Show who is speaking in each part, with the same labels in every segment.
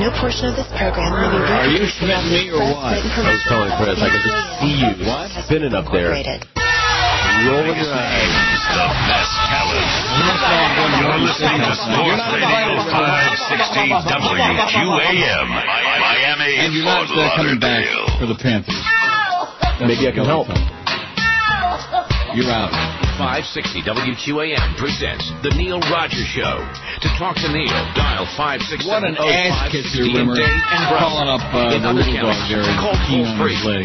Speaker 1: No portion of this program may be
Speaker 2: Are you
Speaker 1: reproduced without
Speaker 2: shitting me or
Speaker 1: express
Speaker 2: what?
Speaker 1: written
Speaker 2: I was telling Chris, I could just see you
Speaker 1: What?
Speaker 2: spinning up there. Rolling your eyes.
Speaker 3: The best talent. You're listening to Sports Radio 560 WQAM, Miami,
Speaker 4: And you're not
Speaker 3: Fort
Speaker 4: uh, coming back
Speaker 3: Lauderdale.
Speaker 4: for the Panthers. That's
Speaker 2: Maybe I can help.
Speaker 4: You're out.
Speaker 5: 560 WQAM presents The Neil Rogers Show. To talk to Neil, dial 560
Speaker 4: What an ass kisser, Wimmer. Calling up uh, the little dog there. and
Speaker 5: Call
Speaker 4: peeing
Speaker 5: toll
Speaker 4: on
Speaker 5: free
Speaker 4: his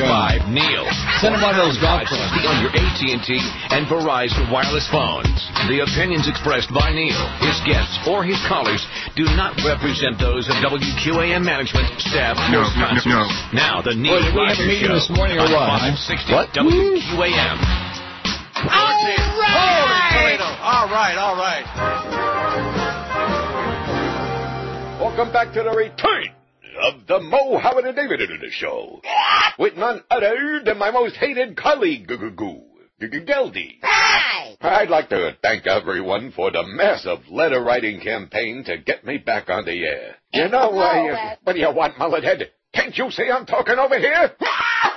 Speaker 5: 877 785 Neil.
Speaker 4: Send him one of those golf clubs.
Speaker 5: On your AT&T and Verizon wireless phones. The opinions expressed by Neil, his guests, or his callers do not represent those of WQAM management, staff,
Speaker 3: No,
Speaker 5: or
Speaker 3: no,
Speaker 5: sponsors.
Speaker 3: no.
Speaker 5: Now, the Neil
Speaker 4: Wait, did we have a
Speaker 5: Rogers
Speaker 4: meeting
Speaker 5: Show
Speaker 4: this morning or
Speaker 5: on
Speaker 4: what?
Speaker 5: 560
Speaker 2: What?
Speaker 5: WQAM.
Speaker 6: All right, all right. Welcome back to the return of the Mo Howard and David Show. With none other than my most hated colleague, Goo Geldy. I'd like to thank everyone for the massive letter writing campaign to get me back on the air. You know, I, what do you want, mullet head? Can't you see I'm talking over here?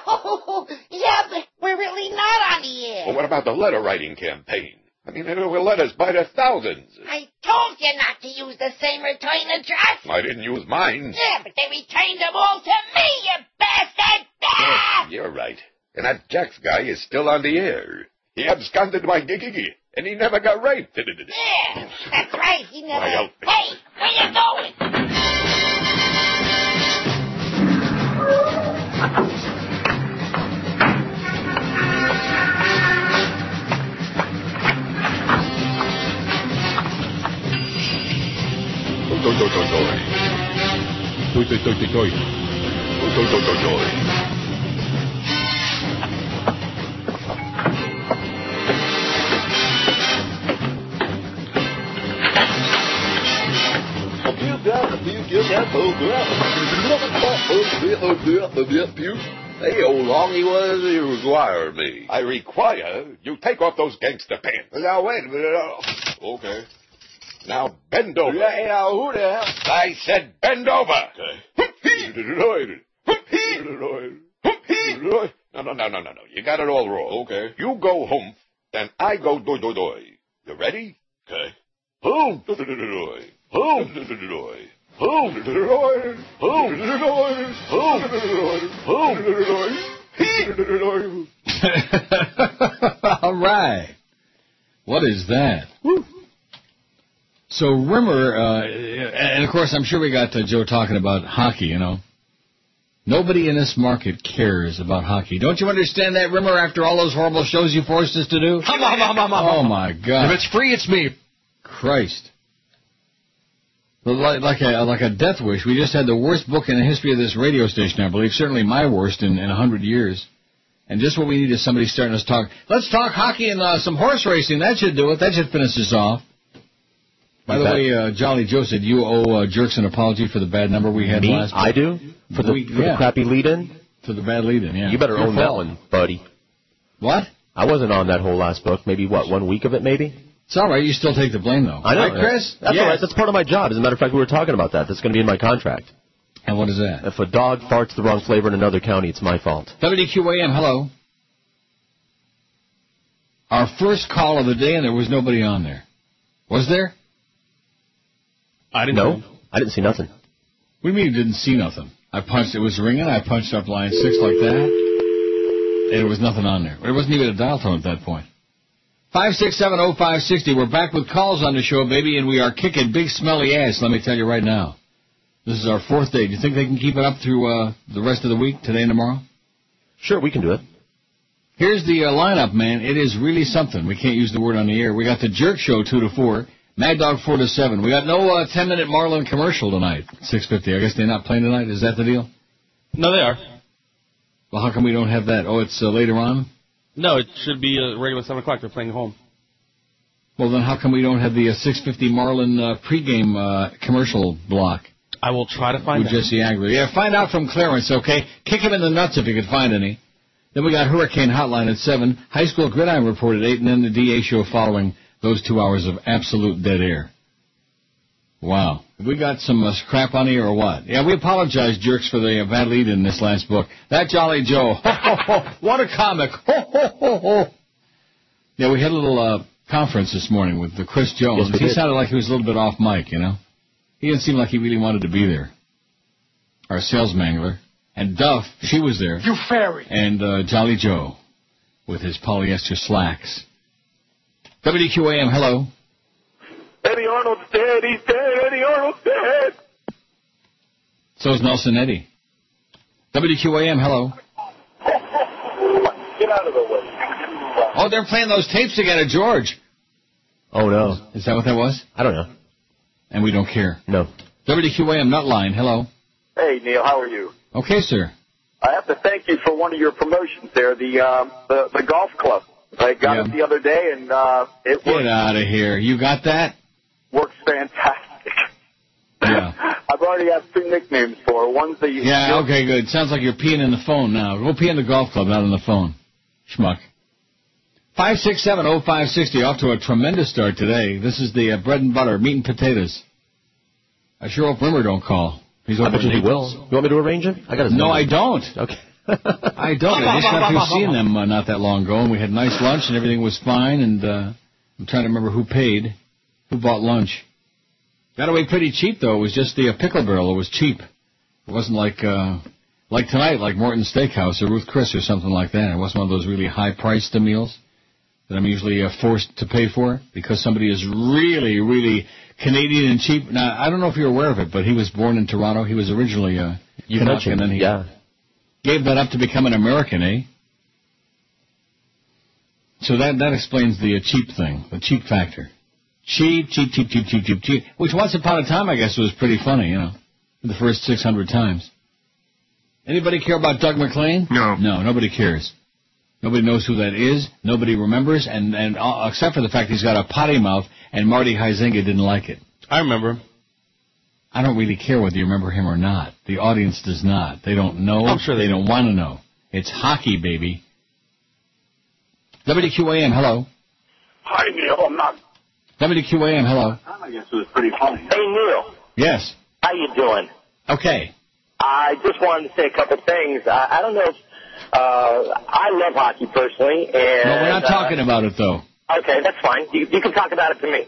Speaker 7: Oh, yeah, but we're really not on the
Speaker 6: Well,
Speaker 7: air.
Speaker 6: what about the letter writing campaign? I mean, there were letters by the thousands.
Speaker 7: I told you not to use the same return address.
Speaker 6: I didn't use mine.
Speaker 7: Yeah, but they returned them all to me, you bastard! Ah!
Speaker 6: You're right. And that Jax guy is still on the air. He absconded my giggy, and he never got raped.
Speaker 7: Yeah, that's right. He never.
Speaker 6: Why, uh, I'll-
Speaker 7: Hey, where you going?
Speaker 6: Oh, Hey, how long he was, you require me. I require you take off those gangster pants. Now, wait a minute. Okay. Now, bend over. Yeah, now, who the hell? I said bend over. Okay. No, no, no, no, no, no. You got it all wrong. Okay. You go home, then I go do do do. You ready? Okay. Boom. Boom. Boom. Boom. Boom. Boom.
Speaker 4: All right. What is that? So Rimmer, uh, and of course, I'm sure we got uh, Joe talking about hockey. You know, nobody in this market cares about hockey. Don't you understand that, Rimmer? After all those horrible shows you forced us to do. Oh my God!
Speaker 2: If it's free, it's me.
Speaker 4: Christ. Well, Like, like a like a death wish. We just had the worst book in the history of this radio station, I believe. Certainly my worst in in a hundred years. And just what we need is somebody starting us talk. Let's talk hockey and uh, some horse racing. That should do it. That should finish us off. By the
Speaker 2: You bet.
Speaker 4: way, uh, Jolly Joe said you owe uh, Jerks an apology for the bad number we had
Speaker 2: Me?
Speaker 4: last
Speaker 2: I do? For the,
Speaker 4: We-
Speaker 2: for the
Speaker 4: yeah.
Speaker 2: crappy lead-in?
Speaker 4: for the bad lead-in. Yeah,
Speaker 2: You better
Speaker 4: Your
Speaker 2: own that
Speaker 4: fault.
Speaker 2: one, buddy.
Speaker 4: What?
Speaker 2: I wasn't on that whole last book. Maybe, what, one week of it, maybe?
Speaker 4: It's all right. You still take the blame though.
Speaker 2: I know.
Speaker 4: right, Chris.
Speaker 2: That's
Speaker 4: Yes.
Speaker 2: all right. That's part of my job. As a matter of fact, we were talking about that. That's going to be in my contract.
Speaker 4: And what is that?
Speaker 2: If a dog farts the wrong flavor in another county, it's my fault.
Speaker 4: WQAM, hello. Our first call of the day, and there was nobody on there. Was there?
Speaker 2: I didn't No, I didn't see nothing.
Speaker 4: We mean you didn't see nothing. I punched, it was ringing, I punched up line six like that, and there was nothing on there. There wasn't even a dial tone at that point. 5670560, we're back with calls on the show, baby, and we are kicking big smelly ass, let me tell you right now. This is our fourth day. Do you think they can keep it up through uh, the rest of the week, today and tomorrow?
Speaker 2: Sure, we can do it.
Speaker 4: Here's the uh, lineup, man. It is really something. We can't use the word on the air. We got the Jerk Show two to four, Mad Dog four to seven. We got no uh, ten minute Marlin commercial tonight. Six fifty. I guess they're not playing tonight. Is that the deal?
Speaker 8: No, they are.
Speaker 4: Well, how come we don't have that? Oh, it's uh, later on.
Speaker 8: No, it should be uh, regular seven o'clock. They're playing at home.
Speaker 4: Well, then how come we don't have the uh, six fifty Marlin uh, pregame uh, commercial block
Speaker 8: I will try to find
Speaker 4: with
Speaker 8: out.
Speaker 4: Jesse Agler? Yeah, find out from Clarence. Okay, kick him in the nuts if you can find any. Then we got Hurricane Hotline at seven, High School Gridiron Report at eight, and then the DA Show following those two hours of absolute dead air. Wow. We got some uh, crap on here or what? Yeah, we apologize, jerks, for the uh, bad lead in this last book. That Jolly Joe. Ho, ho, ho. What a comic. Ho, ho, ho, ho. Yeah, we had a little uh, conference this morning with the Chris Jones.
Speaker 2: Yes, we
Speaker 4: he
Speaker 2: did.
Speaker 4: sounded like he was a little bit off mic, you know? He didn't seem like he really wanted to be there. Our sales mangler. And Duff, she was there.
Speaker 9: You fairy.
Speaker 4: And uh, Jolly Joe with his polyester slacks. WQAM, hello.
Speaker 10: Eddie Arnold's dead. He's dead. Eddie Arnold's dead.
Speaker 4: So is Nelson Eddy. WQAM, hello.
Speaker 10: Get out of the way.
Speaker 4: Oh, they're playing those tapes again at George.
Speaker 2: Oh, no.
Speaker 4: Is that what that was?
Speaker 2: I don't know.
Speaker 4: And we don't care.
Speaker 2: No.
Speaker 4: WQAM, Nutline, hello.
Speaker 10: Hey Neil, how are you?
Speaker 4: Okay, sir.
Speaker 10: I have to thank you for one of your promotions there, the um, the, the golf club. I got it the other day, and uh, it
Speaker 4: Get out of here. You got that?
Speaker 10: works fantastic.
Speaker 4: Yeah.
Speaker 10: I've already have two nicknames for her. One's the
Speaker 4: Yeah, okay, good. Sounds like you're peeing in the phone now. Go pee in the golf club, not on the phone. Schmuck. 5670560, off to a tremendous start today. This is the uh, bread and butter, meat and potatoes. I sure hope Rimmer don't call. He's over
Speaker 2: I bet
Speaker 4: in
Speaker 2: you he will.
Speaker 4: Naples.
Speaker 2: You want me to arrange it? I got his
Speaker 4: No,
Speaker 2: number.
Speaker 4: I don't.
Speaker 2: Okay.
Speaker 4: I don't. I just got through seeing them uh, not that long ago, and we had nice lunch, and everything was fine. And uh, I'm trying to remember who paid, who bought lunch. Got away pretty cheap though. It was just the uh, pickle barrel. It was cheap. It wasn't like uh, like tonight, like Morton Steakhouse or Ruth Chris or something like that. It wasn't one of those really high-priced meals that I'm usually uh, forced to pay for because somebody is really, really Canadian and cheap. Now I don't know if you're aware of it, but he was born in Toronto. He was originally uh,
Speaker 2: You
Speaker 4: Canuck,
Speaker 2: mentioned,
Speaker 4: and then he
Speaker 2: yeah.
Speaker 4: gave that up to become an American, eh? So that that explains the uh, cheap thing, the cheap factor. Cheap, cheap, cheap, cheap, cheap, cheap, cheap. Which once upon a time, I guess, was pretty funny, you know, for the first 600 times. Anybody care about Doug McLean?
Speaker 11: No.
Speaker 4: No, nobody cares. Nobody knows who that is. Nobody remembers, and and uh, except for the fact he's got a potty mouth, and Marty Huizinga didn't like it.
Speaker 8: I remember.
Speaker 4: I don't really care whether you remember him or not. The audience does not. They don't know.
Speaker 8: I'm sure they
Speaker 4: don't want to know. It's hockey, baby. WQAM, hello.
Speaker 10: Hi Neil, I'm not.
Speaker 4: WQAM, hello.
Speaker 10: I guess it was pretty funny. Hey Neil,
Speaker 4: Yes.
Speaker 10: how you doing?
Speaker 4: Okay.
Speaker 10: I just wanted to say a couple things. I, I don't know if uh, I love hockey personally, and
Speaker 4: No, we're not
Speaker 10: uh,
Speaker 4: talking about it though.
Speaker 10: Okay, that's fine. You, you can talk about it to me.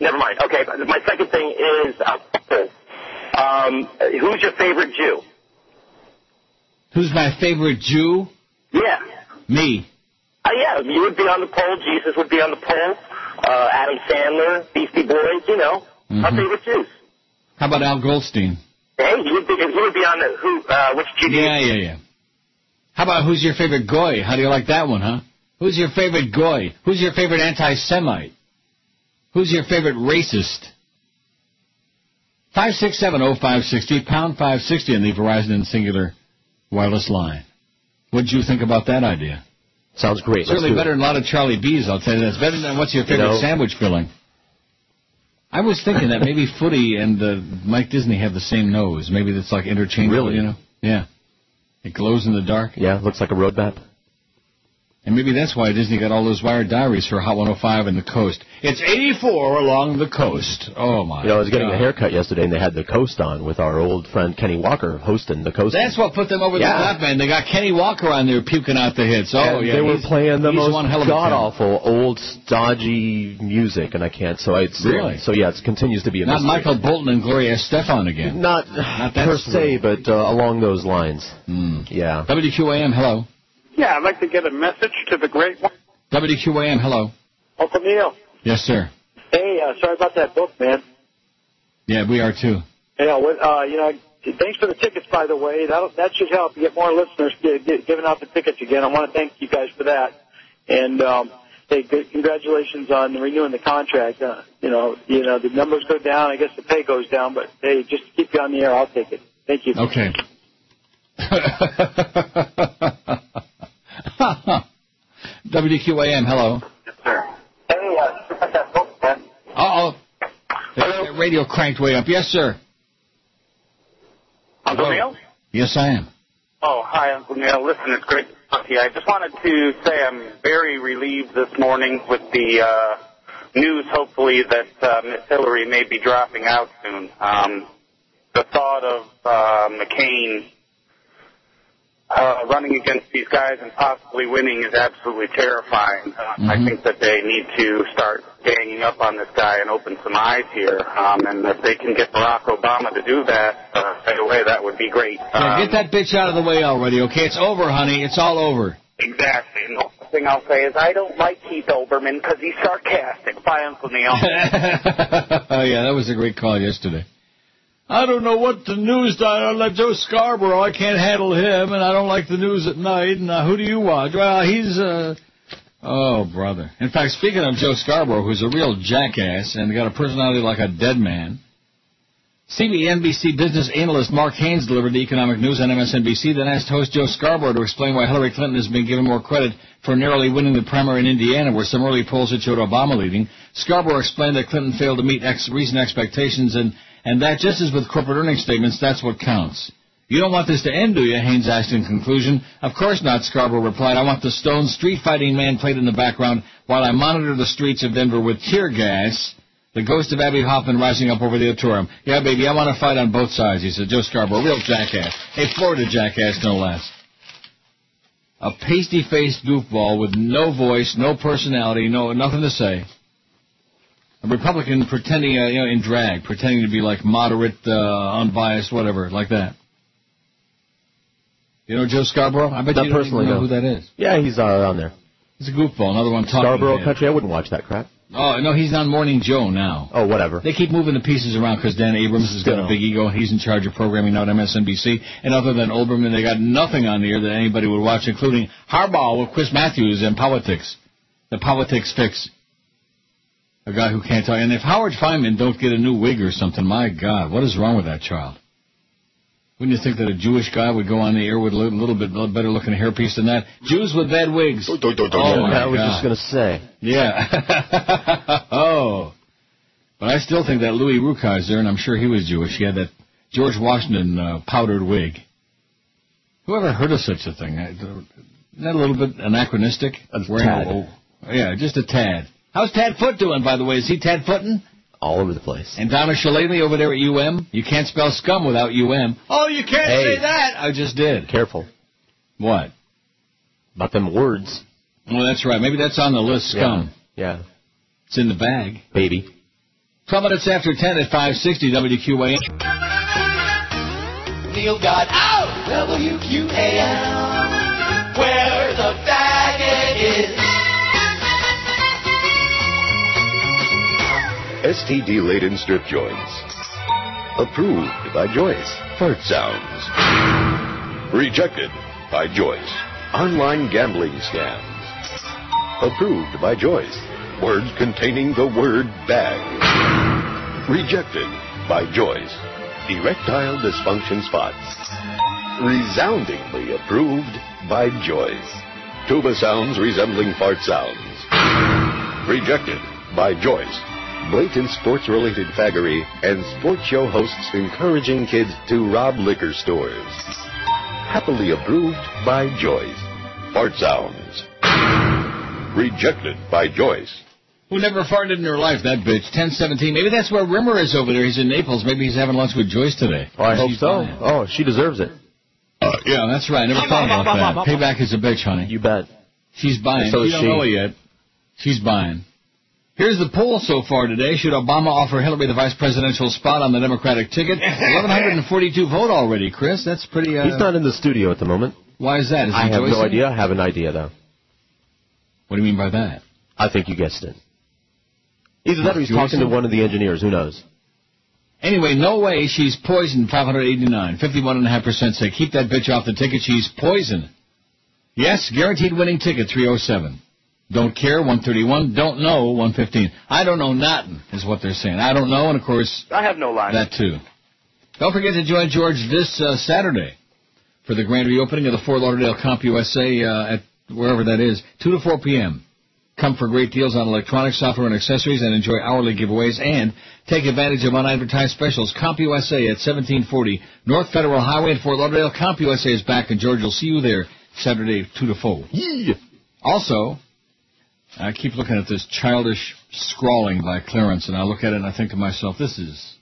Speaker 10: Never mind. Okay, but my second thing is, uh, um, who's your favorite Jew?
Speaker 4: Who's my favorite Jew?
Speaker 10: Yeah,
Speaker 4: Me.
Speaker 10: uh, yeah, you would be on the poll. Jesus would be on the poll. Uh, Adam Sandler, Beastie Boys, you know, my
Speaker 4: Mhm.
Speaker 10: favorite Jews.
Speaker 4: How about Al Goldstein?
Speaker 10: Hey, he would be, he would be on the who? Uh, which Jew? do you-
Speaker 4: Yeah, yeah, yeah. How about who's your favorite goy? How do you like that one, huh? Who's your favorite goy? Who's your favorite anti-Semite? Who's your favorite racist? Five six seven oh five sixty pound five sixty in the Verizon and Singular wireless line. What'd you think about that idea?
Speaker 2: Sounds great. Let's
Speaker 4: Certainly
Speaker 2: do it.
Speaker 4: better than a lot of Charlie B's. I'll tell you that. It's better than what's your favorite
Speaker 2: know-
Speaker 4: sandwich filling. I was thinking that maybe Footy and uh, Mike Disney have the same nose. Maybe that's like interchangeable.
Speaker 2: Really?
Speaker 4: You know? Yeah. It glows in the dark.
Speaker 2: Yeah, looks like a roadmap.
Speaker 4: And maybe that's why Disney got all those wired diaries for Hot 105 and the coast. It's 84 along the coast. Oh, my.
Speaker 2: You know, I was getting
Speaker 4: God.
Speaker 2: a haircut yesterday, and they had the coast on with our old friend Kenny Walker hosting the coast.
Speaker 4: That's what put them over
Speaker 2: Yeah.
Speaker 4: the top, man. They got Kenny Walker on there puking out the hits. Oh,
Speaker 2: And
Speaker 4: yeah.
Speaker 2: they were
Speaker 4: he's-
Speaker 2: playing the
Speaker 4: he's
Speaker 2: most
Speaker 4: one hell of a
Speaker 2: god
Speaker 4: talent.
Speaker 2: awful old stodgy music, and I can't. So I it's,
Speaker 4: Really?
Speaker 2: So yeah, it continues to be a
Speaker 4: Not
Speaker 2: mystery.
Speaker 4: Michael Bolton and Gloria Stefan again.
Speaker 2: Not,
Speaker 4: that
Speaker 2: per
Speaker 4: sweet. Hmm.
Speaker 2: se, but uh, along those lines. Yeah.
Speaker 4: WQAM, hello.
Speaker 9: Yeah, I'd like to get a message to the great one.
Speaker 4: WQAM, hello.
Speaker 10: Uncle Neil.
Speaker 4: Yes, sir.
Speaker 10: Hey, uh, sorry about that book, man.
Speaker 4: Yeah, we are too.
Speaker 10: Yeah, what, uh, you know, thanks for the tickets, by the way. That that should help get more listeners gi- gi- giving out the tickets again. I want to thank you guys for that, and um, hey, good, congratulations on renewing the contract. Uh, you know, you know, the numbers go down. I guess the pay goes down, but hey, just to keep you on the air. I'll take it. Thank you.
Speaker 4: Okay. WQAM, hello.
Speaker 10: Hey, uh,
Speaker 4: Uh oh. The radio cranked way up. Yes, sir.
Speaker 10: Uncle
Speaker 4: Neil? Yes, I am.
Speaker 10: Oh, hi, Uncle Neil. Listen, it's great to talk to you. I just wanted to say I'm very relieved this morning with the uh, news, hopefully, that uh, Miss Hillary may be dropping out soon. Um, the thought of uh, McCain uh, running against these guys and possibly winning is absolutely terrifying. Uh, I think that they need to start ganging up on this guy and open some eyes here. Um, and if they can get Barack Obama to do that uh, right away, that would be great.
Speaker 12: Um,
Speaker 4: Yeah, get that bitch out of the way already, okay? It's over, honey. It's all over.
Speaker 10: Exactly. And the only thing I'll say is I don't like Keith Olbermann because he's sarcastic. Bye, Uncle Neil.
Speaker 4: Oh, yeah, that was a great call yesterday.
Speaker 12: I don't know what the news. I don't like Joe Scarborough. I can't handle him, and I don't like the news at night. And uh, who do you watch? Well, he's. Uh...
Speaker 4: Oh, brother. In fact, speaking of Joe Scarborough, who's a real jackass and got a personality like a dead man, CNBC business analyst Mark Haynes delivered the economic news on MSNBC, then asked host Joe Scarborough to explain why Hillary Clinton has been given more credit for narrowly winning the primary in Indiana, where some early polls had showed Obama leading. Scarborough explained that Clinton failed to meet ex- recent expectations, and, and that just as with corporate earnings statements, that's what counts. You don't want this to end, do you? Haynes asked in conclusion. Of course not, Scarborough replied. I want the stone street fighting man played in the background while I monitor the streets of Denver with tear gas. The ghost of Abby Hoffman rising up over the auditorium. Yeah, baby, I want to fight on both sides, he said. Joe Scarborough, real jackass. A Florida jackass, no less. A pasty-faced goofball with no voice, no personality, no nothing to say. A Republican pretending, uh, you know, in drag, pretending to be like moderate, uh, unbiased, whatever, like that. You know Joe Scarborough? I bet
Speaker 2: Not
Speaker 4: you don't even
Speaker 2: personally,
Speaker 4: know
Speaker 2: no.
Speaker 4: who that is.
Speaker 2: Yeah, he's uh, on there.
Speaker 4: He's a goofball. Another one talking
Speaker 2: Scarborough
Speaker 4: head.
Speaker 2: Country. I wouldn't watch that crap.
Speaker 4: Oh no, he's on Morning Joe now.
Speaker 2: Oh, whatever.
Speaker 4: They keep moving the pieces around because Dan Abrams has got a
Speaker 2: Still.
Speaker 4: big ego. He's in charge of programming now at MSNBC. And other than Olbermann, they got nothing on the air that anybody would watch, including Harbaugh with Chris Matthews and politics, the politics fix. A guy who can't tell. And if Howard Feynman don't get a new wig or something, my God, what is wrong with that child? Wouldn't you think that a Jewish guy would go on the air with a little little bit better looking hairpiece than that? Jews with bad wigs. Oh, my
Speaker 2: I was
Speaker 4: God.
Speaker 2: just going to say.
Speaker 4: Yeah. oh. But I still think that Louis Rukeyser, and I'm sure he was Jewish, he had that George Washington uh, powdered wig. Whoever heard of such a thing? I- Isn't that a little bit anachronistic? Wearing
Speaker 2: tad.
Speaker 4: oh, yeah, just a tad. How's Tad Foot doing, by the way? Is he Tad Footin'?
Speaker 2: All over the place.
Speaker 4: And Donna Shillelagh over there at UM? You can't spell scum without UM. Oh, you can't
Speaker 2: Hey.
Speaker 4: say that! I just did.
Speaker 2: Careful.
Speaker 4: What?
Speaker 2: About them words.
Speaker 4: Well, that's right. Maybe that's on the list, scum.
Speaker 2: Yeah.
Speaker 4: It's in the bag.
Speaker 2: Baby.
Speaker 4: 12 minutes after 10 at 560 WQAM.
Speaker 7: Neil got out. WQAM. Where the faggot is.
Speaker 6: STD laden strip joints. Approved by Joyce. Fart sounds. Rejected by Joyce. Online gambling scams. Approved by Joyce. Words containing the word bag. Rejected by Joyce. Erectile dysfunction spots. Resoundingly approved by Joyce. Tuba sounds resembling fart sounds. Rejected by Joyce. Blatant sports related faggery and sports show hosts encouraging kids to rob liquor stores. Happily approved by Joyce. Fart sounds. Rejected by Joyce.
Speaker 4: Who never farted in her life, that bitch. 1017. Maybe that's where Rimmer is over there. He's in Naples. Maybe he's having lunch with Joyce today.
Speaker 2: Oh, I hope
Speaker 4: She's
Speaker 2: so.
Speaker 4: fine. Uh,
Speaker 2: Oh, she deserves it.
Speaker 4: yeah, that's right. I never thought about that. Payback is a bitch, honey.
Speaker 2: You bet.
Speaker 4: She's buying.
Speaker 2: And so
Speaker 4: you
Speaker 2: is
Speaker 4: don't
Speaker 2: she.
Speaker 4: know it yet. She's buying. Here's the poll so far today. Should Obama offer Hillary the vice presidential spot on the Democratic ticket? 1,142 vote already, Chris. That's pretty. Uh,
Speaker 2: He's not in the studio at the moment.
Speaker 4: Why is that? Is
Speaker 2: I
Speaker 4: he
Speaker 2: have
Speaker 4: Joyce
Speaker 2: no
Speaker 4: in?
Speaker 2: idea. I have an idea, though.
Speaker 4: What do you mean by that?
Speaker 2: I think you guessed it. Either that or he's
Speaker 4: Joyce
Speaker 2: talking to
Speaker 4: in?
Speaker 2: one of the engineers. Who knows?
Speaker 4: Anyway, no way she's poison. 589. 51.5% say keep that bitch off the ticket. She's poison. Yes, guaranteed winning ticket, 307. Don't care, 131. Don't know, 115. I don't know nothing, is what they're saying. I don't know, and of course,
Speaker 10: I have no line.
Speaker 4: that too. Don't forget to join George this uh, Saturday for the grand reopening of the Fort Lauderdale Comp USA uh, at wherever that is, 2 to 4 p.m. Come for great deals on electronics, software, and accessories, and enjoy hourly giveaways. And take advantage of unadvertised specials. CompUSA at 1740 North Federal Highway in Fort Lauderdale. CompUSA is back, and George will see you there Saturday, 2 to 4. Also, I keep looking at this childish scrawling by Clarence, and I look at it and I think to myself, this is,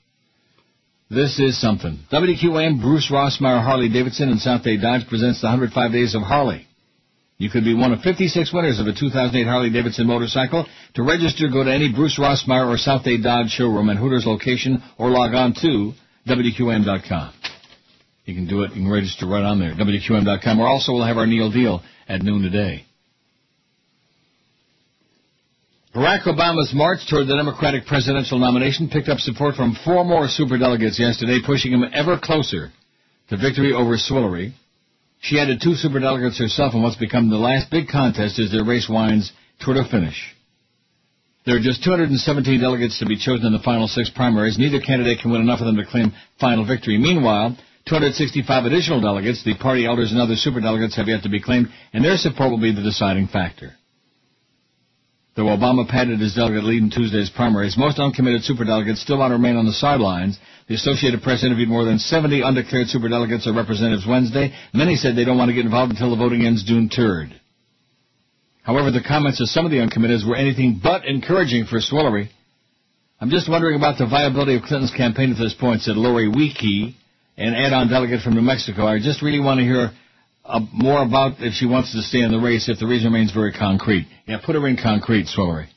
Speaker 4: this is something. WQAM, Bruce Rossmeyer, Harley Davidson, and South Bay Dodge presents the 105 Days of Harley. You could be one of 56 winners of a 2008 Harley Davidson motorcycle. To register, go to any Bruce Rossmeyer or South Bay Dodge showroom at Hooters location or log on to WQM.com. You can do it. You can register right on there. WQM.com. Or also, we'll have our Neil Deal at noon today. Barack Obama's march toward the Democratic presidential nomination picked up support from four more superdelegates yesterday, pushing him ever closer to victory over Swillery. She added two superdelegates herself in what's become the last big contest as their race winds toward a finish. There are just 217 delegates to be chosen in the final six primaries. Neither candidate can win enough of them to claim final victory. Meanwhile, 265 additional delegates, the party elders and other superdelegates have yet to be claimed, and their support will be the deciding factor. Though Obama padded his delegate lead in Tuesday's primaries, most uncommitted superdelegates still want to remain on the sidelines. The Associated Press interviewed more than 70 undeclared superdelegates or representatives Wednesday. Many said they don't want to get involved until the voting ends June 3rd. However, the comments of some of the uncommitteds were anything but encouraging for Swillery. I'm just wondering about the viability of Clinton's campaign at this point, said Lori Wieke, an add-on delegate from New Mexico. I just really want to hear uh, more about if she wants to stay in the race if the reason remains very concrete. Yeah, put her in concrete, Swillery.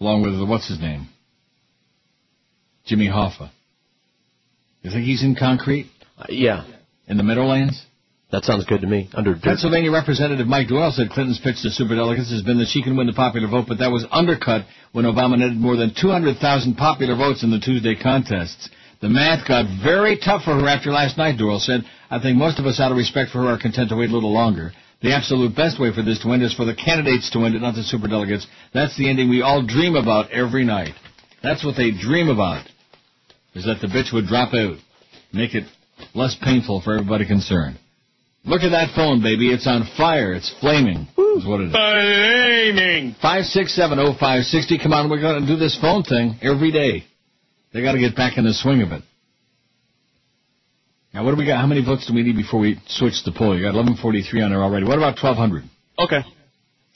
Speaker 4: Along with, the, what's his name? Jimmy Hoffa. You think he's in concrete?
Speaker 2: Uh, yeah.
Speaker 4: In the Meadowlands?
Speaker 2: That sounds good to me. Under
Speaker 4: Pennsylvania Representative Mike Doyle said Clinton's pitch to superdelegates has been that she can win the popular vote, but that was undercut when Obama netted more than 200,000 popular votes in the Tuesday contests. The math got very tough for her after last night, Doyle said. I think most of us, out of respect for her, are content to wait a little longer. The absolute best way for this to end is for the candidates to end it, not the superdelegates. That's the ending we all dream about every night. That's what they dream about, is that the bitch would drop out, make it less painful for everybody concerned. Look at that phone, baby. It's on fire. It's flaming. Woo. Is what it is.
Speaker 13: Flaming.
Speaker 4: Five six seven oh five sixty. Come on, we're gonna do this phone thing every day. They got to get back in the swing of it. Now, what do we got? How many votes do we need before we switch the poll? You got 1143 on there already. What about 1200?
Speaker 8: Okay.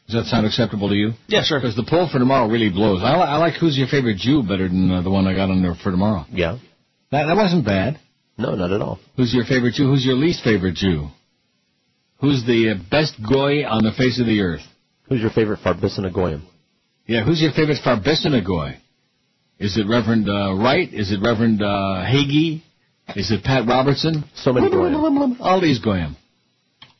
Speaker 4: Does that sound acceptable to you?
Speaker 8: Yeah, sure.
Speaker 4: Because the poll for tomorrow really blows. I, li- I like who's your favorite Jew better than uh, the one I got on there for tomorrow.
Speaker 2: Yeah.
Speaker 4: That that wasn't bad.
Speaker 2: No, not at all.
Speaker 4: Who's your favorite Jew? Who's your least favorite Jew? Who's the uh, best goy on the face of the earth?
Speaker 2: Who's your favorite Farbissina goyim?
Speaker 4: Yeah, who's your favorite Farbissina goy? Is it Reverend uh, Wright? Is it Reverend uh, Hagee? Is it Pat Robertson?
Speaker 2: So many Goyam.
Speaker 4: All these Goyam.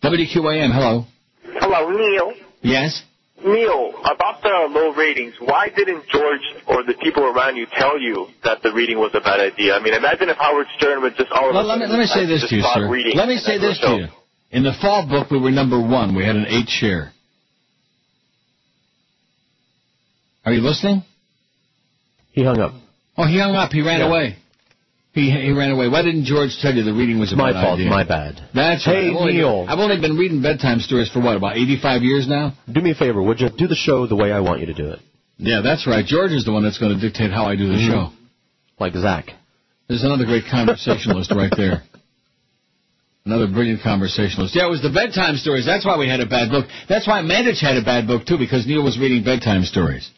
Speaker 4: WQAM, hello.
Speaker 14: Hello, Neil.
Speaker 4: Yes?
Speaker 14: Neil, about the low ratings, why didn't George or the people around you tell you that the reading was a bad idea? I mean, imagine if Howard Stern was just all
Speaker 4: well, let me, let me say this to you, sir. Let me say this to you. In the fall book, we were number one. We had an eight share. Are you listening?
Speaker 2: He hung up.
Speaker 4: Oh, he hung up. He ran yeah. away. He he ran away. Why didn't George tell you the reading was
Speaker 2: my
Speaker 4: fault? Idea?
Speaker 2: My bad.
Speaker 4: That's
Speaker 2: hey
Speaker 4: right. I've only,
Speaker 2: Neil.
Speaker 4: I've only been reading bedtime stories for what about eighty five years now.
Speaker 2: Do me a favor, would you? Do the show the way I want you to do it.
Speaker 4: Yeah, that's right. George is the one that's going to dictate how I do the mm-hmm. show.
Speaker 2: Like Zach.
Speaker 4: There's another great conversationalist right there. Another brilliant conversationalist. Yeah, it was the bedtime stories. That's why we had a bad book. That's why Mandich had a bad book too, because Neil was reading bedtime stories.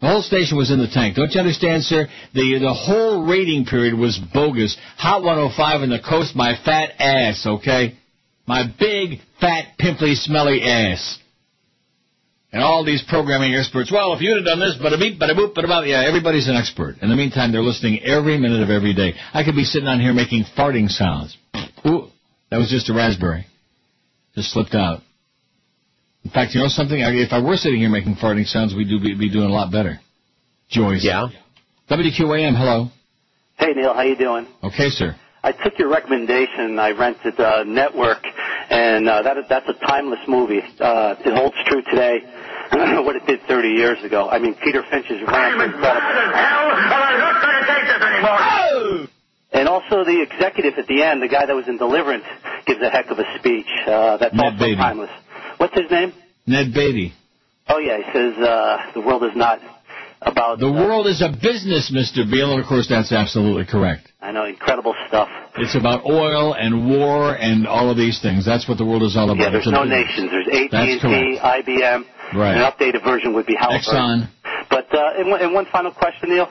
Speaker 4: The whole station was in the tank. Don't you understand, sir? The the whole rating period was bogus. Hot 105 and the coast, my fat ass, okay? My big, fat, pimply, smelly ass. And all these programming experts, well, if you'd have done this, but a beep, but a boop, but about, yeah, everybody's an expert. In the meantime, they're listening every minute of every day. I could be sitting on here making farting sounds. Ooh, that was just a raspberry. Just slipped out. In fact, you know something? If I were sitting here making farting sounds, we'd do, be doing a lot better. Joyce.
Speaker 2: Yeah.
Speaker 4: WQAM. Hello.
Speaker 15: Hey Neil, how you doing?
Speaker 4: Okay, sir.
Speaker 15: I took your recommendation. I rented uh, Network, and uh, that that's a timeless movie. Uh, it holds true today. what it did 30 years ago. I mean, Peter Finch's
Speaker 16: I'm as bad as hell, and I'm not going to take this anymore. Oh!
Speaker 15: And also the executive at the end, the guy that was in Deliverance, gives a heck of a speech. Uh, that's
Speaker 4: Ned
Speaker 15: also
Speaker 4: Beatty.
Speaker 15: timeless. What's his name?
Speaker 4: Ned Beatty.
Speaker 15: Oh yeah, he says uh, the world is not about.
Speaker 4: The uh, world is a business, Mr. Beale, and of course that's absolutely correct.
Speaker 15: I know, incredible stuff.
Speaker 4: It's about oil and war and all of these things. That's what the world is all about.
Speaker 15: Yeah, there's
Speaker 4: it's
Speaker 15: no nations. There's AT&T, IBM.
Speaker 4: Right.
Speaker 15: An updated version would be Halliburton. Exxon. But uh, and, one- and one final question, Neil.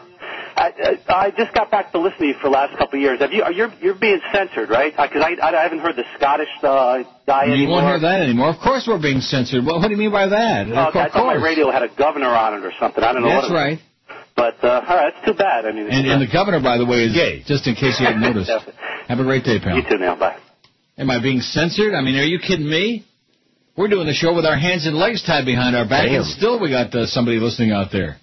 Speaker 15: I, I, I just got back to listening to you for the last couple of years. Have you? Are, you're you're being censored, right? Because I, I I haven't heard the Scottish uh, guy
Speaker 4: You
Speaker 15: anymore.
Speaker 4: won't hear that anymore. Of course, we're being censored. What, what do you mean by that?
Speaker 15: Uh,
Speaker 4: of
Speaker 15: I
Speaker 4: course.
Speaker 15: thought my radio had a governor on it or something. I don't know
Speaker 4: That's
Speaker 15: what. It
Speaker 4: right.
Speaker 15: was. But uh, all right, it's too bad. I mean, it's
Speaker 4: And, and the governor, by the way, is gay. Just in case you hadn't noticed.
Speaker 15: Definitely.
Speaker 4: Have a great day, pal.
Speaker 15: You too, now. Bye.
Speaker 4: Am I being censored? I mean, are you kidding me? We're doing the show with our hands and legs tied behind our back, and
Speaker 2: Damn.
Speaker 4: still we got uh, somebody listening out there.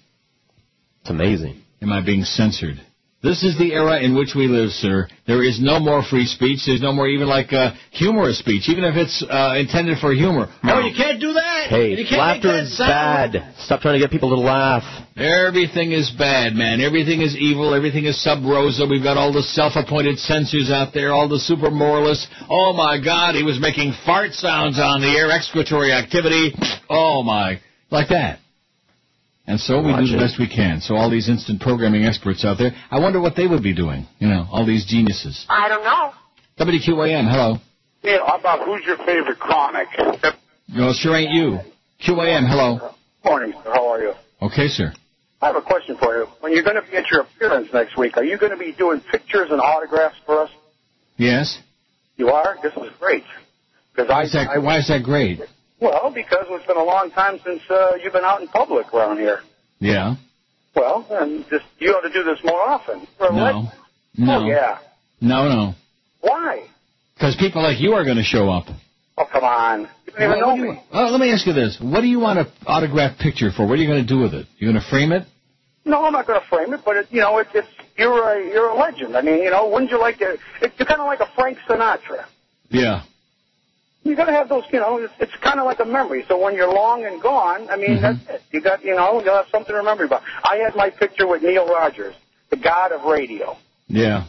Speaker 2: It's amazing.
Speaker 4: Am I being censored? This is the era in which we live, sir. There is no more free speech. There's no more even like uh, humorous speech, even if it's uh, intended for humor. No, you can't do that.
Speaker 2: Hey,
Speaker 4: you can't
Speaker 2: laughter
Speaker 4: make that
Speaker 2: is
Speaker 4: sound.
Speaker 2: bad. Stop trying to get people to laugh.
Speaker 4: Everything is bad, man. Everything is evil. Everything is sub rosa. We've got all the self-appointed censors out there, all the super moralists. Oh my God, he was making fart sounds on the air, excretory activity. Oh my, like that. And so we do the best we can. So all these instant programming experts out there, I wonder what they would be doing. You know, all these geniuses.
Speaker 17: I don't know.
Speaker 4: WQAM, hello.
Speaker 17: Neil, how about who's your favorite comic? Good
Speaker 4: No, it sure ain't you. QAM, hello.
Speaker 10: Morning, sir. How are you?
Speaker 4: Okay, sir.
Speaker 10: I have a question for you. When you're going to be at your appearance next week, are you going to be doing pictures and autographs for us?
Speaker 4: Yes.
Speaker 10: You are. This is great. Because
Speaker 4: Why is that? Why is that great?
Speaker 10: Well, because it's been a long time since uh, you've been out in public around here.
Speaker 4: Yeah.
Speaker 10: Well, and just you ought to do this more often. For
Speaker 4: No. No.
Speaker 10: Oh, yeah.
Speaker 4: No, no.
Speaker 10: Why?
Speaker 4: Because people like you are going to show up.
Speaker 10: Oh, come on. You don't even know me.
Speaker 4: Well, let me ask you this. What do you want an autographed picture for? What are you going to do with it? You're going to frame it?
Speaker 10: No, I'm not going to frame it, but it, you know, it, it's you're a you're a legend. I mean, you know, wouldn't you like to? It, you're kind of like a Frank Sinatra.
Speaker 4: Yeah.
Speaker 10: You got to have those, you know. It's, it's kind of like a memory. So when you're long and gone, I
Speaker 4: Mm-hmm.
Speaker 10: mean, that's it. You got, you know, you'll have something to remember about. I had my picture with Neil Rogers, the god of radio.
Speaker 4: Yeah.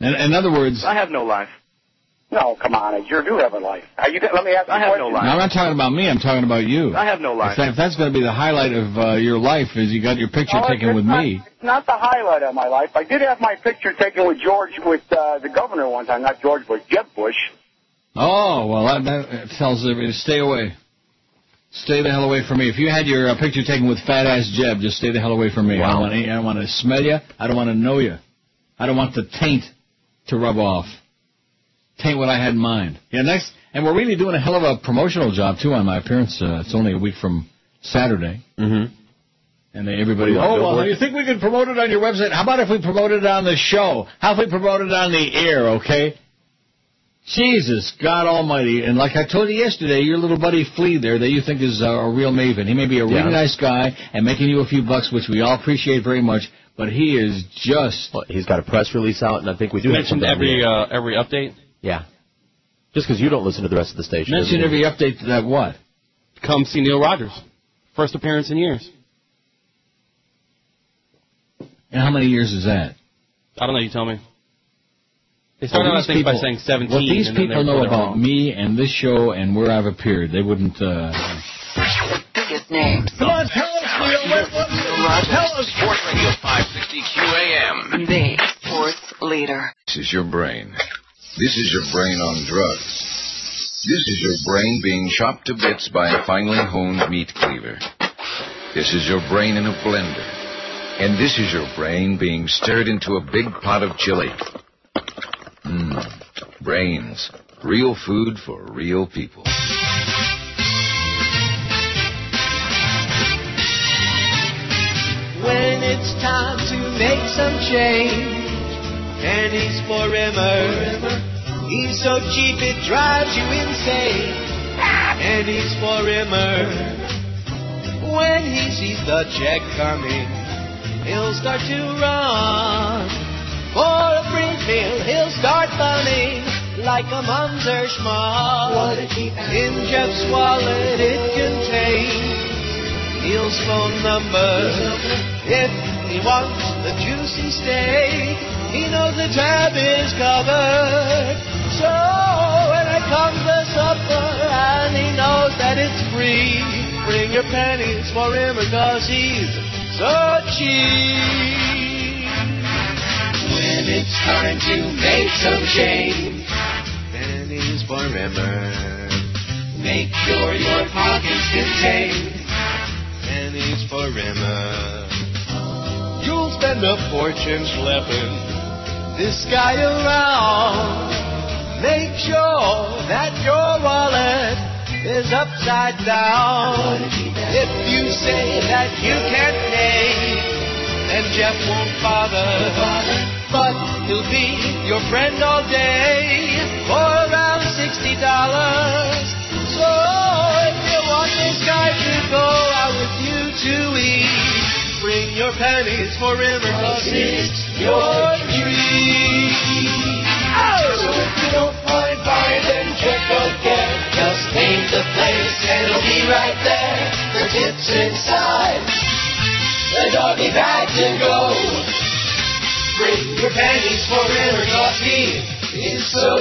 Speaker 4: In, in other words,
Speaker 10: I have no life. No, come on, I sure do have a life. Are you, let me ask you I have no
Speaker 4: no, I'm not talking about me. I'm talking about you.
Speaker 10: I have no life.
Speaker 4: If, that- if that's going to be the highlight of uh, your life, is you got your picture
Speaker 10: No, Oh,
Speaker 4: taken
Speaker 10: it's
Speaker 4: with
Speaker 10: not,
Speaker 4: me.
Speaker 10: It's not the highlight of my life. I did have my picture taken with George, with uh, the governor one time. Not George Bush, Jeb Bush.
Speaker 4: Oh, well, that, that tells everybody to stay away. Stay the hell away from me. If you had your uh, picture taken with fat ass Jeb, just stay the hell away from me. I don't want any- I don't want to smell you. I don't want to know you. I don't want the taint to rub off. Taint what I had in mind. Yeah, next. And we're really doing a hell of a promotional job too on my appearance. Uh, it's only a week from Saturday. Mm-hmm. And they, everybody. Oh well, you think we can promote it on your website? How about if we promote it on the show? How if we promote it on the air? Okay. Jesus, God Almighty, and like I told you yesterday, your little buddy Flea there, that you think is uh, a real maven. He may be a really
Speaker 2: Yeah.
Speaker 4: nice guy and making you a few bucks, which we all appreciate very much. But he is just.
Speaker 2: he's got a press release out, and I think we do
Speaker 8: You
Speaker 2: have
Speaker 8: mentioned
Speaker 2: something
Speaker 8: every
Speaker 2: here.
Speaker 8: uh, every update.
Speaker 2: Yeah. Just because you don't listen to the rest of the station. doesn't
Speaker 8: Mentioned
Speaker 2: mean-
Speaker 8: every
Speaker 4: update to that what?
Speaker 8: Come see Neil Rogers. First appearance in years.
Speaker 4: And how many years is that?
Speaker 8: I don't know. You tell me. They started out
Speaker 4: Well,
Speaker 8: I
Speaker 4: these
Speaker 8: think by
Speaker 4: people-
Speaker 8: saying 17.
Speaker 4: What these
Speaker 8: and then they
Speaker 4: people
Speaker 8: were
Speaker 4: know
Speaker 8: further
Speaker 4: about
Speaker 8: on.
Speaker 4: me and this show and where I've appeared, they wouldn't. Uh...
Speaker 17: name.
Speaker 4: Come on, tell us, Neil. What, what, tell us.
Speaker 18: Sports Radio 560 QAM.
Speaker 19: The fourth leader.
Speaker 6: This is your brain. This is your brain on drugs. This is your brain being chopped to bits by a finely honed meat cleaver. This is your brain in a blender. And this is your brain being stirred into a big pot of chili. Mmm. Brains. Real food for real people.
Speaker 7: When it's time to make some change, and he's forever. He's so cheap it drives you insane, and he's forever. When he sees the check coming, he'll start to run. For a free meal, he'll start bunning like a mumser schmuck. In Jeff's wallet, it contains Neil's phone number. If he wants the juicy steak, he knows the tab is covered. So when I come to supper and he knows that it's free, bring your pennies for him because he's so cheap. When it's time to make some change, pennies forever. Make sure your pockets contain pennies forever. You'll spend a fortune schlepping this guy around. Make sure that your wallet is upside down. If you say that you can't pay, then Jeff won't bother. But he'll be your friend all day for around sixty dollars. So if you want this guy to go out with you to eat, bring your pennies for him because he's your treat. Oh! So if you don't mind buying, then check again. Just name the place and it'll be right there. The tip's inside. The doggy bag can go. Bring your pennies for him or coffee is so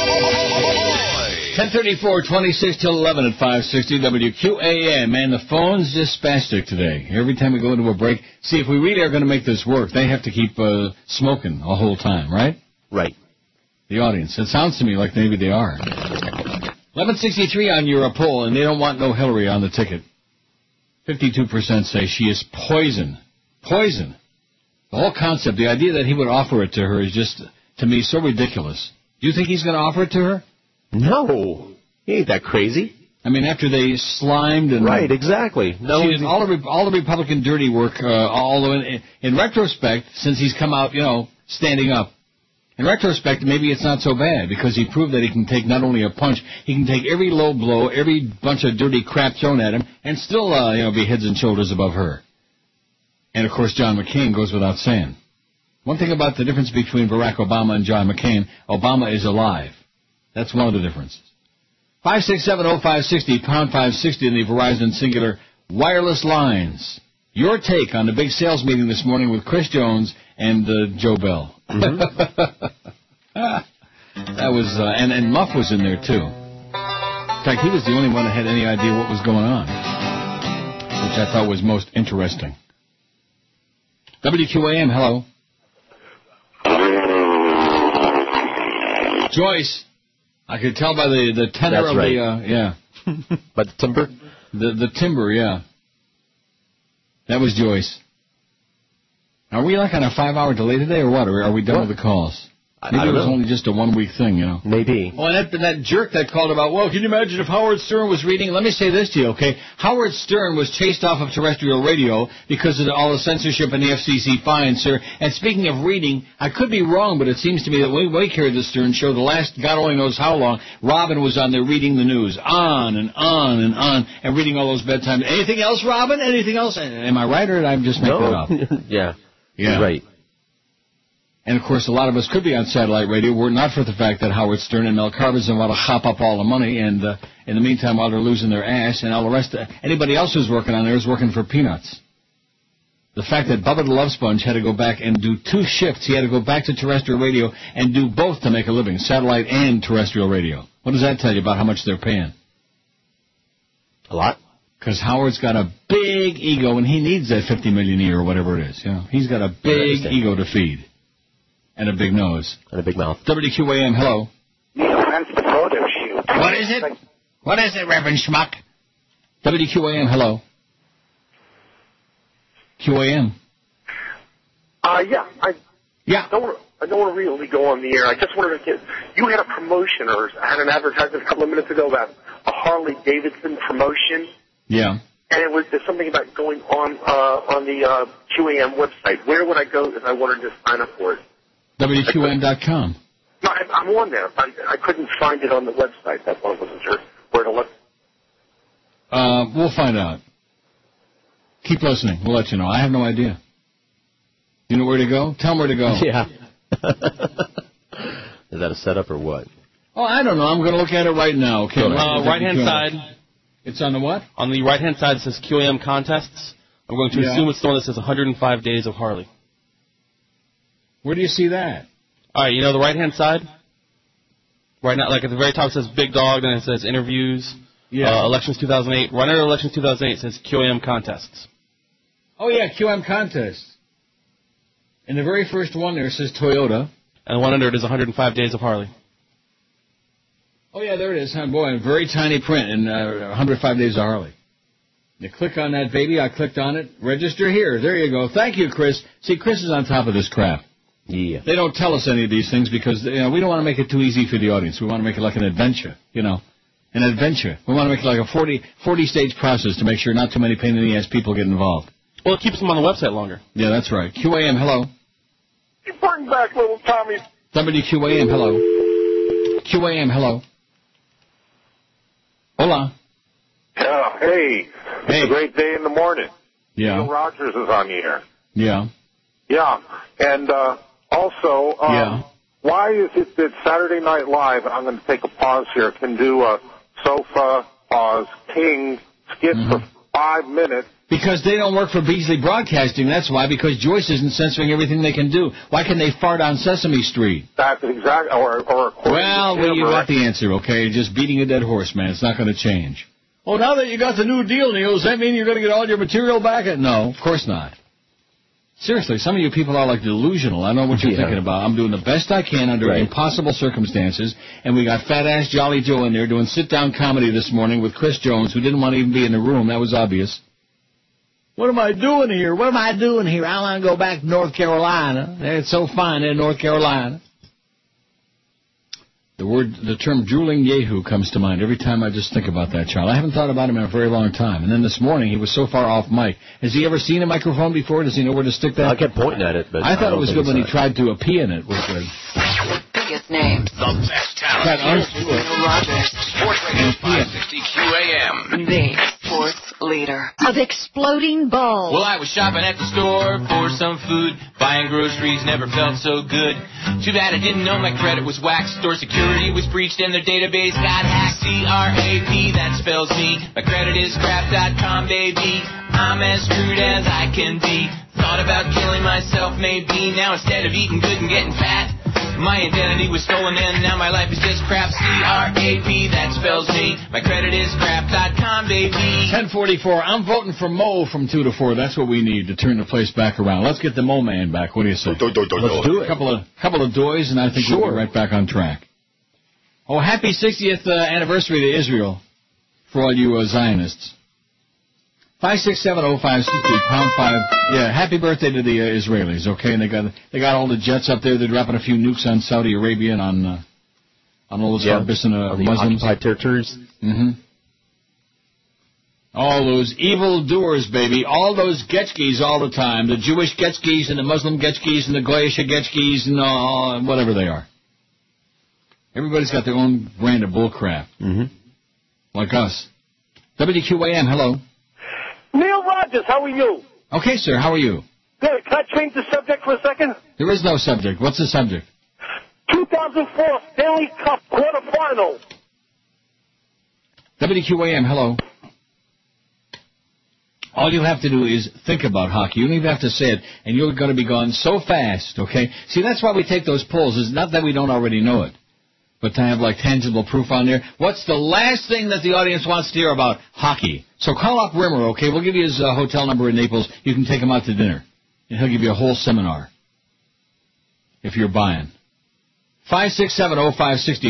Speaker 7: cheap.
Speaker 4: 1034, 26 till 11 at 560 WQAM. Man, the phone's just spastic today. Every time we go into a break, see, if we really are going to make this work, they have to keep uh, smoking the whole time, right?
Speaker 2: Right.
Speaker 4: The audience. It sounds to me like maybe they are. 1163 on your poll, and they don't want no Hillary on the ticket. 52% say she is poison. Poison. The whole concept, the idea that he would offer it to her is just, to me, so ridiculous. Do you think he's going to offer it to her?
Speaker 2: No. He ain't that crazy.
Speaker 4: I mean, after they slimed and
Speaker 2: Right, exactly. No,
Speaker 4: she did all the Re- all the Republican dirty work. Uh, all the, in, in retrospect, since he's come out, you know, standing up. In retrospect, maybe it's not so bad because he proved that he can take not only a punch, he can take every low blow, every bunch of dirty crap thrown at him, and still, uh, you know, be heads and shoulders above her. And of course, John McCain goes without saying. One thing about the difference between Barack Obama and John McCain: Obama is alive. That's one of the differences. Five six seven oh five sixty pound five sixty in the Verizon Singular wireless lines. Your take on the big sales meeting this morning with Chris Jones and uh, Joe Bell. Ah, that was uh, and and Muff was in there too. In fact, he was the only one that had any idea what was going on, which I thought was most interesting. WQAM, hello. Joyce, I could tell by the the tenor
Speaker 2: That's
Speaker 4: of
Speaker 2: right.
Speaker 4: the uh, yeah.
Speaker 2: But timber?
Speaker 4: The the timber, yeah. That was Joyce. Are we like on a five hour delay today or what? Or are we done with the calls?
Speaker 2: I
Speaker 4: Maybe
Speaker 2: don't
Speaker 4: it was
Speaker 2: know.
Speaker 4: only just a one week thing, you know.
Speaker 2: Maybe.
Speaker 4: Well, and that, that jerk that called about, well, can you imagine if Howard Stern was reading? Let me say this to you, okay? Howard Stern was chased off of terrestrial radio because of all the censorship and the FCC fines, sir. And speaking of reading, I could be wrong, but it seems to me that way, way carried the Stern show the last God only knows how long. Robin was on there reading the news on and on and on and reading all those bedtime. Anything else, Robin? Anything else? Am I right or did I just make that up?
Speaker 2: yeah.
Speaker 4: Yeah.
Speaker 2: Right.
Speaker 4: And of course, a lot of us could be on satellite radio were it not for the fact that Howard Stern and Mel Carbison want to hop up all the money, and uh, in the meantime, while they're losing their ass and all the rest, of, anybody else who's working on there is working for peanuts. The fact that Bubba the Love Sponge had to go back and do two shifts, he had to go back to terrestrial radio and do both to make a living, satellite and terrestrial radio. What does that tell you about how much they're paying?
Speaker 2: A lot.
Speaker 4: Because Howard's got a big ego, and he needs that 50 million a year or whatever it is. You know, he's got a big ego to feed, and a big nose,
Speaker 2: and a big mouth.
Speaker 4: WQAM, hello. What is it? What is it, Reverend Schmuck? WQAM, hello. QAM.
Speaker 20: Uh, yeah, I
Speaker 4: yeah.
Speaker 20: Don't I don't want to really go on the air. I just wanted to get you had a promotion or had an advertisement a couple of minutes ago about a Harley Davidson promotion,
Speaker 4: Yeah.
Speaker 20: and it was there's something about going on uh, on the uh, QAM website. Where would I go if I wanted to sign up for it?
Speaker 4: WQAM.com.
Speaker 20: No, I, I'm on there. I, I couldn't find it on the website. That's why I wasn't sure where to look.
Speaker 4: Uh, we'll find out. Keep listening. We'll let you know. I have no idea. You know where to go? Tell 'em where to go.
Speaker 2: Yeah. Is that a setup or what?
Speaker 4: Oh, I don't know. I'm going to look at it right now. Okay.
Speaker 8: Uh, right hand side.
Speaker 4: It's on the what?
Speaker 8: On the right hand side it says QAM contests. I'm going to
Speaker 4: Yeah.
Speaker 8: assume it's the one that says 105 days of Harley.
Speaker 4: Where do you see that?
Speaker 8: All right, you know the right hand side. Right now, like at the very top it says Big Dog, then it says interviews.
Speaker 4: Yeah.
Speaker 8: Uh, elections 2008. Right under elections 2008 it says QAM contests.
Speaker 4: Oh yeah, QM contest. And the very first one there says Toyota.
Speaker 8: And the one under it is 105 days of Harley.
Speaker 4: Oh yeah, there it is. Huh, boy, in very tiny print in uh, 105 Days of Harley. You click on that baby. I clicked on it. Register here. There you go. Thank you, Chris. See, Chris is on top of this crap.
Speaker 2: Yeah.
Speaker 4: They don't tell us any of these things because you know, we don't want to make it too easy for the audience. We want to make it like an adventure, you know, an adventure. We want to make it like a 40, 40 stage process to make sure not too many pain in the ass people get involved.
Speaker 8: Well, it keeps them on the website longer.
Speaker 4: Yeah, that's right. QAM, hello.
Speaker 16: You bring back little Tommy.
Speaker 4: WQAM, hello. QAM, hello. Hola.
Speaker 21: Yeah, hey. It's a great day in the morning.
Speaker 4: Yeah.
Speaker 21: Neil Rogers is on the air.
Speaker 4: Yeah.
Speaker 21: Yeah. And uh, also, um,
Speaker 4: Yeah.
Speaker 21: why is it that Saturday Night Live, I'm going to take a pause here, can do a sofa pause king skit for
Speaker 13: Mm-hmm.
Speaker 21: five minutes?
Speaker 4: Because they don't work for Beasley Broadcasting, that's why. Because Joyce isn't censoring everything they can do. Why can they fart on Sesame Street?
Speaker 21: That's exactly, or, or
Speaker 4: Well, well, you got the answer, okay? You're just beating a dead horse, man. It's not going to change.
Speaker 13: Oh, now that you got the new deal, Neil, does that mean you're going to get all your material back? At-
Speaker 4: No, of course not. Seriously, some of you people are like delusional. I don't know what you're
Speaker 13: Yeah.
Speaker 4: thinking about. I'm doing the best I can under
Speaker 13: Right.
Speaker 4: impossible circumstances, and we got fat ass Jolly Joe in there doing sit down comedy this morning with Chris Jones, who didn't want to even be in the room. That was obvious.
Speaker 13: what am I doing here? What am I doing here? I want to go back to North Carolina.
Speaker 4: It's so fine in North Carolina. The word, the term drooling Yehu comes to mind every time I just think about that child. I haven't thought about him in a very long time. And then this morning, he was so far off mic. Has he ever seen a microphone before? Does he know where to stick that?
Speaker 2: I kept pointing at it, but
Speaker 4: I
Speaker 2: I
Speaker 4: thought it
Speaker 2: don't
Speaker 4: was
Speaker 2: think
Speaker 4: good when
Speaker 2: it's
Speaker 4: he tried to appear in it. Which was
Speaker 22: Biggest names.
Speaker 11: The best talent.
Speaker 4: That uns-
Speaker 22: Neil Rogers,
Speaker 11: Sports Radio 560 QAM.
Speaker 22: the sports leader.
Speaker 23: Of exploding balls.
Speaker 24: Well, I was shopping at the store for some food. Buying groceries never felt so good. Too bad I didn't know my credit was waxed. Store security was breached and their database got hacked. C-R-A-P, that spells me. My credit is crap.com, baby. I'm as screwed as I can be. Thought about killing myself, maybe. Now instead of eating good and getting fat, my identity was stolen and now my life is just crap. C-R-A-P, that spells me. My credit is crap.com, baby.
Speaker 4: 1044. I'm voting for Mo from 2 to 4. That's what we need to turn the place back around. Let's get the Mo man back. What do you say? Let's do it. A couple of, couple of doys, and I think we'll be right back on track. Oh, happy 60th uh, anniversary to Israel for all you uh, Zionists. 5670560, pound 5. Yeah, happy birthday to the uh, Israelis, okay? And they got they got all the jets up there. They're dropping a few nukes on Saudi Arabia and on uh, on all those
Speaker 2: Yeah.
Speaker 4: harpists and uh,
Speaker 2: On the
Speaker 4: Muslims.
Speaker 2: occupied territories.
Speaker 4: hmm All those evil doers, baby. All those Getskis all the time. The Jewish Getskis and the Muslim Getskis and the Goyish Getskis and all, whatever they are. Everybody's got their own brand of bullcrap. Mm-hmm. Like us. WQAM, hello.
Speaker 16: Neil Rogers, how are you?
Speaker 4: Okay, sir, how are you?
Speaker 16: Good. Can I change the subject for a second?
Speaker 4: There is no subject. What's the subject?
Speaker 16: 2004 Stanley Cup quarterfinal.
Speaker 4: WQAM, hello. All you have to do is think about hockey. You don't even have to say it, and you're going to be gone so fast, okay? See, that's why we take those polls. It's not that we don't already know it, but to have, like, tangible proof on there. What's the last thing that the audience wants to hear about hockey? So call up Rimmer, okay? We'll give you his uh, hotel number in Naples. You can take him out to dinner, and he'll give you a whole seminar if you're buying. 5670560,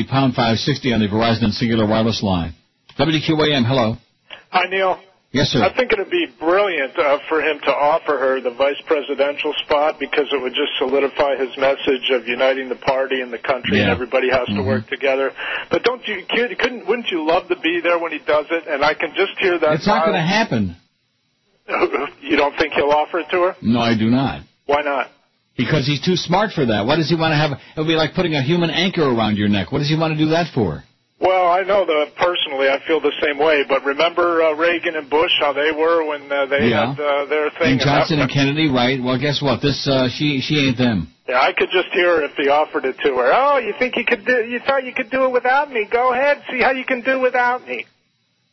Speaker 4: pound 560 on the Verizon and Singular Wireless line. WQAM, hello.
Speaker 25: Hi, Neil.
Speaker 4: Yes, sir.
Speaker 25: I think it would be brilliant uh, for him to offer her the vice presidential spot because it would just solidify his message of uniting the party and the country, and
Speaker 26: Yeah.
Speaker 25: everybody has to
Speaker 4: Mm-hmm.
Speaker 26: Mhm.
Speaker 25: work together. But don't you kid- couldn't wouldn't you love to be there when he does it? And I can just hear that.
Speaker 4: It's not going to
Speaker 25: violin-
Speaker 4: happen.
Speaker 25: you don't think he'll offer it to her?
Speaker 4: No, I do not.
Speaker 25: Why not?
Speaker 4: Because he's too smart for that. Why does he want to have? It would be like putting a human anchor around your neck. What does he want to do that for?
Speaker 25: Well, I know that personally I feel the same way. But remember uh, Reagan and Bush, how they were when uh, they
Speaker 4: Yeah.
Speaker 25: had uh, their thing.
Speaker 4: and Johnson
Speaker 25: that-
Speaker 4: and Kennedy, right? Well, guess what? This uh, she she ain't them.
Speaker 25: Yeah, I could just hear her if he offered it to her. Oh, you think you could do? You thought you could do it without me? Go ahead, see how you can do without me.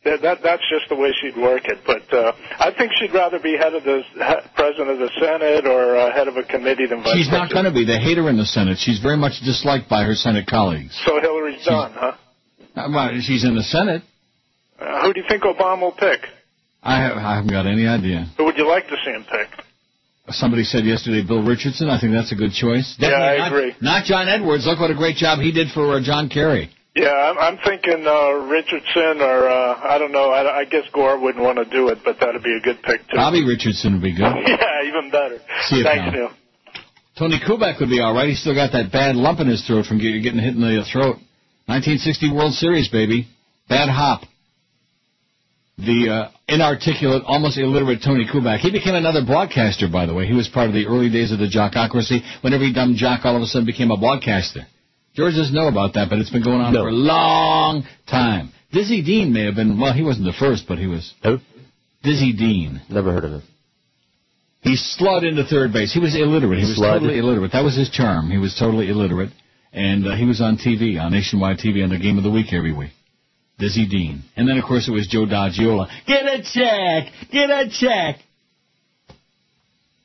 Speaker 25: That, that that's just the way she'd work it. But uh, I think she'd rather be head of the he- president of the Senate or uh, head of a committee than vice.
Speaker 4: She's not going to be. They hate her in the Senate. She's very much disliked by her Senate colleagues.
Speaker 25: So Hillary's done, huh?
Speaker 4: Uh, well, She's in the Senate.
Speaker 25: Uh, who do you think Obama will pick?
Speaker 4: I have, I haven't got any idea.
Speaker 25: Who would you like to see him pick?
Speaker 4: Somebody said yesterday Bill Richardson. I think that's a good choice.
Speaker 25: yeah, I
Speaker 4: not,
Speaker 25: agree.
Speaker 4: Not John Edwards. Look what a great job he did for uh, John Kerry.
Speaker 25: Yeah, I'm, I'm thinking uh, Richardson or uh, I don't know. I, I guess Gore wouldn't want to do it, but that'd be a good pick too.
Speaker 4: Bobby Richardson would be good.
Speaker 25: yeah, even better.
Speaker 4: See you,
Speaker 25: Thanks,
Speaker 4: pal.
Speaker 25: Neil.
Speaker 4: Tony Kubek would be all right. He's still got that bad lump in his throat from get- getting hit in the throat. 1960 World Series, baby. Bad hop. The uh, inarticulate, almost illiterate Tony Kubek. He became another broadcaster, by the way. He was part of the early days of the jockocracy when every dumb jock all of a sudden became a broadcaster. George doesn't know about that, but it's been going on for a long time. Dizzy Dean may have been, well, he wasn't the first, but he was. Who? Dizzy Dean.
Speaker 2: Never heard of him.
Speaker 4: He slid into third base. He was illiterate. He was
Speaker 2: Slud.
Speaker 4: totally illiterate. That was his charm. He was totally illiterate, and uh, he was on TV, on nationwide TV, on the Game of the Week every week. Dizzy Dean, and then of course it was Joe Doggiola. Get a check. Get a check.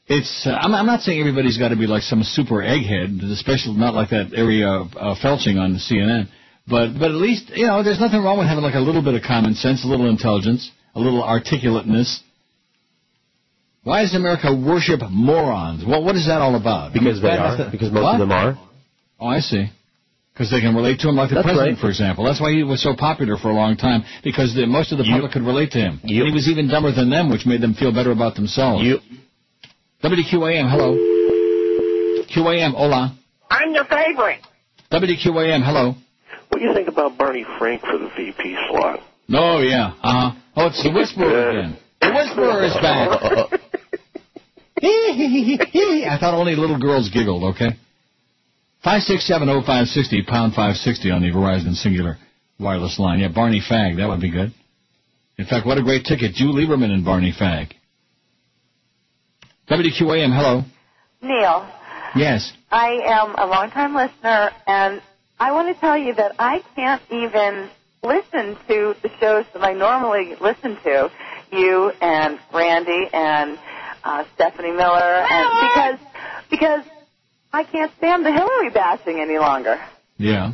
Speaker 4: It's. Uh, I'm, I'm not saying everybody's got to be like some super egghead, especially not like that area uh, felching on CNN. But but at least you know there's nothing wrong with having like a little bit of common sense, a little intelligence, a little articulateness. Why does America worship morons? Well, what is that all about?
Speaker 2: Because they
Speaker 4: bad
Speaker 2: are.
Speaker 4: enough that-
Speaker 2: Because most of
Speaker 4: What?
Speaker 2: them are.
Speaker 4: Oh, I see. Because they can relate to him, like the
Speaker 2: That's
Speaker 4: president,
Speaker 2: right.
Speaker 4: for example. That's why he was so popular for a long time because the, most of the public could relate to him. And he was even dumber than them, which made them feel better about themselves. You. WQAM, hello. QAM, hola.
Speaker 16: I'm your favorite.
Speaker 4: WQAM, hello.
Speaker 27: What do you think about Barney Frank for the VP slot?
Speaker 4: Oh yeah. Uh huh. Oh, it's the whisperer again. The whisperer is back. I thought only little girls giggled. Okay. Five six seven oh five sixty pound five sixty on the Verizon Singular wireless line. Yeah, Barney Fag. That would be good. In fact, what a great ticket, Jew Lieberman and Barney Fag. WQAM. Hello.
Speaker 28: Neil,
Speaker 4: Yes.
Speaker 28: I am a longtime listener, and I want to tell you that I can't even listen to the shows that I normally listen to, you and Randy and uh, Stephanie Miller, and because because I can't stand the Hillary bashing any longer.
Speaker 4: Yeah.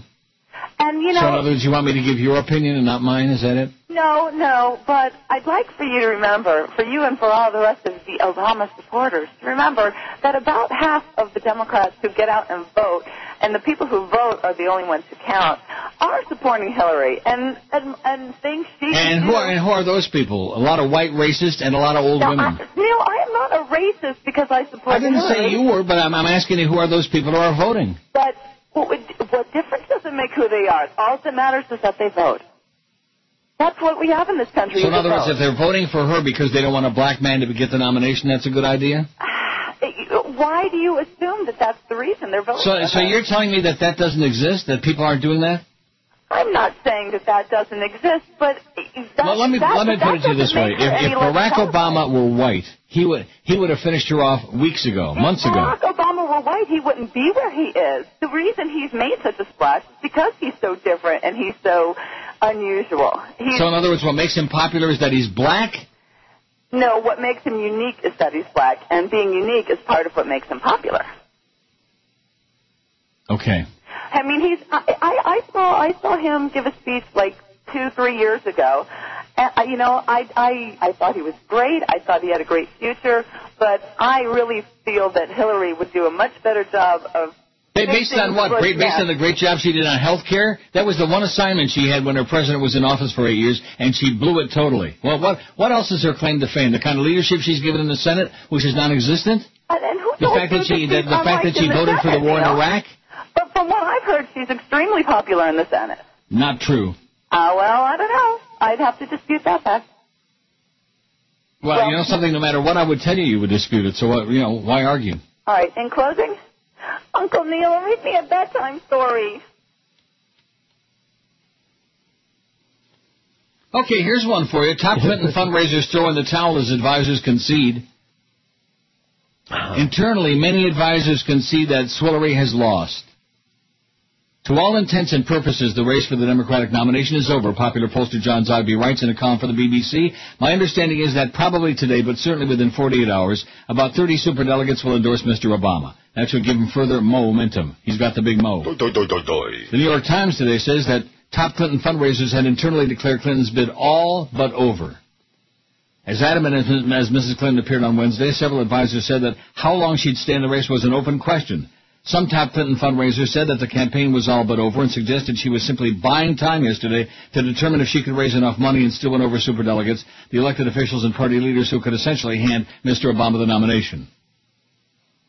Speaker 28: And you
Speaker 4: so in
Speaker 28: know,
Speaker 4: other words, you want me to give your opinion and not mine? Is that it?
Speaker 28: no, no, but I'd like for you to remember, for you and for all the rest of the Obama supporters, to remember that about half of the Democrats who get out and vote, and the people who vote are the only ones who count, are supporting Hillary and and, and think she.
Speaker 4: And who are, and who are those people? A lot of white racists and a lot of old
Speaker 28: now,
Speaker 4: women.
Speaker 28: I, Neil, I am not a racist because I support
Speaker 4: I didn't
Speaker 28: Hillary.
Speaker 4: say you were, but I'm, I'm asking you who are those people who are voting?
Speaker 28: But what, would, what difference does it make who they are? All that matters is that they vote. That's what we have in this country.
Speaker 4: So in
Speaker 28: is a
Speaker 4: other words,
Speaker 28: vote.
Speaker 4: if they're voting for her because they don't want a black man to get the nomination, that's a good idea.
Speaker 28: Why do you assume that that's the reason they're voting?
Speaker 4: So,
Speaker 28: for
Speaker 4: so
Speaker 28: her?
Speaker 4: you're telling me that that doesn't exist? That people aren't doing that?
Speaker 28: I'm not saying that that doesn't exist, but that,
Speaker 4: Well, let me
Speaker 28: that,
Speaker 4: let me
Speaker 28: that
Speaker 4: put it to you this
Speaker 28: doesn't
Speaker 4: way:
Speaker 28: make her
Speaker 4: if,
Speaker 28: any
Speaker 4: if
Speaker 28: less
Speaker 4: Barack
Speaker 28: intelligent.
Speaker 4: Obama were white, he would he would have finished her off weeks ago, months
Speaker 28: if
Speaker 4: ago.
Speaker 28: Barack Obama were white, he wouldn't be where he is. The reason he's made such a splash is because he's so different and he's so unusual. He's,
Speaker 4: So, in other words, what makes him popular is that he's black.
Speaker 28: no, what makes him unique is that he's black, and being unique is part of what makes him popular.
Speaker 4: Okay.
Speaker 28: I mean, he's. I, I, I saw. I saw him give a speech like two, three years ago. And I- you know, I, I, I thought he was great. I thought he had a great future. But I really feel that Hillary would do a much better job of.
Speaker 4: Ba- Based on what? Great, based on the great job she did on health care? That was the one assignment she had when her president was in office for eight years, and she blew it totally. Well, what what else is her claim to fame? The kind of leadership she's given in the Senate, which is non-existent.
Speaker 28: And, and who
Speaker 4: The
Speaker 28: told
Speaker 4: fact
Speaker 28: you
Speaker 4: that she
Speaker 28: she's
Speaker 4: that the fact that
Speaker 28: unliked
Speaker 4: she
Speaker 28: in the
Speaker 4: voted for the
Speaker 28: Senate,
Speaker 4: war in
Speaker 28: you know?
Speaker 4: Iraq,
Speaker 28: But from what I've heard, she's extremely popular in the Senate.
Speaker 4: not true.
Speaker 28: Uh, well, I don't know. I'd have to dispute that fact.
Speaker 4: Well, you know something. No matter what I would tell you, you would dispute it. So what, you know, why argue?
Speaker 28: All right. In closing, Uncle Neil, read me a bedtime story.
Speaker 4: Okay, here's one for you. Top Clinton fundraisers throw in the towel as advisors concede. Internally, many advisors concede that Swillery has lost. To all intents and purposes, the race for the Democratic nomination is over. Popular pollster John Zogby writes in a column for the BBC, My understanding is that probably today, but certainly within 48 hours, about 30 superdelegates will endorse Mr. Obama. That should give him further momentum. He's got the big mo. The New York Times today says that top Clinton fundraisers had internally declared Clinton's bid all but over. As adamant as, as Mrs. Clinton appeared on Wednesday, several advisors said that how long she'd stay in the race was an open question. Some top Clinton fundraiser said that the campaign was all but over and suggested she was simply buying time yesterday to determine if she could raise enough money and still win over superdelegates, the elected officials and party leaders who could essentially hand Mr. Obama the nomination.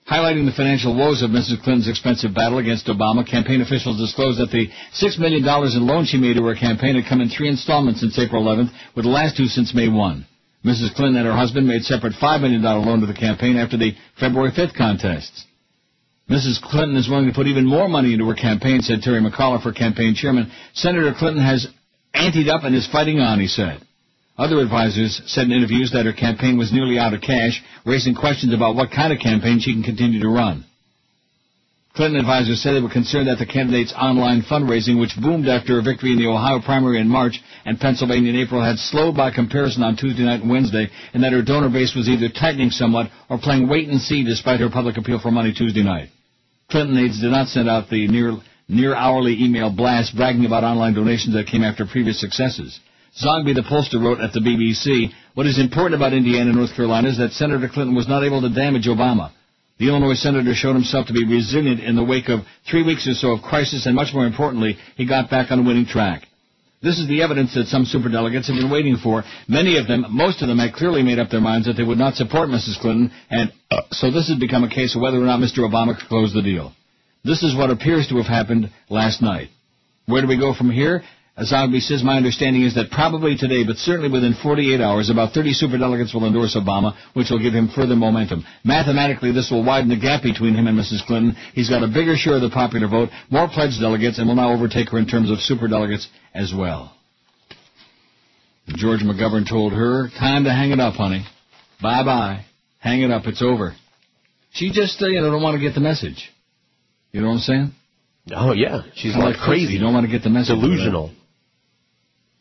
Speaker 4: Highlighting the financial woes of Mrs. Clinton's expensive battle against Obama, campaign officials disclosed that the $6 million in loans she made to her campaign had come in three installments since April 11th, with the last two since May 1. Mrs. Clinton and her husband made separate $5 million loan to the campaign after the February 5th contests. Mrs. Clinton is willing to put even more money into her campaign, said Terry McAuliffe, her campaign chairman. Senator Clinton has anteed up and is fighting on, he said. Other advisers said in interviews that her campaign was nearly out of cash, raising questions about what kind of campaign she can continue to run. Clinton advisers said they were concerned that the candidate's online fundraising, which boomed after a victory in the Ohio primary in March and Pennsylvania in April, had slowed by comparison on Tuesday night and Wednesday, and that her donor base was either tightening somewhat or playing wait and see despite her public appeal for money Tuesday night. Clinton aides did not send out the near, near hourly email blast bragging about online donations that came after previous successes. Zogby the pollster wrote at the BBC, What is important about Indiana and North Carolina is that Senator Clinton was not able to damage Obama. The Illinois senator showed himself to be resilient in the wake of three weeks or so of crisis, and much more importantly, he got back on a winning track. This is the evidence that some superdelegates have been waiting for. Many of them, most of them, had clearly made up their minds that they would not support Mrs. Clinton, and uh, so this has become a case of whether or not Mr. Obama could close the deal. This is what appears to have happened last night. Where do we go from here? Zogby says, my understanding is that probably today, but certainly within 48 hours, about 30 superdelegates will endorse Obama, which will give him further momentum. Mathematically, this will widen the gap between him and Mrs. Clinton. He's got a bigger share of the popular vote, more pledged delegates, and will now overtake her in terms of superdelegates as well. George McGovern told her, time to hang it up, honey. Bye-bye. Hang it up. It's over. She just, uh, you know, don't want to get the message. You know what I'm saying?
Speaker 2: Oh, yeah. She's
Speaker 4: Kinda
Speaker 2: like crazy.
Speaker 4: You don't want to get the message.
Speaker 2: Delusional.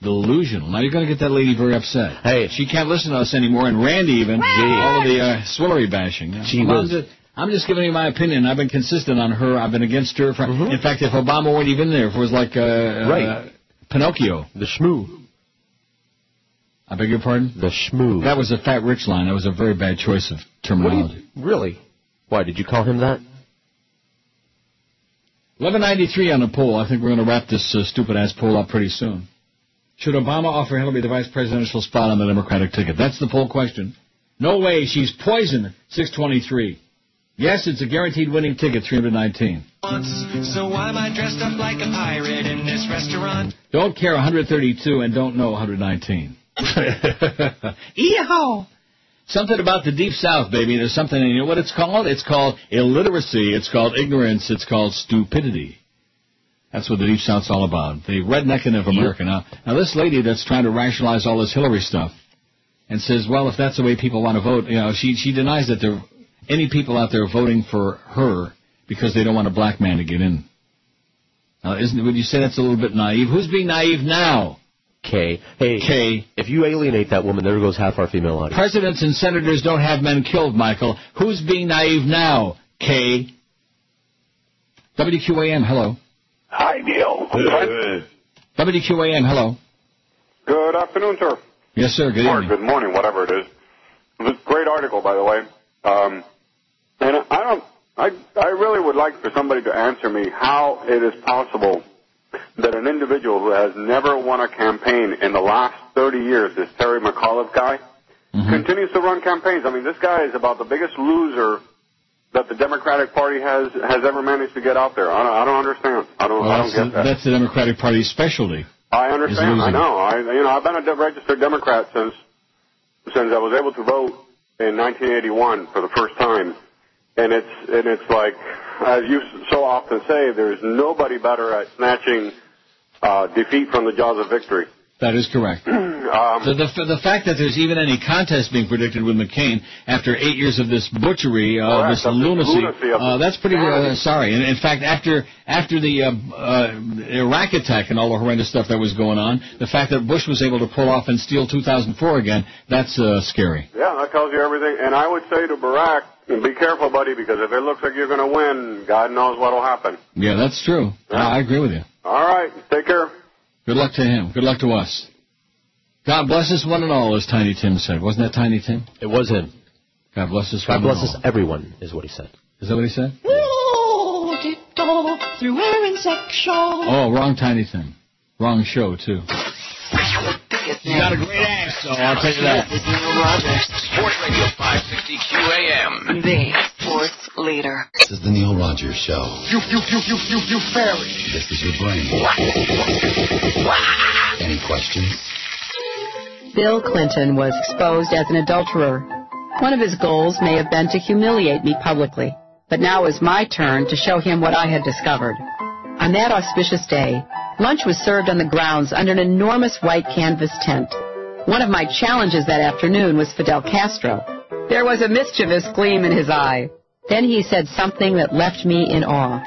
Speaker 4: Delusional. Now you're going to get that lady very upset. Hey, she can't listen to us anymore, and Randy even all of the uh, swillery bashing.
Speaker 2: She
Speaker 4: Well, I'm
Speaker 2: was-
Speaker 4: just, I'm just giving you my opinion. I've been consistent on her. I've been against her. For, In fact, if Obama weren't even there, if it was like uh, uh,
Speaker 2: Mm-hmm. Right.
Speaker 4: Pinocchio,
Speaker 2: the shmoo.
Speaker 4: I beg your pardon.
Speaker 2: The shmoo.
Speaker 4: That was a fat rich line. That was a very bad choice of terminology.
Speaker 2: Really? Why did you call him that?
Speaker 4: 1193 on the poll. I think we're going to wrap this uh, stupid ass poll up pretty soon. Should Obama offer Hillary the vice presidential spot on the Democratic ticket? That's the poll question. No way, she's poison. 623. Yes, it's a guaranteed winning ticket. 319.
Speaker 7: So why am I dressed up like a pirate in this restaurant?
Speaker 4: Don't care 132 and don't know 119. Yeehaw! Something about the deep south, baby. There's something in you. Know what it's called? It's called illiteracy. It's called ignorance. It's called stupidity. That's what the deep south's all about. The rednecking of America. Now, now this lady that's trying to rationalize all this Hillary stuff and says, well, if that's the way people want to vote, you know, she she denies that there any people out there voting for her because they don't want a black man to get in. Now, isn't would you say that's a little bit naive? Who's being naive now?
Speaker 2: K. Hey.
Speaker 4: K.
Speaker 2: If you alienate that woman, there goes half our female audience.
Speaker 4: Presidents and senators don't have men killed, Michael. Who's being naive now, K? WQAM, hello.
Speaker 10: Hi, Neil.
Speaker 4: WQAM, hello.
Speaker 10: Good afternoon, sir.
Speaker 4: Yes, sir. Good
Speaker 10: Or
Speaker 4: evening.
Speaker 10: good morning, whatever it is. It was a great article, by the way. Um, and I don't, I, I really would like for somebody to answer me how it is possible that an individual who has never won a campaign in the last 30 years, this Terry McAuliffe guy,
Speaker 4: Mm-hmm.
Speaker 10: continues to run campaigns. I mean, this guy is about the biggest loser that the Democratic Party has has ever managed to get out there. I don't, I don't understand. I don't,
Speaker 4: Well,
Speaker 10: I
Speaker 4: that's,
Speaker 10: don't get
Speaker 4: the,
Speaker 10: that.
Speaker 4: that's the Democratic Party's specialty.
Speaker 10: I understand. I
Speaker 4: losing.
Speaker 10: know. I you know I've been a de- registered Democrat since since I was able to vote in 1981 for the first time, and it's and it's like as you so often say, there's nobody better at snatching uh, defeat from the jaws of victory.
Speaker 4: That is correct.
Speaker 10: Um,
Speaker 4: The, the, the fact that there's even any contest being predicted with McCain after eight years of this butchery, uh,
Speaker 10: Correct,
Speaker 4: this
Speaker 10: of this
Speaker 4: lunacy,
Speaker 10: lunacy, of
Speaker 4: uh, that's pretty uh, sorry. And in fact, after after the uh, uh, Iraq attack and all the horrendous stuff that was going on, the fact that Bush was able to pull off and steal 2004 again, that's uh, scary.
Speaker 10: yeah, that tells you everything. And I would say to Barack, be careful, buddy, because if it looks like you're going to win, God knows what'll happen.
Speaker 4: Yeah, that's true. I, I agree with you.
Speaker 10: All right, take care.
Speaker 4: Good luck to him. Good luck to us. God bless us one and all, as Tiny Tim said. Wasn't that Tiny Tim?
Speaker 2: It was him.
Speaker 4: God bless us.
Speaker 2: God
Speaker 4: one and
Speaker 2: bless us,
Speaker 4: all.
Speaker 2: everyone, is what he said.
Speaker 4: Is that what he said?
Speaker 23: stole through air and sexual.
Speaker 4: Oh, wrong tiny thing. Wrong show, too.
Speaker 6: You got a great ass, so I'll tell you that. Sports Radio 560 QAM.
Speaker 22: The sports leader.
Speaker 29: This is the Neil Rogers Show.
Speaker 16: You, you, you, you, you, you fairy.
Speaker 29: This is your brain. Any questions?
Speaker 30: Bill Clinton was exposed as an adulterer. One of his goals may have been to humiliate me publicly, but now is my turn to show him what I had discovered. On that auspicious day, lunch was served on the grounds under an enormous white canvas tent. One of my challenges that afternoon was Fidel Castro. There was a mischievous gleam in his eye. Then he said something that left me in awe.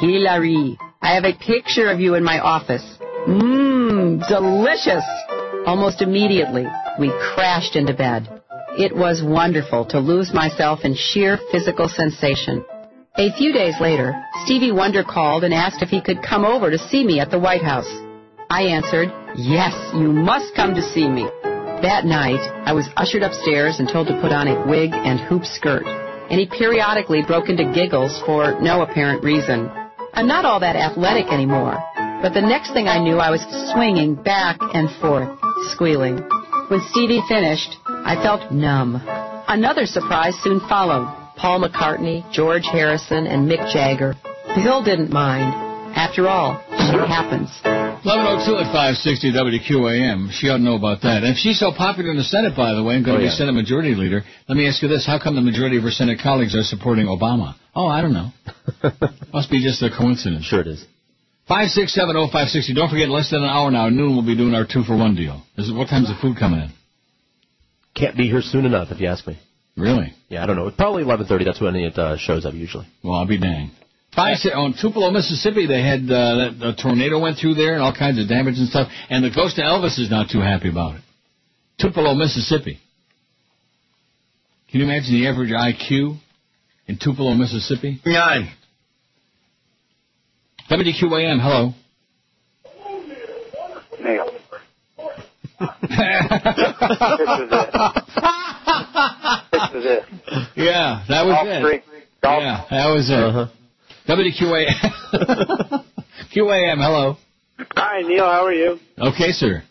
Speaker 30: Hilary, I have a picture of you in my office. Mmm, delicious. Almost immediately, we crashed into bed. It was wonderful to lose myself in sheer physical sensation. A few days later, Stevie Wonder called and asked if he could come over to see me at the White House. I answered, Yes, you must come to see me. That night, I was ushered upstairs and told to put on a wig and hoop skirt, and he periodically broke into giggles for no apparent reason. I'm not all that athletic anymore, but the next thing I knew, I was swinging back and forth, squealing. When Stevie finished, I felt numb. Another surprise soon followed Paul McCartney, George Harrison, and Mick Jagger. Bill didn't mind. After all, shit happens.
Speaker 4: 1102 at 560 WQAM. She ought to know about that. And she's so popular in the Senate, by the way, and going
Speaker 6: Oh,
Speaker 4: to
Speaker 6: yeah.
Speaker 4: be Senate Majority Leader. Let me ask you this. How come the majority of her Senate colleagues are supporting Obama? Oh, I don't know. Must be just a coincidence. Sure
Speaker 2: it is.
Speaker 4: 5670560. Don't forget, in less than an hour now, noon, we'll be doing our two-for-one deal. Is it, what time's the food coming in?
Speaker 2: Can't be here soon enough, if you ask me.
Speaker 4: Really?
Speaker 2: Yeah, I don't know. Probably 11:30. That's when it uh, shows up usually.
Speaker 4: Well, I'll be dang. Five si- on Tupelo, Mississippi, they had uh, that, a tornado went through there and all kinds of damage and stuff. And the ghost of Elvis is not too happy about it. Tupelo, Mississippi. Can you imagine the average IQ in Tupelo, Mississippi? Nine. WQAM, hello.
Speaker 16: Neil.
Speaker 4: this is it. Yeah, that was it. Yeah, that was it. WQAM. QAM, hello.
Speaker 14: Hi, Neil. How are you?
Speaker 4: Okay, sir.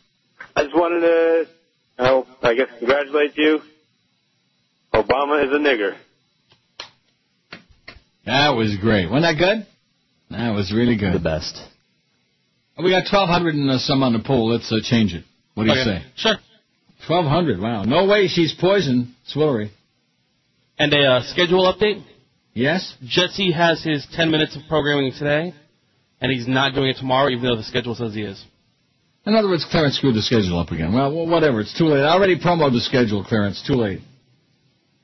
Speaker 14: I just wanted to, oh, I guess, congratulate you. Obama is a nigger.
Speaker 4: That was great. Wasn't that good? That was really good. The
Speaker 2: best.
Speaker 4: We got 1,200 and uh, some on the poll. Let's uh, change it. What do you
Speaker 8: Okay.
Speaker 4: say? Sure. 1,200. Wow. No way she's poisoned. Swillery.
Speaker 8: And a uh, schedule update.
Speaker 4: Yes.
Speaker 8: Jesse has his 10 minutes of programming today, and he's not doing it tomorrow, even though the schedule says he is.
Speaker 4: In other words, Clarence screwed the schedule up again. Well, wh- whatever. It's too late. I already promoed the schedule, Clarence. Too late.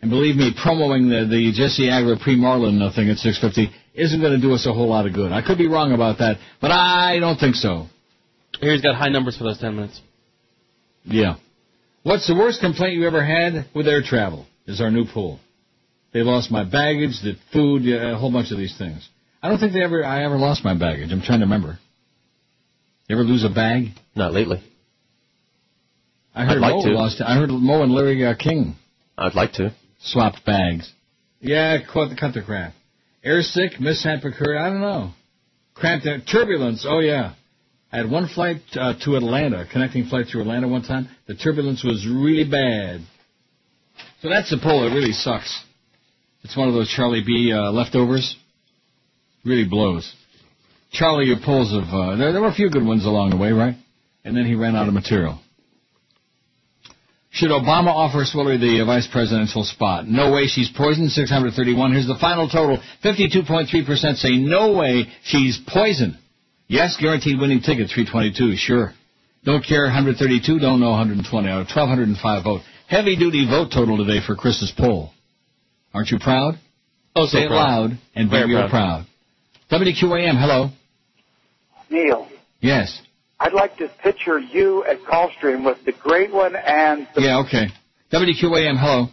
Speaker 4: And believe me, promoting the, the Jesse Agler pre-Marlin uh, thing at 6.50 isn't going to do us a whole lot of good. I could be wrong about that, but I don't think so.
Speaker 8: Here he's got high numbers for those 10 minutes.
Speaker 4: Yeah. What's the worst complaint you ever had with air travel? Is our new pool. They lost my baggage, the food, uh, a whole bunch of these things. I don't think they ever. I ever lost my baggage. I'm trying to remember. You ever lose a bag?
Speaker 2: Not lately.
Speaker 4: I heard
Speaker 2: I'd like
Speaker 4: Mo
Speaker 2: to.
Speaker 4: lost. I heard Mo and Larry uh, King
Speaker 2: I'd like to.
Speaker 4: swapped bags. Yeah, cut the cut the crap. Air sick, mishap occurred. I don't know. Cramped out, turbulence. Oh yeah. I had one flight uh, to Atlanta, connecting flight to Atlanta one time. The turbulence was really bad. So that's the poll. It really sucks. It's one of those Charlie B uh, leftovers. Really blows. Charlie, your polls have uh, there, there were a few good ones along the way, right? And then he ran out of material. Should Obama offer Swillery the uh, vice presidential spot? No way she's poisoned, 631. Here's the final total. 52.3% say no way she's poisoned. Yes, guaranteed winning ticket, 322, sure. Don't care, 132, don't know, 120, out of 1,205 vote. Heavy duty vote total today for Chris's poll. Aren't you proud?
Speaker 8: Oh, so
Speaker 4: Say it
Speaker 8: proud.
Speaker 4: loud and be
Speaker 8: Very
Speaker 4: real proud.
Speaker 8: proud.
Speaker 4: WQAM, hello.
Speaker 14: Neil,
Speaker 4: Yes.
Speaker 14: I'd like to picture you at Callstream with the great one and.
Speaker 4: Yeah, okay. WQAM, hello.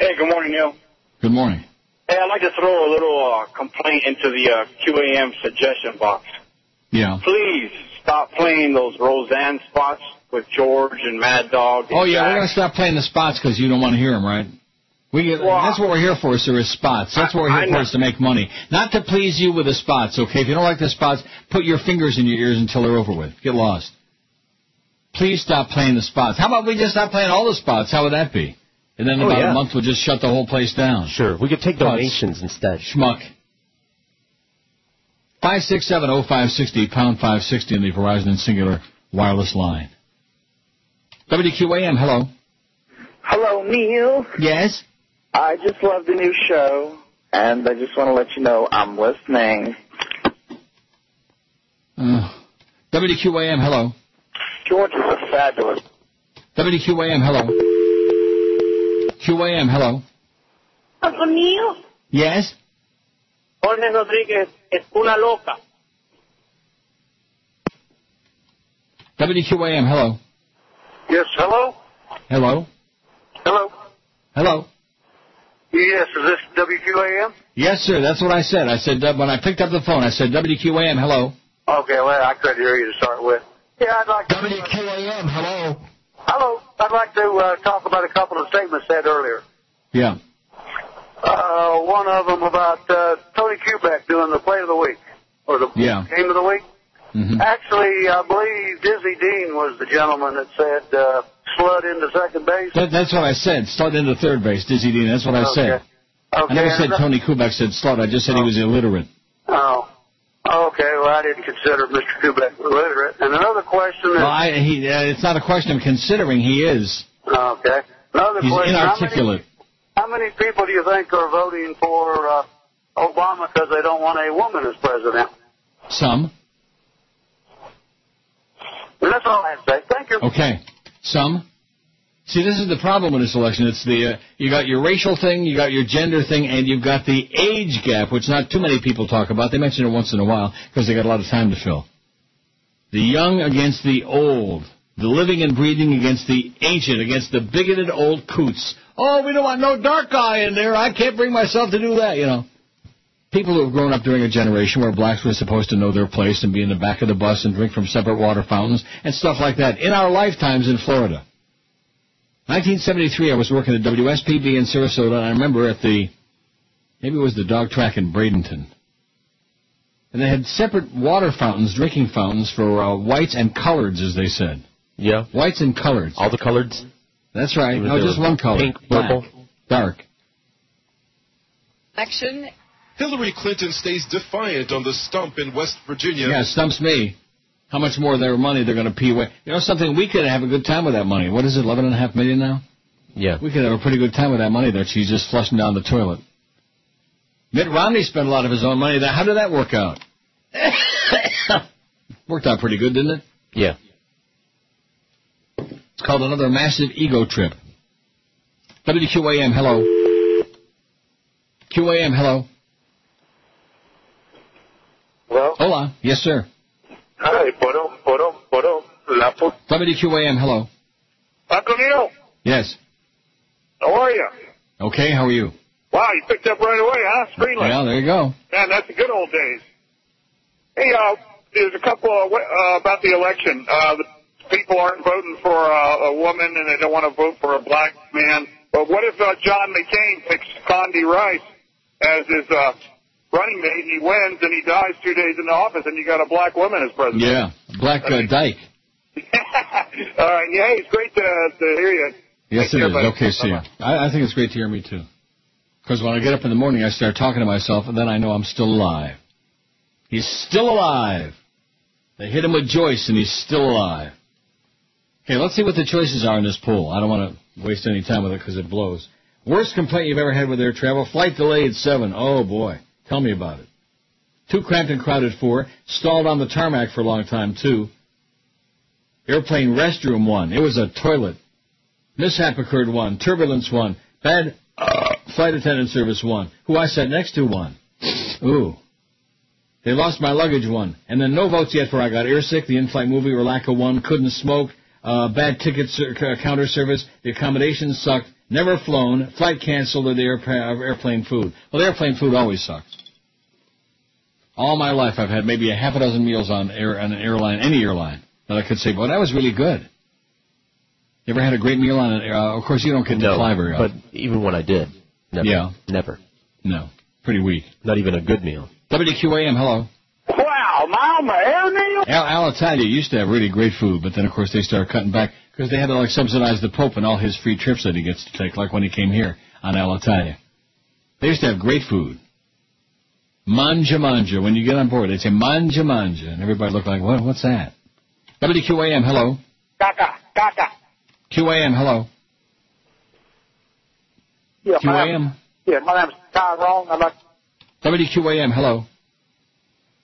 Speaker 14: Hey, good morning, Neil.
Speaker 4: Good morning.
Speaker 14: Hey, I'd like to throw a little uh, complaint into the uh, QAM suggestion box.
Speaker 4: Yeah.
Speaker 14: Please stop playing those Roseanne spots with George and Mad Dog. and
Speaker 4: Oh, yeah, we're
Speaker 14: Jack.
Speaker 4: going to stop playing the spots because you don't want to hear them, right? We get, that's what we're here for, sir, is spots. That's what we're here for, is to make money. Not to please you with the spots, okay? If you don't like the spots, put your fingers in your ears until they're over with. Get lost. Please stop playing the spots. How about we just stop playing all the spots? How would that be? And then
Speaker 2: Oh,
Speaker 4: about
Speaker 2: yeah.
Speaker 4: a month, we'll just shut the whole place down.
Speaker 2: Sure. We could take
Speaker 4: Spots.
Speaker 2: donations instead.
Speaker 4: Schmuck. 5670560, oh, pound 560 in the Verizon and Singular wireless line. WQAM, hello.
Speaker 31: Hello, Neil.
Speaker 4: Yes?
Speaker 31: I just love the new show, and I just want to let you know I'm listening.
Speaker 4: Uh, WQAM, hello.
Speaker 31: George is a fabulous.
Speaker 4: WQAM, hello. QAM, hello.
Speaker 32: Uncle Neil?
Speaker 4: Yes?
Speaker 32: Jorge Rodriguez es una loca.
Speaker 4: WQAM, hello.
Speaker 10: Yes, hello?
Speaker 4: Hello.
Speaker 10: Hello?
Speaker 4: Hello.
Speaker 10: Yes, is this WQAM?
Speaker 4: Yes, sir. That's what I said. I said, uh, when I picked up the phone, I said, WQAM, hello.
Speaker 10: Okay, well, I couldn't hear you to start with. Yeah, I'd like to.
Speaker 31: WQAM, hello?
Speaker 10: Hello, I'd like to uh, talk about a couple of statements said earlier.
Speaker 4: Yeah.
Speaker 10: Uh, one of them about uh, Tony Kubek doing the play of the week, or the
Speaker 4: Yeah.
Speaker 10: game of the week.
Speaker 4: Mm-hmm.
Speaker 10: Actually, I believe Dizzy Dean was the gentleman that said uh, slud into second base.
Speaker 4: That, that's what I said. Slot into third base, Dizzy Dean. That's what I said.
Speaker 10: Okay.
Speaker 4: I never
Speaker 10: Okay,
Speaker 4: said
Speaker 10: and- uh,
Speaker 4: Tony Kubek said slot. I just said he was illiterate.
Speaker 10: Oh. Okay, well, I didn't consider Mr. Kubek illiterate. And another question is...
Speaker 4: Well, I, he, uh, it's not a question of considering he is.
Speaker 10: Oh, Okay. Another
Speaker 4: He's
Speaker 10: question.
Speaker 4: inarticulate.
Speaker 10: How many, how many people do you think are voting for uh, Obama because they don't want a woman as president?
Speaker 4: Some.
Speaker 10: And that's all I have to say. Thank you.
Speaker 4: Okay. Some. See, this is the problem with this election. It's the uh, you got your racial thing, you got your gender thing, and you've got the age gap, which not too many people talk about. They mention it once in a while because they got a lot of time to fill. The young against the old, the living and breathing against the ancient, against the bigoted old coots. Oh, we don't want no dark guy in there. I can't bring myself to do that. You know, people who have grown up during a generation where blacks were supposed to know their place and be in the back of the bus and drink from separate water fountains and stuff like that in our lifetimes in Florida. 1973, I was working at WSPB in Sarasota, and I remember at the, maybe it was the dog track in Bradenton. And they had separate water fountains, drinking fountains for uh, whites and coloreds, as they said.
Speaker 2: Yeah.
Speaker 4: Whites and coloreds.
Speaker 2: All the coloreds?
Speaker 4: That's right.
Speaker 2: They were-
Speaker 4: No,
Speaker 2: they
Speaker 4: just
Speaker 2: were
Speaker 4: one color.
Speaker 2: pink,
Speaker 4: black,
Speaker 2: purple.
Speaker 4: dark.
Speaker 21: Election. Hillary Clinton stays defiant on the stump in West Virginia.
Speaker 4: Yeah, it stumps me. How much more of their money they're going to pee away? You know something? We could have a good time with that money. What is it? Eleven and a half million now.
Speaker 2: Yeah.
Speaker 4: We could have a pretty good time with that money that she's just flushing down the toilet. Mitt Romney spent a lot of his own money. There. How did that work out? Worked out pretty good, didn't it?
Speaker 2: Yeah.
Speaker 4: It's called another massive ego trip. WQAM, hello. QAM, hello.
Speaker 10: Hello?
Speaker 4: Hola. Yes, sir.
Speaker 10: Hi, Poro, Poro, Poro, Lapo.
Speaker 4: WQAM, hello.
Speaker 10: Uncle Neil,
Speaker 4: Yes.
Speaker 10: how are you?
Speaker 4: Okay, how are you?
Speaker 10: Wow, you picked up right away, huh? Screenless.
Speaker 4: Yeah, there you go.
Speaker 10: Man, that's the good old days. Hey, uh, there's a couple of, uh, about the election. Uh, the people aren't voting for uh, a woman and they don't want to vote for a black man. But what if uh, John McCain picks Condi Rice as his uh, running mate and he wins and he dies two days in the office and you got a black woman as president?
Speaker 4: Yeah. Black uh, Dyke.
Speaker 10: All right. Yeah, hey, it's great to, to hear you.
Speaker 4: Yes, it
Speaker 10: Take care,
Speaker 4: is.
Speaker 10: buddy.
Speaker 4: Okay, see you. I, I think it's great to hear me too. Because when I get up in the morning, I start talking to myself, and then I know I'm still alive. He's still alive. They hit him with Joyce, and he's still alive. Okay, let's see what the choices are in this poll. I don't want to waste any time with it because it blows. Worst complaint you've ever had with air travel? Flight delay at seven. Oh boy, tell me about it. Too cramped and crowded. Four. Stalled on the tarmac for a long time. Two. Airplane restroom. One. It was a toilet. Mishap occurred one. Turbulence one. Bad uh, flight attendant service one. Who I sat next to one. Ooh. They lost my luggage one. And then no votes yet for I got airsick, the in-flight movie or lack of one, couldn't smoke, uh, bad ticket ser- c- counter service, the accommodations sucked, never flown, flight canceled, or the airpa- airplane food. Well, the airplane food always sucks. All my life I've had maybe a half a dozen meals on air on an airline, any airline that I could say, well, that was really good. You ever had a great meal on it? Uh, of course, you don't get to
Speaker 2: No,
Speaker 4: fly very
Speaker 2: but
Speaker 4: often.
Speaker 2: even when I did, never,
Speaker 4: Yeah.
Speaker 2: never,
Speaker 4: no, pretty weak.
Speaker 2: Not even a good meal.
Speaker 4: WQAM, hello.
Speaker 33: Wow, mama, Air
Speaker 4: Al, Al Italia used to have really great food, but then of course they started cutting back because they had to like subsidize the Pope and all his free trips that he gets to take, like when he came here on Al Italia. They used to have great food. Manja manja. When you get on board, they say manja manja, and everybody looked like, what? What's that? WQAM, hello.
Speaker 33: Kaka, kaka.
Speaker 4: QAM, hello.
Speaker 10: Yeah, my name,
Speaker 4: QAM.
Speaker 10: yeah, my name's Tyrone. I'm a,
Speaker 4: WQAM, hello.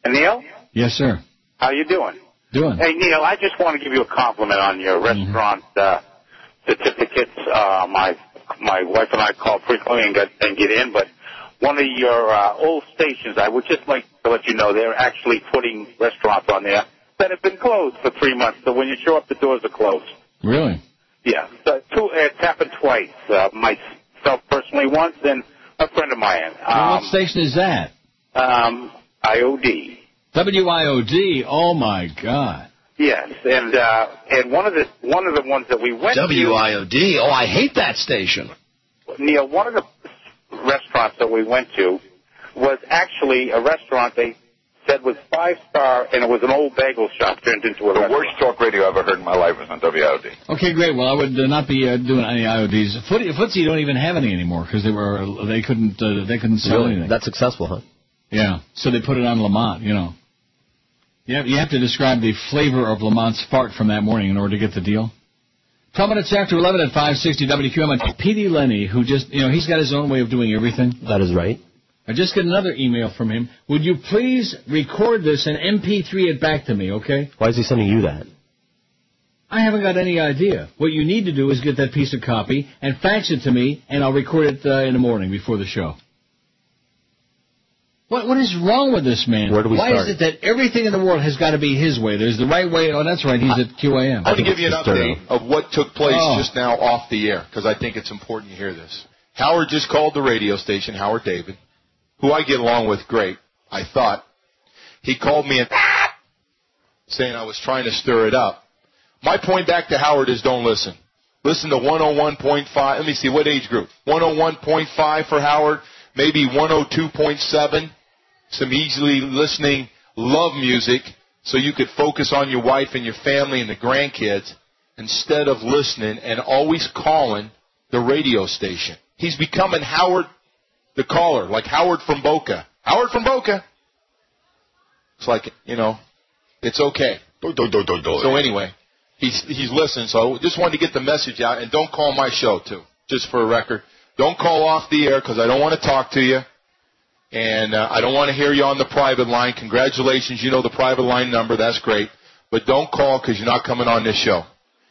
Speaker 10: Neil,
Speaker 4: Yes, sir.
Speaker 10: how you doing?
Speaker 4: Doing.
Speaker 10: Hey, Neil, I just want to give you a compliment on your restaurant uh, certificates. Uh, my my wife and I called frequently and got and get in, but one of your uh, old stations, I would just like to let you know they're actually putting restaurants on there that have been closed for three months. So when you show up, the doors are closed.
Speaker 4: Really?
Speaker 10: Yeah, so two, it's happened twice. Uh, myself personally once, and a friend of mine.
Speaker 33: Um,
Speaker 4: Well, what station is that?
Speaker 10: Um, IOD.
Speaker 4: WIOD. Oh my God.
Speaker 10: Yes, and uh, and one of the one of the ones that we went
Speaker 34: WIOD. Oh, I hate that station.
Speaker 10: to, Neil, one of the restaurants that we went to was actually a restaurant they said was five star, and it was an old bagel shop turned into a
Speaker 21: The
Speaker 10: restaurant.
Speaker 21: worst talk radio I ever heard in my life was on WIOD.
Speaker 4: Okay, great. Well, I would uh, not be uh, doing any IODs. Foot, Footsie don't even have any anymore because they were they couldn't uh, they couldn't sell
Speaker 2: Really?
Speaker 4: anything.
Speaker 2: That's successful, huh?
Speaker 4: Yeah, so they put it on Lamont. You know, you have, you have to describe the flavor of Lamont's fart from that morning in order to get the deal. Twelve minutes after eleven at five sixty WQM. And PD Lenny, who just you know he's got his own way of doing everything.
Speaker 2: That is right.
Speaker 4: I just got another email from him. Would you please record this and MP3 it back to me, okay?
Speaker 2: Why is he sending you that?
Speaker 4: I haven't got any idea. What you need to do is get that piece of copy and fax it to me, and I'll record it uh, in the morning before the show. What what is wrong with this man?
Speaker 2: Where do we
Speaker 4: Why
Speaker 2: start?
Speaker 4: is it that everything in the world has got to be his way? There's the right way. Oh, that's right. He's at QAM.
Speaker 21: I want to give you an update of what took place
Speaker 4: Oh.
Speaker 21: just now off the air because I think it's important you hear this. Howard just called the radio station, Howard David, who I get along with great, I thought. He called me and saying I was trying to stir it up. My point back to Howard is don't listen. Listen to 101.5. Let me see, what age group? 101.5 for Howard, maybe 102.7. Some easily listening love music so you could focus on your wife and your family and the grandkids instead of listening and always calling the radio station. He's becoming Howard the caller, like Howard from Boca. Howard from Boca. It's like, you know, it's okay. So anyway, he's he's listening. So just wanted to get the message out, and don't call my show too, just for a record. Don't call off the air because I don't want to talk to you, and uh, I don't want to hear you on the private line. Congratulations, you know the private line number. That's great, but don't call because you're not coming on this show.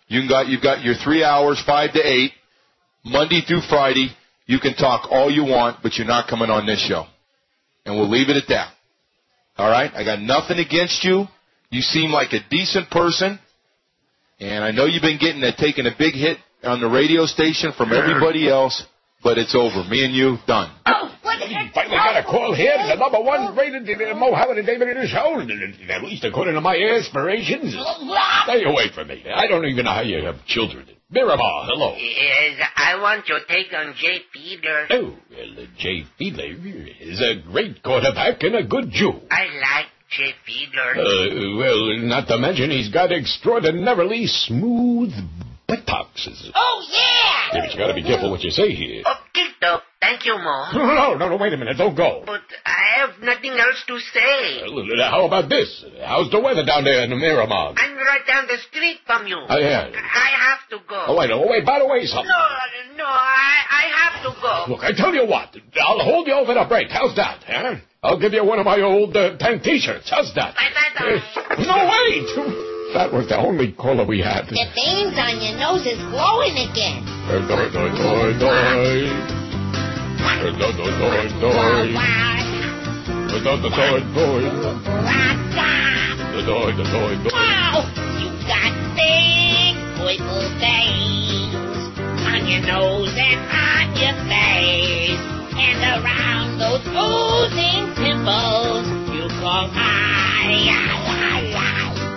Speaker 21: You got you've got your three hours, five to eight, Monday through Friday. You can talk all you want, but you're not coming on this show, and we'll leave it at that. All right, I got nothing against you. You seem like a decent person, and I know you've been getting a, taking a big hit on the radio station from everybody else, but it's over. Me and you, done.
Speaker 6: Finally got a call here. The number
Speaker 16: Oh.
Speaker 6: one rated uh, Mohammed and David in his show. At least according to my aspirations. Stay away from me. I don't even know how you have children. Miramar, hello.
Speaker 16: Yes, I want your take on Jay Peter.
Speaker 6: Oh, well, uh, Jay Fiedler is a great quarterback and a good Jew.
Speaker 16: I like Jay Peter.
Speaker 6: Uh, well, not to mention he's got extraordinarily smooth buttocks.
Speaker 16: oh, yeah! Oh.
Speaker 6: Yeah, but you gotta be careful what you say here.
Speaker 16: Tito, thank you, Mom.
Speaker 6: No, no, no, wait a minute. Don't go.
Speaker 16: But I have nothing else to say.
Speaker 6: Well, uh, How about this? How's the weather down there in Miramar?
Speaker 16: I'm right down the street from you.
Speaker 6: Oh, yeah.
Speaker 16: I have to go.
Speaker 6: Oh, wait, oh, wait, by the way, something.
Speaker 16: No, no, I, I have to go.
Speaker 6: Look, I tell you what, I'll hold you over the break. How's that, huh? I'll give you one of my old uh, tank t-shirts. How's that? Uh, no, wait! That was the only caller we had.
Speaker 7: The veins on your nose is glowing again.
Speaker 6: Uh, doi, doi, doi, doi. Uh, doi, doi, doi, doi. Uh, doi, doi, doi, doi. Uh, doi, doi, doi, doi.
Speaker 7: Wow, you got big purple veins on your nose and on your face, and around those oozing pimples you call high.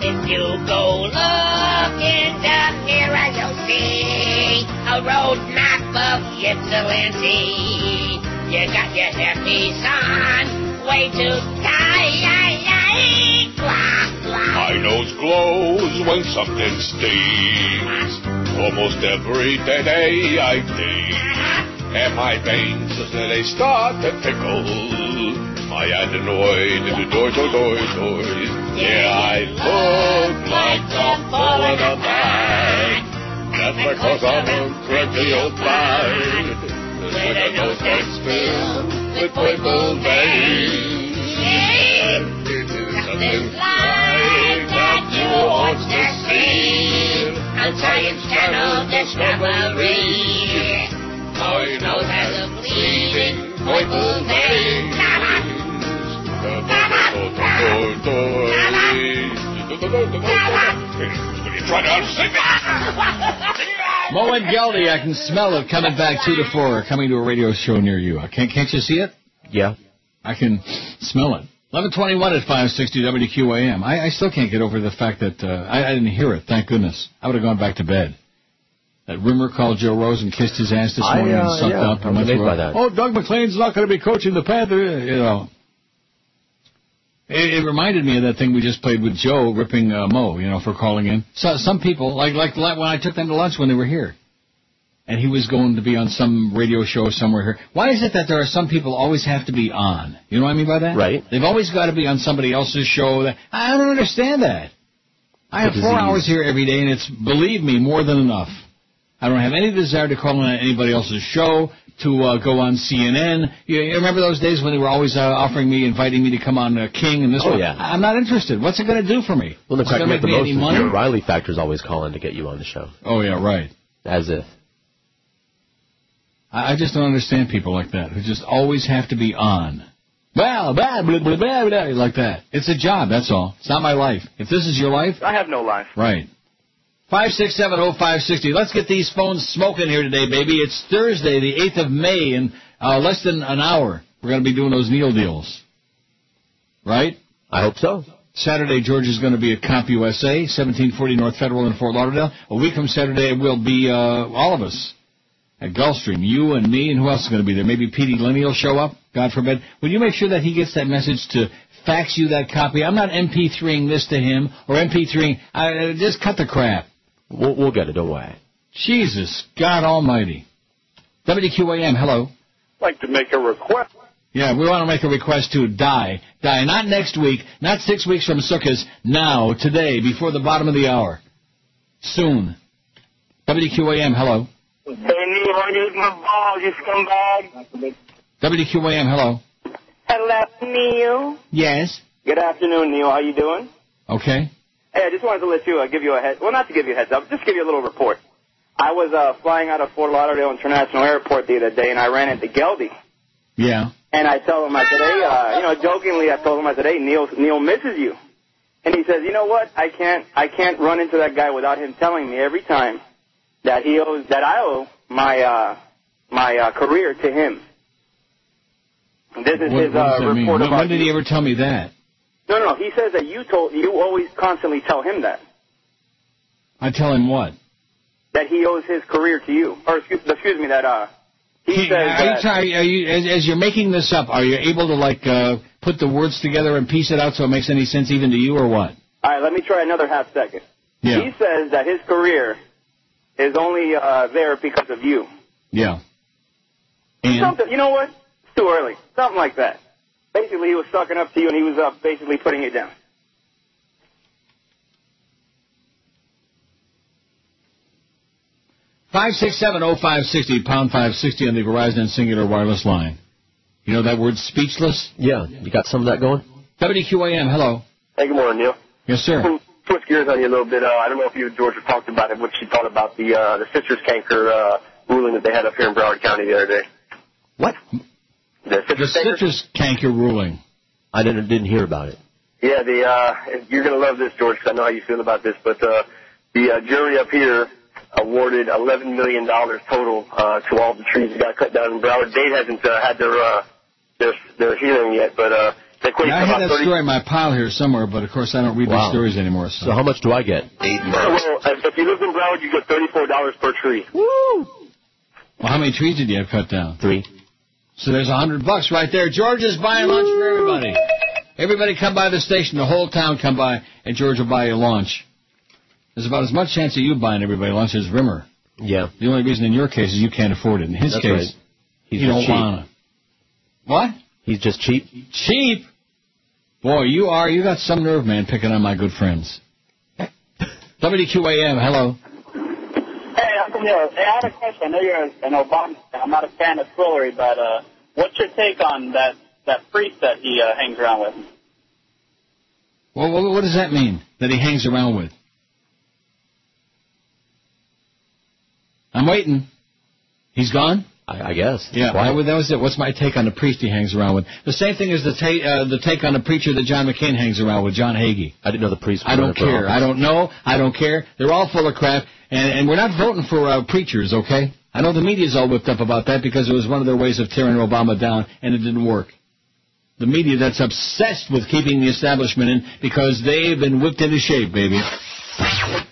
Speaker 7: If you go look in the mirror, you'll see
Speaker 16: railroad map of Ypsilanti. You got your happy son way too tight.
Speaker 7: My nose glows when something stings. Almost every day I think. And my veins, they start to tickle. My adenoid, doy, doy, doy, doy. Yeah, I look like a ball in a bag. That's because I'm a cranky old bag. With a nose that's filled with purple veins. It is something like that you ought to see. A science channel discovery. My nose has a bleeding purple vein. Will you try to unsing me?
Speaker 4: Mo and Geldy, I can smell it coming back two to four, coming to a radio show near you. I can't, can't you see it?
Speaker 2: Yeah.
Speaker 4: I can smell it. 1121 at 560 WQAM. I, I still can't get over the fact that uh, I, I didn't hear it, thank goodness. I would have gone back to bed. That rumor called Joe Rose and kissed his ass this
Speaker 2: I,
Speaker 4: morning
Speaker 2: uh,
Speaker 4: and sucked
Speaker 2: yeah,
Speaker 4: up
Speaker 2: I'm
Speaker 4: and went
Speaker 2: amazed
Speaker 4: through
Speaker 2: by
Speaker 4: it.
Speaker 2: that.
Speaker 4: Oh, Doug McLean's not going to be coaching the Panthers, you know. It, it reminded me of that thing we just played with Joe ripping uh, Mo, you know, for calling in. So, some people, like like like when I took them to lunch when they were here, and he was going to be on some radio show somewhere here. Why is it that there are some people always have to be on? You know what I mean by that? Right. They've always got to be on somebody else's show. That I don't understand that. I have
Speaker 2: The
Speaker 4: four
Speaker 2: disease.
Speaker 4: hours here every day, and it's believe me more than enough. I don't have any desire to call on anybody else's show, to uh, go on CNN. You, you remember those days when they were always uh, offering me, inviting me to come on uh, King and this
Speaker 2: Oh,
Speaker 4: one?
Speaker 2: yeah.
Speaker 4: I- I'm not interested. What's it going to do for me?
Speaker 2: Well, the
Speaker 4: Is it
Speaker 2: crack
Speaker 4: gonna
Speaker 2: me
Speaker 4: make
Speaker 2: up the
Speaker 4: me
Speaker 2: most
Speaker 4: any
Speaker 2: is
Speaker 4: money?
Speaker 2: your Riley Factor's always calling to get you on the show.
Speaker 4: Oh, yeah, right.
Speaker 2: As if.
Speaker 4: I, I just don't understand people like that who just always have to be on. Well, blah, blah, blah, blah, blah, like that. It's a job, that's all. It's not my life. If this is your life,
Speaker 11: I have no life.
Speaker 4: Right. Five six seven oh five sixty. Let's get these phones smoking here today, baby. It's Thursday, the eighth of May, in uh, less than an hour. We're going to be doing those Neil deals, right?
Speaker 2: I hope so.
Speaker 4: Saturday, George is going to be at Comp USA, seventeen forty North Federal in Fort Lauderdale. A week from Saturday, it will be uh, all of us at Gulfstream. You and me, and who else is going to be there? Maybe Petey Lenny will show up. God forbid. Will you make sure that he gets that message to fax you that copy? I'm not MP3ing this to him or MP3ing. I, uh, just cut the crap.
Speaker 2: We'll, we'll get it. Don't worry.
Speaker 4: Jesus, God Almighty. WQAM, hello.
Speaker 11: like to make a request.
Speaker 4: Yeah, we want to make a request to die. Die. Not next week, not six weeks from Sukkot, now, today, before the bottom of the hour. Soon. WQAM, hello.
Speaker 35: They need orders my ball, you scumbag.
Speaker 4: WQAM, hello.
Speaker 35: Hello, Neil.
Speaker 4: Yes.
Speaker 11: Good afternoon, Neil. How you doing?
Speaker 4: Okay.
Speaker 11: Hey, I just wanted to let you uh, give you a head. Well, not to give you a heads up, just give you a little report. I was uh, flying out of Fort Lauderdale International Airport the other day, and I ran into Geldy.
Speaker 4: Yeah.
Speaker 11: And I told him, I said, hey, uh, you know, jokingly, I told him, I said, hey, Neil, Neil misses you. And he says, you know what? I can't, I can't run into that guy without him telling me every time that he owes, that I owe my, uh, my uh, career to him. This is
Speaker 4: What, what
Speaker 11: his uh,
Speaker 4: does that mean?
Speaker 11: report
Speaker 4: When,
Speaker 11: about
Speaker 4: when did he ever tell me that?
Speaker 11: No, no, he says that you told, you always constantly tell him that
Speaker 4: I tell him what?
Speaker 11: that he owes his career to you, or excuse, excuse me, that uh, he says
Speaker 4: Are you,
Speaker 11: that,
Speaker 4: try, are you as, as you're making this up, are you able to, like, uh, put the words together and piece it out so it makes any sense even to you or what?
Speaker 11: All right, let me try another half second.
Speaker 4: Yeah.
Speaker 11: He says that his career is only uh, there because of you.
Speaker 4: Yeah.
Speaker 11: Something, you know what? It's too early. Something like that. Basically, he was sucking up to you, and he was uh, basically putting you down.
Speaker 4: Five six seven oh five sixty pound five sixty on the Verizon Singular Wireless line. You know that word speechless?
Speaker 2: Yeah, you got some of that going.
Speaker 4: WQAM, hello.
Speaker 10: Hey, good morning, Neil.
Speaker 4: Yes, sir.
Speaker 10: Switch gears on you a little bit. Uh, I don't know if you and George have talked about it, what she thought about the uh, the sisters canker uh, ruling that they had up here in Broward County the other day.
Speaker 2: What?
Speaker 10: The
Speaker 4: citrus, canker ruling.
Speaker 2: I didn't didn't hear about it.
Speaker 10: Yeah, the uh, you're gonna love this, George, 'cause I know how you feel about this. But uh, the uh, jury up here awarded 11 million dollars total uh, to all the trees that got cut down in Broward. Dade hasn't uh, had their uh, their their hearing yet, but uh, they equates
Speaker 4: Yeah,
Speaker 10: to
Speaker 4: I had
Speaker 10: about
Speaker 4: that
Speaker 10: 30
Speaker 4: story in my pile here somewhere, but of course I don't read
Speaker 10: Wow.
Speaker 4: these stories anymore. So.
Speaker 2: how much do I get?
Speaker 10: Well, if if you live in Broward, you get thirty-four dollars per tree.
Speaker 2: Woo!
Speaker 4: Well, how many trees did you have cut down?
Speaker 2: Three.
Speaker 4: So there's a hundred bucks right there. George is buying lunch for everybody. Everybody come by the station. The whole town come by, and George will buy you lunch. There's about as much chance of you buying everybody lunch as Rimmer.
Speaker 2: Yeah.
Speaker 4: The only reason in your case is you can't afford it. In his
Speaker 2: That's
Speaker 4: case,
Speaker 2: right. He's
Speaker 4: you
Speaker 2: just
Speaker 4: don't
Speaker 2: cheap.
Speaker 4: wanna. What?
Speaker 2: He's just cheap.
Speaker 4: Cheap. Boy, you are. You got some nerve, man, picking on my good friends. WQAM. Hello.
Speaker 11: Hey, how come you're, hey, I had a question. I know you're an Obama. I'm not a fan of foolery, but uh, what's your take on that that priest that he uh, hangs around with?
Speaker 4: Well, what, what does that mean? That he hangs around with? I'm waiting. He's gone.
Speaker 2: I, I guess.
Speaker 4: Yeah,
Speaker 2: Why?
Speaker 4: I would- that was it. What's my take on the priest he hangs around with? The same thing as the, ta- uh, the take on the preacher that John McCain hangs around with, John Hagee.
Speaker 2: I didn't know the priest.
Speaker 4: I don't care. I don't know. I don't care. They're all full of crap, and, and we're not voting for uh, preachers, okay? I know the media's all whipped up about that because it was one of their ways of tearing Obama down, and it didn't work. The media that's obsessed with keeping the establishment in because they've been whipped into shape, baby.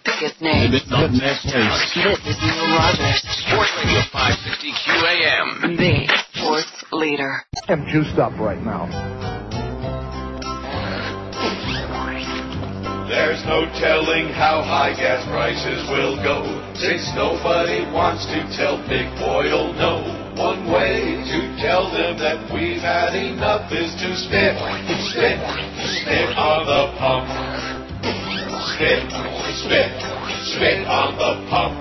Speaker 36: Biggest
Speaker 4: They've
Speaker 36: name.
Speaker 4: been put in that place.
Speaker 36: This is Neil Rogers,
Speaker 37: Sports Radio 560 QAM.
Speaker 36: the sports leader.
Speaker 10: I'm juiced up right now.
Speaker 7: There's no telling how high gas prices will go, since nobody wants to tell Big Oil no. One way to tell them that we've had enough is to spit, spit, spit on the pump. Spit, spit, spit on the pump.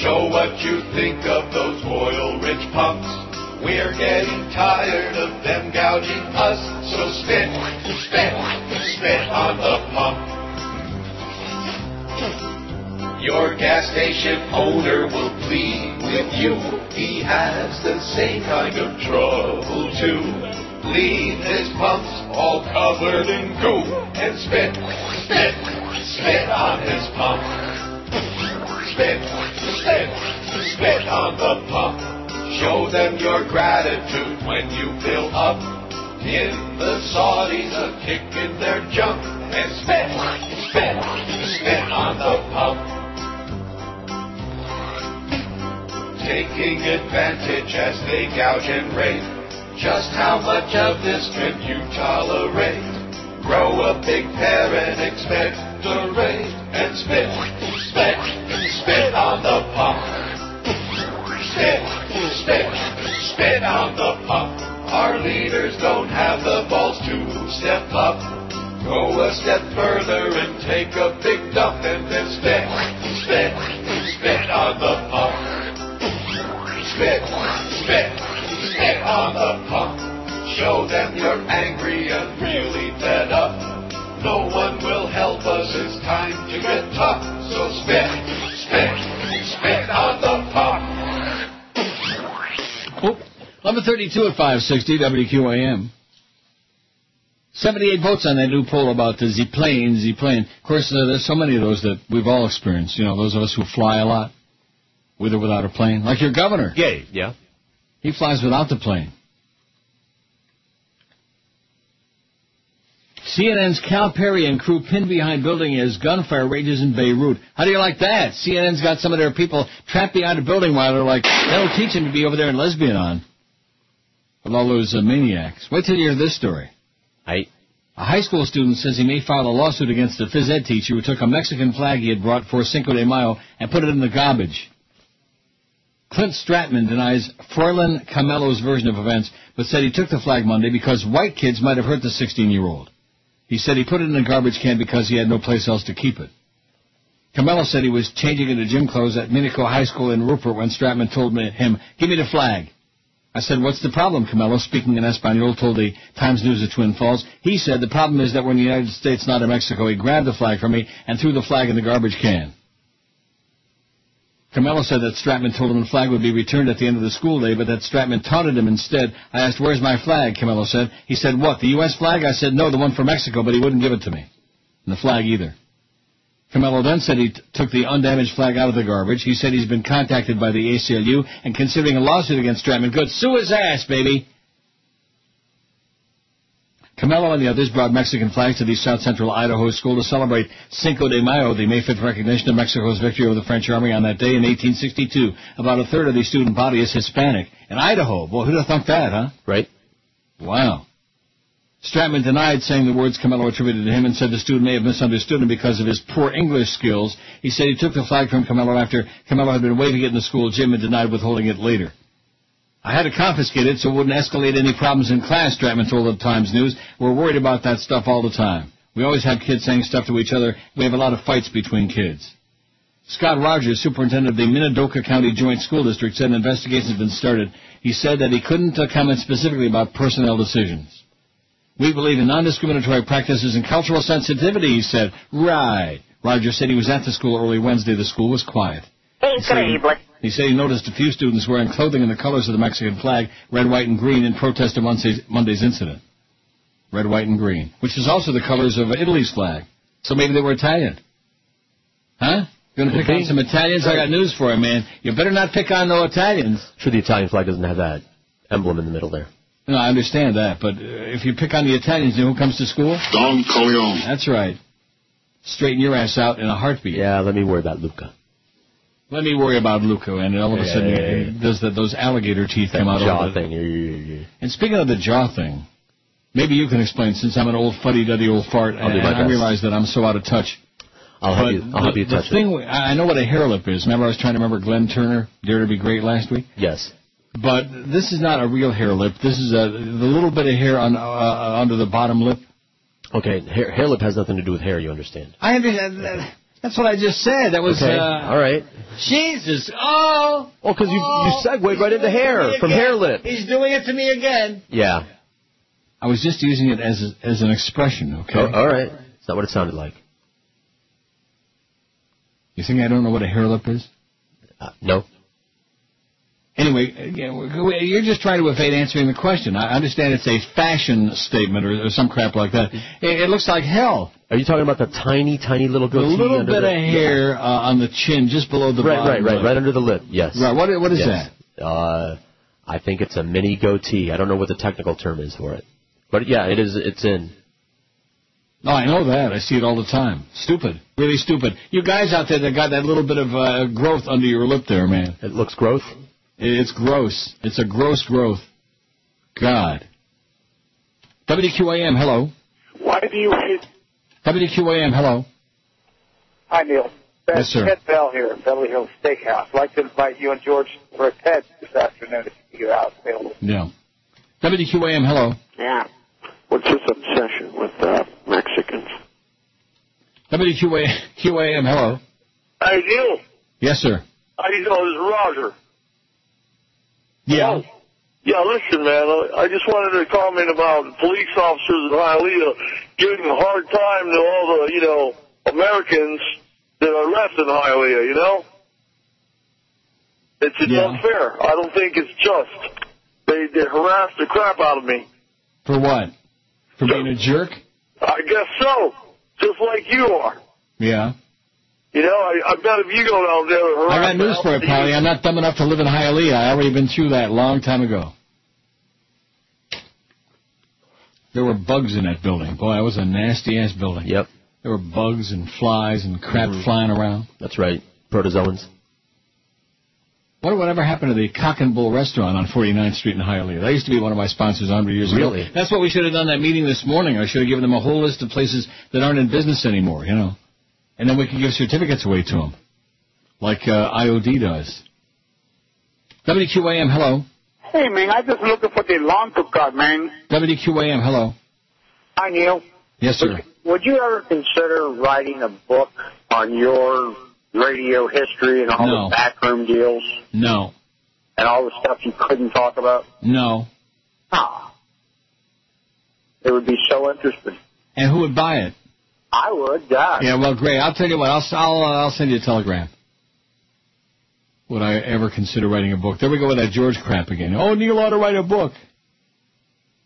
Speaker 7: Show what you think of those oil-rich pumps. We're getting tired of them gouging us, so spit, spit, spit on the pump. Your gas station owner will plead with you. He has the same kind of trouble too. Leave his pumps all covered in goo and spit, spit, spit on his pump. Spit, spit, spit on the pump. Show them your gratitude when you fill up. In the Saudis are kicking their junk and spit, spit, spit on the pump. Taking advantage as they gouge and rape. Just how much of this can you tolerate? Grow a big pair and expect the rate and spit, spit, spit on the pump. Spit, spit, spit on the pump. Our leaders don't have the balls to step up. Go a step further and take a big dump and then spit, spit, spit on the pump. Spit, spit, spit on the pump. Show them you're angry and really fed up. No one will help us, it's time to get tough. So spit, spit, spit on the pump.
Speaker 4: 1132 at 560 WQAM. 78 votes on that new poll about the Z plane, Z plane. Of course, uh, there's so many of those that we've all experienced. You know, those of us who fly a lot, with or without a plane. Like your governor.
Speaker 2: Gay, yeah.
Speaker 4: He flies without the plane. CNN's Cal Perry and crew pinned behind building as gunfire rages in Beirut. How do you like that? CNN's got some of their people trapped behind a building while they're like, that'll teach him to be over there in Lesbian on. With all those uh, maniacs. Wait till you hear this story.
Speaker 2: I.
Speaker 4: A high school student says he may file a lawsuit against the phys ed teacher who took a Mexican flag he had brought for Cinco de Mayo and put it in the garbage. Clint Stratman denies Froilan Camelo's version of events, but said he took the flag Monday because white kids might have hurt the 16-year-old. He said he put it in a garbage can because he had no place else to keep it. Camelo said he was changing into gym clothes at Minico High School in Rupert when Stratman told me, him, give me the flag. I said, what's the problem, Camelo? Speaking in Espanol, told the Times News of Twin Falls. He said, the problem is that we're in the United States, not in Mexico. He grabbed the flag from me and threw the flag in the garbage can. Camelo said that Stratman told him the flag would be returned at the end of the school day, but that Stratman taunted him instead. I asked, where's my flag, Camelo said. He said, what, the U.S. flag? I said, no, the one for Mexico, but he wouldn't give it to me. And the flag either. Camelo then said he t- took the undamaged flag out of the garbage. He said he's been contacted by the ACLU and considering a lawsuit against Stratman. Good, sue his ass, baby. Camelo and the others brought Mexican flags to the South Central Idaho school to celebrate Cinco de Mayo, the May 5th recognition of Mexico's victory over the French army on that day in 1862. About a third of the student body is Hispanic. In Idaho, boy, who'd have thunk that, huh?
Speaker 2: Right.
Speaker 4: Wow. Stratman denied saying the words Camelo attributed to him and said the student may have misunderstood him because of his poor English skills. He said he took the flag from Camelo after Camelo had been waving it in the school gym and denied withholding it later. I had to confiscate it so it wouldn't escalate any problems in class, Stratman told the Times News. We're worried about that stuff all the time. We always have kids saying stuff to each other. We have a lot of fights between kids. Scott Rogers, superintendent of the Minidoka County Joint School District, said an investigation has been started. He said that he couldn't uh, comment specifically about personnel decisions. We believe in non-discriminatory practices and cultural sensitivity, he said. Right. Rogers said he was at the school early Wednesday. The school was quiet.
Speaker 8: Increíble.
Speaker 4: He said he noticed a few students wearing clothing in the colors of the Mexican flag, red, white, and green, in protest of Monday's, Monday's incident. Red, white, and green, which is also the colors of Italy's flag. So maybe they were Italian. Huh? You're going to
Speaker 2: Could
Speaker 4: pick on
Speaker 2: be.
Speaker 4: some Italians? I got news for you, man. You better not pick on no Italians.
Speaker 2: Sure, the Italian flag doesn't have that emblem in the middle there.
Speaker 4: No, I understand that, but uh, if you pick on the Italians, you know who comes to school? Don Corleone. That's right. Straighten your ass out in a heartbeat.
Speaker 2: Yeah, let me worry about Luca.
Speaker 4: Let me worry about Luca, and all of a
Speaker 2: Yeah,
Speaker 4: sudden,
Speaker 2: yeah, yeah.
Speaker 4: uh, does the, those alligator teeth come out?
Speaker 2: jaw
Speaker 4: over the- And speaking of the jaw thing, maybe you can explain, since I'm an old fuddy-duddy old fart,
Speaker 2: I'll do
Speaker 4: and
Speaker 2: my
Speaker 4: I
Speaker 2: best.
Speaker 4: realize that I'm so out of touch.
Speaker 2: I'll help
Speaker 4: But
Speaker 2: you- I'll help
Speaker 4: the,
Speaker 2: you
Speaker 4: the
Speaker 2: touch it.
Speaker 4: thing, it. I I know what a hairlip is. Remember, I was trying to remember Glenn Turner, Dare to Be Great last week.
Speaker 2: Yes.
Speaker 4: But this is not a real hair lip. This is a the little bit of hair on uh, uh, under the bottom lip.
Speaker 2: Okay, hair, hair lip has nothing to do with hair, you understand.
Speaker 4: I understand. that- That's what I just said. That was
Speaker 2: okay,
Speaker 4: uh,
Speaker 2: all right.
Speaker 4: Jesus. Oh.
Speaker 2: Oh, because you you segued right into hair from hair lip.
Speaker 4: He's doing it to me again.
Speaker 2: Yeah.
Speaker 4: I was just using it as a, as an expression. Okay.
Speaker 2: Oh, all right. It's not what it sounded like.
Speaker 4: You think I don't know what a hair lip is?
Speaker 2: Uh, no.
Speaker 4: Anyway, again, we- you're just trying to evade answering the question. I understand it's a fashion statement or, or some crap like that. It, it looks like hell.
Speaker 2: Are you talking about the tiny, tiny little
Speaker 4: A
Speaker 2: goatee?
Speaker 4: little
Speaker 2: under
Speaker 4: bit
Speaker 2: the-
Speaker 4: of hair uh, on the chin, just below the
Speaker 2: right,
Speaker 4: bottom.
Speaker 2: right, right,
Speaker 4: lip.
Speaker 2: right under the lip. Yes.
Speaker 4: Right, what- what is
Speaker 2: Yes. Uh, I think it's a mini goatee. I don't know what the technical term is for it, but yeah, it is. It's in.
Speaker 4: No, Oh, I know that. I see it all the time. Stupid, really stupid. You guys out there that got that little bit of uh, growth under your lip there, man.
Speaker 2: It looks growth.
Speaker 4: It's gross. It's a gross growth. God. WQAM, hello.
Speaker 29: Why do you hate?
Speaker 4: WQAM, hello.
Speaker 29: Hi, Neil. Ted,
Speaker 4: Yes, sir.
Speaker 29: Ted Bell here at Beverly Hills Steakhouse. I'd like to invite you and George for a Ted this afternoon if you're out available.
Speaker 4: Yeah. WQAM, hello.
Speaker 29: Yeah.
Speaker 30: What's this obsession with uh, Mexicans?
Speaker 4: WQAM, QAM, hello.
Speaker 30: Hey, Neil.
Speaker 4: Yes, sir.
Speaker 30: How you doing? This is Roger.
Speaker 4: Yeah.
Speaker 30: Yeah, listen, man. I I just wanted to comment about police officers in Hialeah giving a hard time to all the, you know, Americans that are left in Hialeah. You know, it's, it's unfair. I don't think it's just. They they harass the crap out of me.
Speaker 4: For what? For being a jerk?
Speaker 30: I guess so. Just like you are.
Speaker 4: Yeah.
Speaker 30: You know, I, I bet if you go down there and harass
Speaker 4: I got news for you, Polly. I'm not dumb enough to live in Hialeah. I already been through that a long time ago. There were bugs in that building. Boy, that was a nasty ass building.
Speaker 2: Yep. Mm-hmm.
Speaker 4: There were bugs and flies and crap flying around.
Speaker 2: That's right. Protozoans.
Speaker 4: What whatever happened to the Cock and Bull restaurant on 49th Street in Hialeah? That used to be one of my sponsors 100 years ago.
Speaker 2: Really?
Speaker 4: That's what we should have done that meeting this morning. I should have given them a whole list of places that aren't in business anymore, you know. And then we could give certificates away to them, like uh, IOD does. WQAM, hello.
Speaker 29: Hey, man, I'm just looking for the lawn to cut, man.
Speaker 4: WQAM, hello.
Speaker 29: Hi, Neil.
Speaker 4: Yes, sir.
Speaker 29: Would you ever consider writing a book on your radio history and all
Speaker 4: No.
Speaker 29: the backroom deals
Speaker 4: No,
Speaker 29: and all the stuff you couldn't talk about?
Speaker 4: no.
Speaker 29: Ah. It would be so interesting.
Speaker 4: And who would buy it?
Speaker 29: I would, God.
Speaker 4: Yeah, well, great. I'll tell you what. I'll I'll, uh, I'll send you a telegram. Would I ever consider writing a book? There we go with that George crap again. Oh, Neil ought to write a book.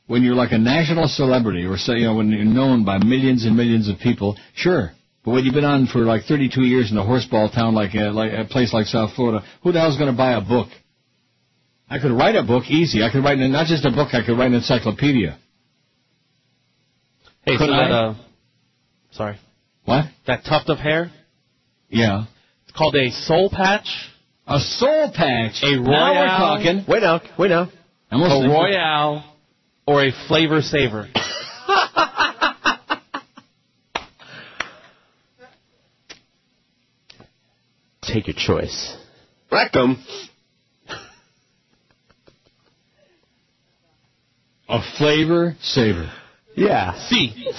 Speaker 4: When you're like a national celebrity, or say, you know, when you're known by millions and millions of people, sure. But when you've been on for like 32 years in a horseball town like a, like a place like South Florida, who the hell's going to buy a book? I could write a book easy. I could write an- not just a book. I could write an encyclopedia.
Speaker 2: Hey,
Speaker 4: Could
Speaker 2: so
Speaker 4: I?
Speaker 2: that uh, sorry,
Speaker 4: What?
Speaker 2: that tuft of hair.
Speaker 4: Yeah.
Speaker 2: It's called a soul patch.
Speaker 4: A soul patch.
Speaker 2: A royal.
Speaker 4: Now we're talking.
Speaker 2: Wait now, wait now.
Speaker 4: I'm listening.
Speaker 2: a royale or a flavor saver. Take your choice.
Speaker 38: Rectum.
Speaker 4: A flavor saver.
Speaker 2: Yeah. See.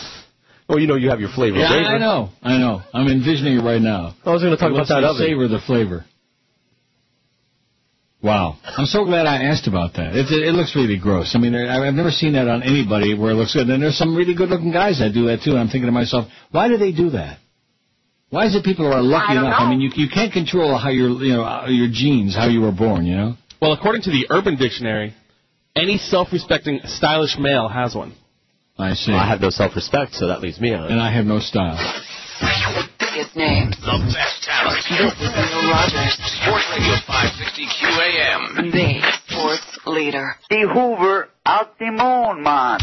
Speaker 2: Well, you know you have your flavor
Speaker 4: Yeah,
Speaker 2: saver.
Speaker 4: I know. I know. I'm envisioning it right now.
Speaker 2: I was going to talk
Speaker 4: It
Speaker 2: about
Speaker 4: lets
Speaker 2: that
Speaker 4: you
Speaker 2: oven.
Speaker 4: Savor the flavor. Wow, I'm so glad I asked about that. It, it, it looks really gross. I mean, I- I've never seen that on anybody where it looks good. And there's some really good-looking guys that do that too. And I'm thinking to myself, why do they do that? Why is it people who are lucky
Speaker 2: I don't
Speaker 4: enough?
Speaker 2: know.
Speaker 4: I mean, you you can't control how your you know uh, your genes, how you were born. You know.
Speaker 8: Well, according to the Urban Dictionary, any self-respecting, stylish male has one.
Speaker 4: I see.
Speaker 2: I have no self-respect, so that leaves me out.
Speaker 4: And I have no style.
Speaker 39: Biggest name.
Speaker 40: The best talent. Sports Radio 560 QAM.
Speaker 39: The sports leader.
Speaker 28: The Hoover out the moon, man.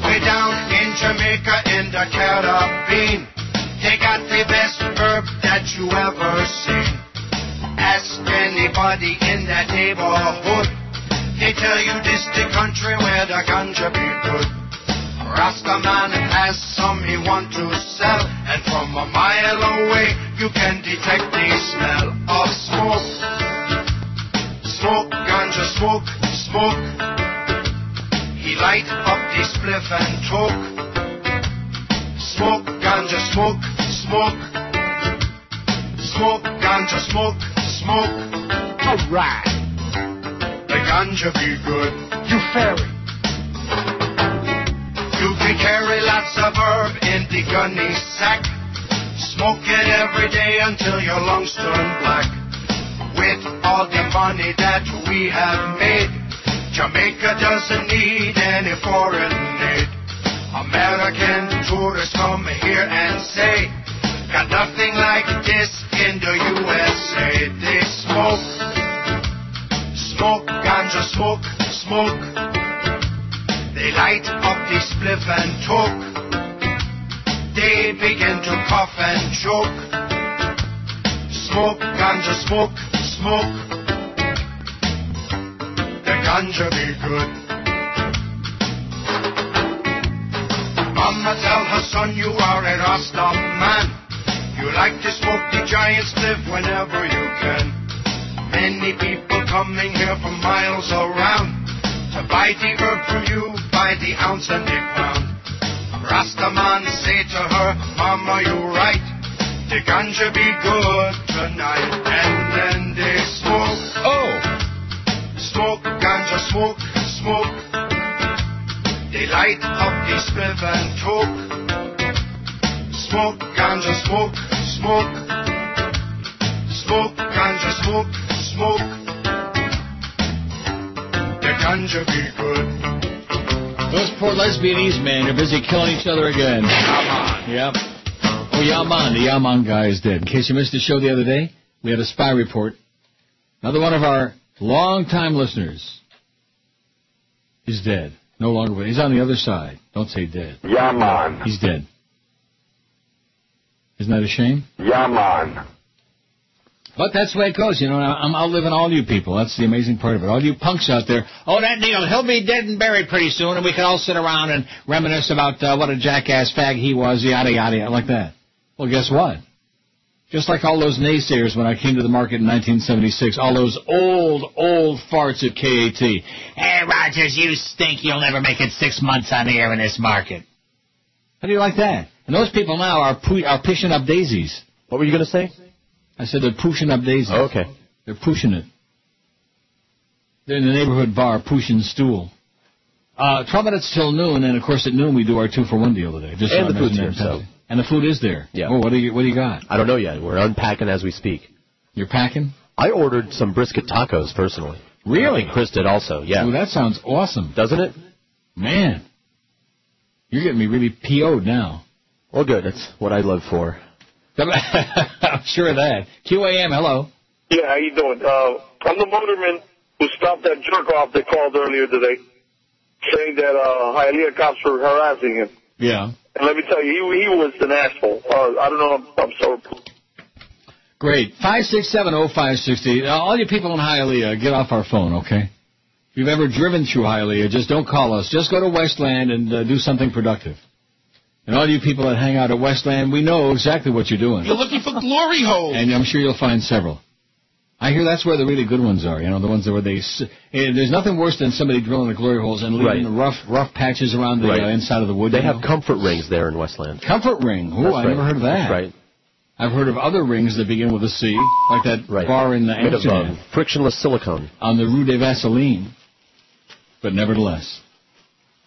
Speaker 7: Way down in Jamaica in the Caribbean, they got the best herb that you ever seen. Ask anybody in that neighborhood, they tell you this the country where the ganja be good. Rasta man has some he want to sell, and from a mile away you can detect the smell of smoke. Smoke, ganja, smoke, smoke. He light up the spliff and toke. Smoke, ganja, smoke, smoke. Smoke, ganja, smoke, smoke. Alright. The ganja be good. You fairy. You can carry lots of herb in the gunny sack. Smoke it every day until your lungs turn black. With all the money that we have made, Jamaica doesn't need any foreign aid. American tourists come here and say, Got nothing like this in the USA. They smoke, smoke, ganja, smoke, smoke. They light up the spliff and toke. They begin to cough and choke. Smoke, ganja, smoke, smoke. The ganja be good. Mama tell her son you are a Rasta man. You like to smoke the giant spliff whenever you can. Many people coming here from miles around to buy the herb from you by the ounce and the pound. Rastaman say to her, Mama, you right. The ganja be good tonight. And then they smoke. Oh! Smoke, ganja, smoke, smoke. They light up the spliff and toke. Smoke, ganja, smoke, smoke. Smoke, ganja, smoke, smoke. The ganja be good.
Speaker 4: Those poor lesbianese men are busy killing each other again. Yaman. Yep. Oh, Yaman. The Yaman guy is dead. In case you missed the show the other day, we had a spy report. Another one of our longtime listeners is dead. No longer with. He's on the other side. Don't say dead.
Speaker 41: Yaman.
Speaker 4: He's dead. Isn't that a shame?
Speaker 41: Yaman.
Speaker 4: But that's the way it goes, you know. and I- I'm outliving all you people. That's the amazing part of it. All you punks out there. Oh, that Neil, he'll be dead and buried pretty soon, and we can all sit around and reminisce about uh, what a jackass fag he was, yada yada yada, like that. Well, guess what? Just like all those naysayers when I came to the market in 1976, all those old, old farts at KAT. Hey, Rogers, you stink. You'll never make it six months on the air in this market. How do you like that? And those people now are pu- are pushing up daisies.
Speaker 2: What were you going to say?
Speaker 4: I said they're pushing up daisies.
Speaker 2: Oh, okay.
Speaker 4: They're pushing it. They're in the neighborhood bar pushing stool. Uh, 12 minutes till noon, and of course at noon we do our two for one deal today. Just so
Speaker 2: And
Speaker 4: I
Speaker 2: the
Speaker 4: mentioned
Speaker 2: food's
Speaker 4: that
Speaker 2: here,
Speaker 4: in time. And the food is there.
Speaker 2: Yeah.
Speaker 4: Well, what do you What do you got?
Speaker 2: I don't know yet. We're unpacking as we speak.
Speaker 4: You're packing?
Speaker 2: I ordered some brisket tacos personally.
Speaker 4: Really?
Speaker 2: And Chris did also. Yeah.
Speaker 4: Ooh, that sounds awesome.
Speaker 2: Doesn't it?
Speaker 4: Man, you're getting me really PO'd now.
Speaker 2: Well, good. That's what I live for.
Speaker 4: I'm sure of that. QAM, hello.
Speaker 42: Yeah, how you doing? Uh, I'm the motorman who stopped that jerk off they called earlier today, saying that uh, Hialeah cops were harassing him.
Speaker 4: Yeah.
Speaker 42: And let me tell you, he, he was an asshole. Uh, I don't know. I'm, I'm so.
Speaker 4: Great. 5670560. Now, All you people in Hialeah, get off our phone, okay? If you've ever driven through Hialeah, just don't call us. Just go to Westland and uh, do something productive. And all you people that hang out at Westland, we know exactly what you're doing.
Speaker 21: You're looking for glory holes.
Speaker 4: And I'm sure you'll find several. I hear that's where the really good ones are. You know, the ones where they. s- eh, There's nothing worse than somebody drilling the glory holes and leaving
Speaker 2: Right.
Speaker 4: the rough, rough patches around the
Speaker 2: Right.
Speaker 4: uh, inside of the wood.
Speaker 2: They
Speaker 4: you
Speaker 2: have
Speaker 4: know?
Speaker 2: comfort rings there in Westland.
Speaker 4: Comfort ring. Ooh,
Speaker 2: That's
Speaker 4: I
Speaker 2: right.
Speaker 4: never heard of that.
Speaker 2: That's right.
Speaker 4: I've heard of other rings that begin with a C, like that bar in the
Speaker 2: Made of,
Speaker 4: Amsterdam
Speaker 2: um, frictionless silicone.
Speaker 4: on the Rue de Vaseline. But nevertheless,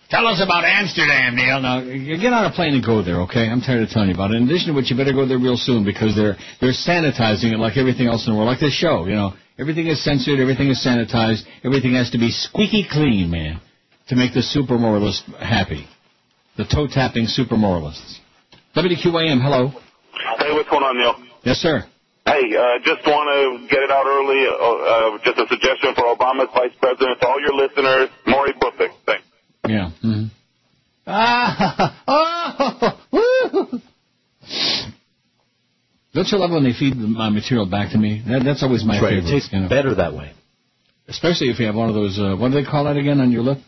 Speaker 4: tell us about Amsterdam, Neil. Now g- get on a plane and go there, okay? I'm tired of telling you about it. In addition to which, you better go there real soon because they're they're sanitizing it like everything else in the world, like this show. You know, everything is censored, everything is sanitized, everything has to be squeaky clean, man, to make the super moralist happy. The toe tapping super moralists. WQAM, hello.
Speaker 43: Hey, what's going on, Neil?
Speaker 4: Yes, sir.
Speaker 43: Hey, uh, just want to get it out early. Uh, uh, just a suggestion for Obama's vice president to all your listeners. Maury Buffett. Thanks.
Speaker 4: Yeah. Mm-hmm. Ah, oh, woo. Don't you love when they feed my material back to me? That, that's always my
Speaker 2: That's right. It
Speaker 4: favorite.
Speaker 2: tastes better that way.
Speaker 4: Especially if you have one of those. Uh, what do they call that again on your lip?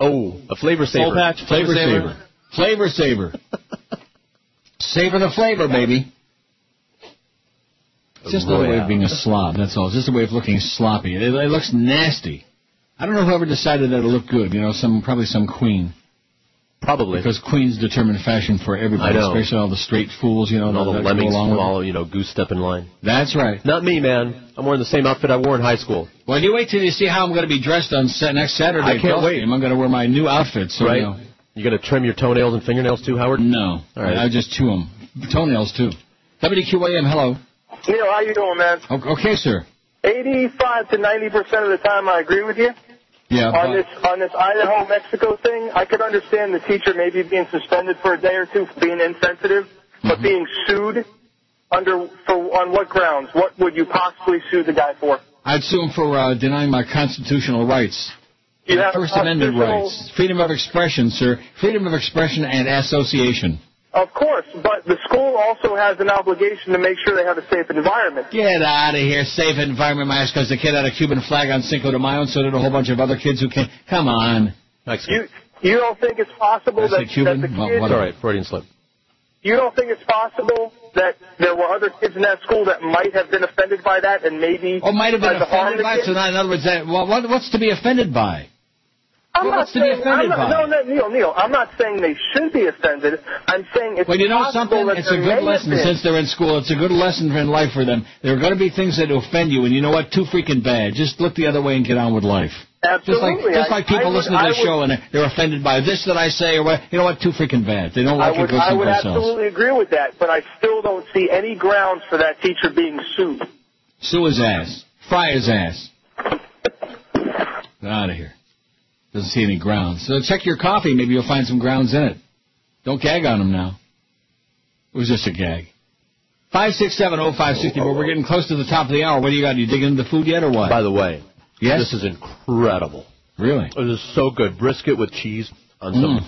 Speaker 2: Oh, a flavor saver.
Speaker 4: Flavor saver. Flavor saver. savor the flavor, baby. It's just another way of being a slob. That's all. It's just a way of looking sloppy. It, it looks nasty. I don't know whoever decided that it looked good. You know, some probably some queen.
Speaker 2: Probably
Speaker 4: because queens determine fashion for everybody,
Speaker 2: I know.
Speaker 4: especially all the straight fools. You know,
Speaker 2: And all the
Speaker 4: that go
Speaker 2: lemmings
Speaker 4: along with it.
Speaker 2: follow, you know, goose step in line.
Speaker 4: That's right.
Speaker 2: Not me, man. I'm wearing the same outfit I wore in high school.
Speaker 4: Well, you wait till you see how I'm going to be dressed on set next Saturday.
Speaker 2: I can't
Speaker 4: Golf
Speaker 2: wait.
Speaker 4: game. I'm going to wear my new outfit. So
Speaker 2: right?
Speaker 4: You know,
Speaker 2: You going to trim your toenails and fingernails too, Howard?
Speaker 4: No.
Speaker 2: All right.
Speaker 4: I just chew them. Toenails too. WQAM. Hello.
Speaker 10: Neil, how you doing, man?
Speaker 4: O- Okay, sir.
Speaker 10: 85 to 90 percent of the time, I agree with you.
Speaker 4: Yeah.
Speaker 10: On this on this Idaho Mexico thing, I could understand the teacher maybe being suspended for a day or two for being insensitive,
Speaker 4: Mm-hmm.
Speaker 10: but being sued under for on what grounds? What would you possibly sue the guy for?
Speaker 4: I'd sue him for uh, denying my constitutional rights.
Speaker 10: You
Speaker 4: My
Speaker 10: have
Speaker 4: First Amendment
Speaker 10: constitutional-
Speaker 4: rights. Freedom of expression, sir. Freedom of expression and association.
Speaker 10: Of course, but the school also has an obligation to make sure they have a safe environment.
Speaker 4: Get out of here. Safe environment, my ass, because the kid had a Cuban flag on Cinco de Mayo, and so did a whole bunch of other kids who can't. Come on.
Speaker 10: You you don't think it's possible
Speaker 4: I said
Speaker 10: that, that
Speaker 4: Cuban.
Speaker 10: the
Speaker 4: Well,
Speaker 10: kids
Speaker 4: whatever.
Speaker 2: Freudian slip.
Speaker 10: You don't think it's possible that there were other kids in that school that might have been offended by that and maybe
Speaker 4: Or Oh, might have
Speaker 10: tried
Speaker 4: been
Speaker 10: to harm
Speaker 4: offended
Speaker 10: the
Speaker 4: by it.
Speaker 10: kids?
Speaker 4: So, in other words, that, well, what, what's to be offended by?
Speaker 10: I'm
Speaker 4: Well,
Speaker 10: not
Speaker 4: what's to be
Speaker 10: saying- I'm
Speaker 4: offended
Speaker 10: not-
Speaker 4: by?
Speaker 10: No, no, Neil, Neil. I'm not saying they should be offended. I'm saying it's
Speaker 4: Well, you know
Speaker 10: possible
Speaker 4: something?
Speaker 10: that
Speaker 4: It's a
Speaker 10: there may
Speaker 4: good
Speaker 10: have
Speaker 4: lesson
Speaker 10: been.
Speaker 4: since they're in school. It's a good lesson in life for them. There are going to be things that offend you, and you know what? Too freaking bad. Just look the other way and get on with life. Just like,
Speaker 10: Absolutely.
Speaker 4: just
Speaker 10: I-
Speaker 4: like people
Speaker 10: I would-
Speaker 4: listen to
Speaker 10: I
Speaker 4: this
Speaker 10: would-
Speaker 4: show and they're offended by this that I say or what. You know what? Too freaking bad. They don't
Speaker 10: I
Speaker 4: like it.
Speaker 10: would,
Speaker 4: Go
Speaker 10: I
Speaker 4: someplace
Speaker 10: would
Speaker 4: else.
Speaker 10: absolutely agree with that, but I still don't see any grounds for that teacher being sued.
Speaker 4: Sue his ass. Fry his ass. Get out of here. Doesn't see any grounds. So check your coffee. Maybe you'll find some grounds in it. Don't gag on him now. It was just a gag. oh, 5670560, but we're getting close to the top of the hour. What do you got? You digging into the food yet or what?
Speaker 2: By the way,
Speaker 4: yes?
Speaker 2: this is incredible.
Speaker 4: Really? Mm.
Speaker 2: It is so good. Brisket with cheese on some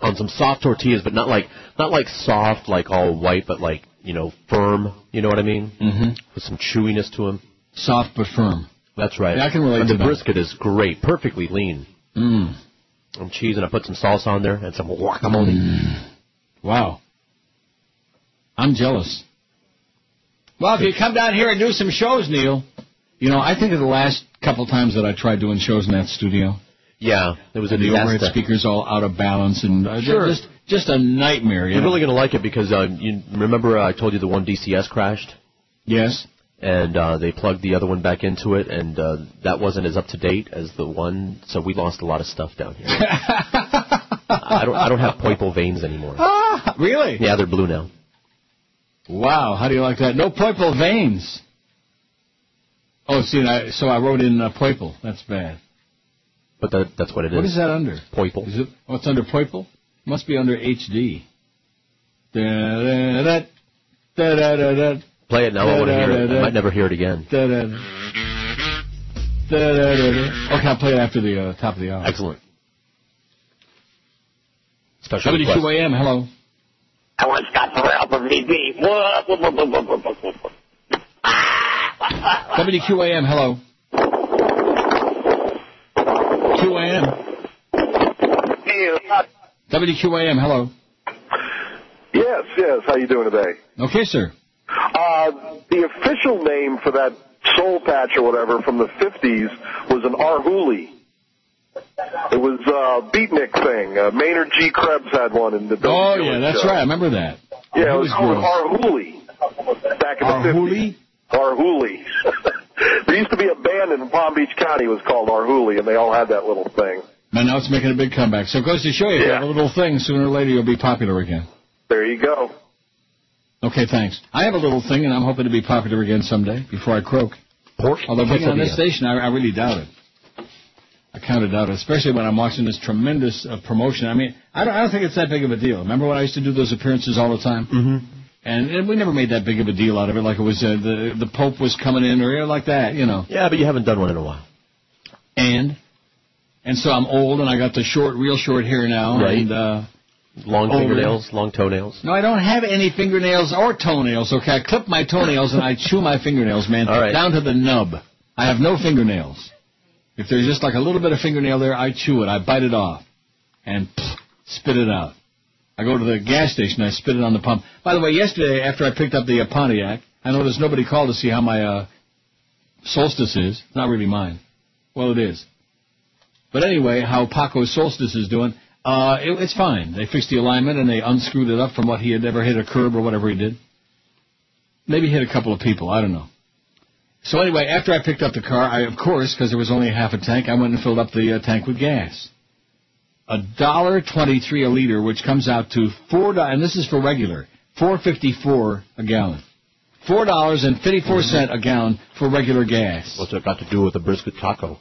Speaker 2: on some soft tortillas, but not like not like soft, like all white, but like you know firm. You know what I mean?
Speaker 4: Mm-hmm.
Speaker 2: With some chewiness to them.
Speaker 4: Soft but firm.
Speaker 2: That's right.
Speaker 4: Yeah, I can relate
Speaker 2: And
Speaker 4: to
Speaker 2: the
Speaker 4: that.
Speaker 2: brisket is great, perfectly lean.
Speaker 4: Mm.
Speaker 2: And cheese, and I put some sauce on there and some guacamole.
Speaker 4: Mm. Wow. I'm jealous. Well, if you come down here and do some shows, Neil. You know, I think of the last couple times that I tried doing shows in that studio.
Speaker 2: Yeah, it was a
Speaker 4: and the overhead
Speaker 2: disaster.
Speaker 4: speakers all out of balance and uh,
Speaker 2: Sure.
Speaker 4: just just a nightmare. You
Speaker 2: You're
Speaker 4: know?
Speaker 2: really going to like it because uh, you remember I told you the one DCS crashed?
Speaker 4: Yes.
Speaker 2: And uh, they plugged the other one back into it, and uh, that wasn't as up to date as the one, so we lost a lot of stuff down here. I don't, I don't have poiple veins anymore.
Speaker 4: Ah, really?
Speaker 2: Yeah, they're blue now.
Speaker 4: Wow, how do you like that? No purple veins. Oh, see, and I, so I wrote in uh, purple. That's bad.
Speaker 2: But that, that's what it is.
Speaker 4: What is that under?
Speaker 2: Poiple.
Speaker 4: Is it? Oh, it's under purple. Must be under HD. Da da da da da da da.
Speaker 2: Play it now. I want to hear it. I might never hear it again.
Speaker 4: Da-da-da. Da-da-da-da. Okay, I'll play it after the uh, top of the hour.
Speaker 2: Excellent.
Speaker 4: Special WQAM, hello.
Speaker 16: I want Scott Farrell from VB. Whoop, whoop, whoop, whoop, whoop, whoop, whoop.
Speaker 4: WQAM, hello. QAM. WQAM, hello.
Speaker 13: Yes, yes. How you doing today?
Speaker 4: Okay, sir.
Speaker 13: Uh, the official name for that soul patch or whatever from the 50s was an Arhuli. It was a beatnik thing. Uh, Maynard G. Krebs had one in the
Speaker 4: Oh,
Speaker 13: Bill
Speaker 4: yeah,
Speaker 13: Stewart
Speaker 4: that's
Speaker 13: show.
Speaker 4: right. I remember that.
Speaker 13: Yeah,
Speaker 4: He
Speaker 13: it was
Speaker 4: was
Speaker 13: called
Speaker 4: gross.
Speaker 13: Arhuli back in the 50s.
Speaker 4: Arhuli?
Speaker 13: Arhuli. there used to be a band in Palm Beach County it was called Arhuli, and they all had that little thing.
Speaker 4: And now it's making a big comeback. So it goes to show you, if you have a little thing, sooner or later you'll be popular again.
Speaker 13: There you go.
Speaker 4: Okay, thanks. I have a little thing, and I'm hoping to be popular again someday before I croak.
Speaker 2: Pork.
Speaker 4: Although being on
Speaker 2: Portlandia.
Speaker 4: this station, I, I really doubt it. I kind of doubt it, especially when I'm watching this tremendous uh, promotion. I mean, I don't, I don't think it's that big of a deal. Remember when I used to do those appearances all the time? Mm-hmm. And, and we never made that big of a deal out of it, like it was uh, the the Pope was coming in or you know, like that, you know.
Speaker 2: Yeah, but you haven't done one in a while.
Speaker 4: And and so I'm old, and I got the short, real short hair now,
Speaker 2: Right.
Speaker 4: and uh,
Speaker 2: Long
Speaker 4: over-
Speaker 2: fingernails, long toenails.
Speaker 4: No, I don't have any fingernails or toenails. Okay, I clip my toenails and I chew my fingernails, man,
Speaker 2: All right.
Speaker 4: down to the nub. I have no fingernails. If there's just like a little bit of fingernail there, I chew it. I bite it off and pfft, spit it out. I go to the gas station. I spit it on the pump. By the way, yesterday after I picked up the uh, Pontiac, I noticed nobody called to see how my uh, solstice is. It's not really mine. Well, it is. But anyway, how Paco's solstice is doing, uh, it, it's fine. They fixed the alignment and they unscrewed it up from what he had never hit a curb or whatever he did. Maybe hit a couple of people. I don't know. So anyway, after I picked up the car, I of course, because there was only half a tank, I went and filled up the uh, tank with gas. A dollar twenty-three a liter, which comes out to four. do- And this is for regular, four fifty-four a gallon. Four dollars and fifty-four cent a gallon for regular gas. What's
Speaker 2: it got to do with a brisket taco?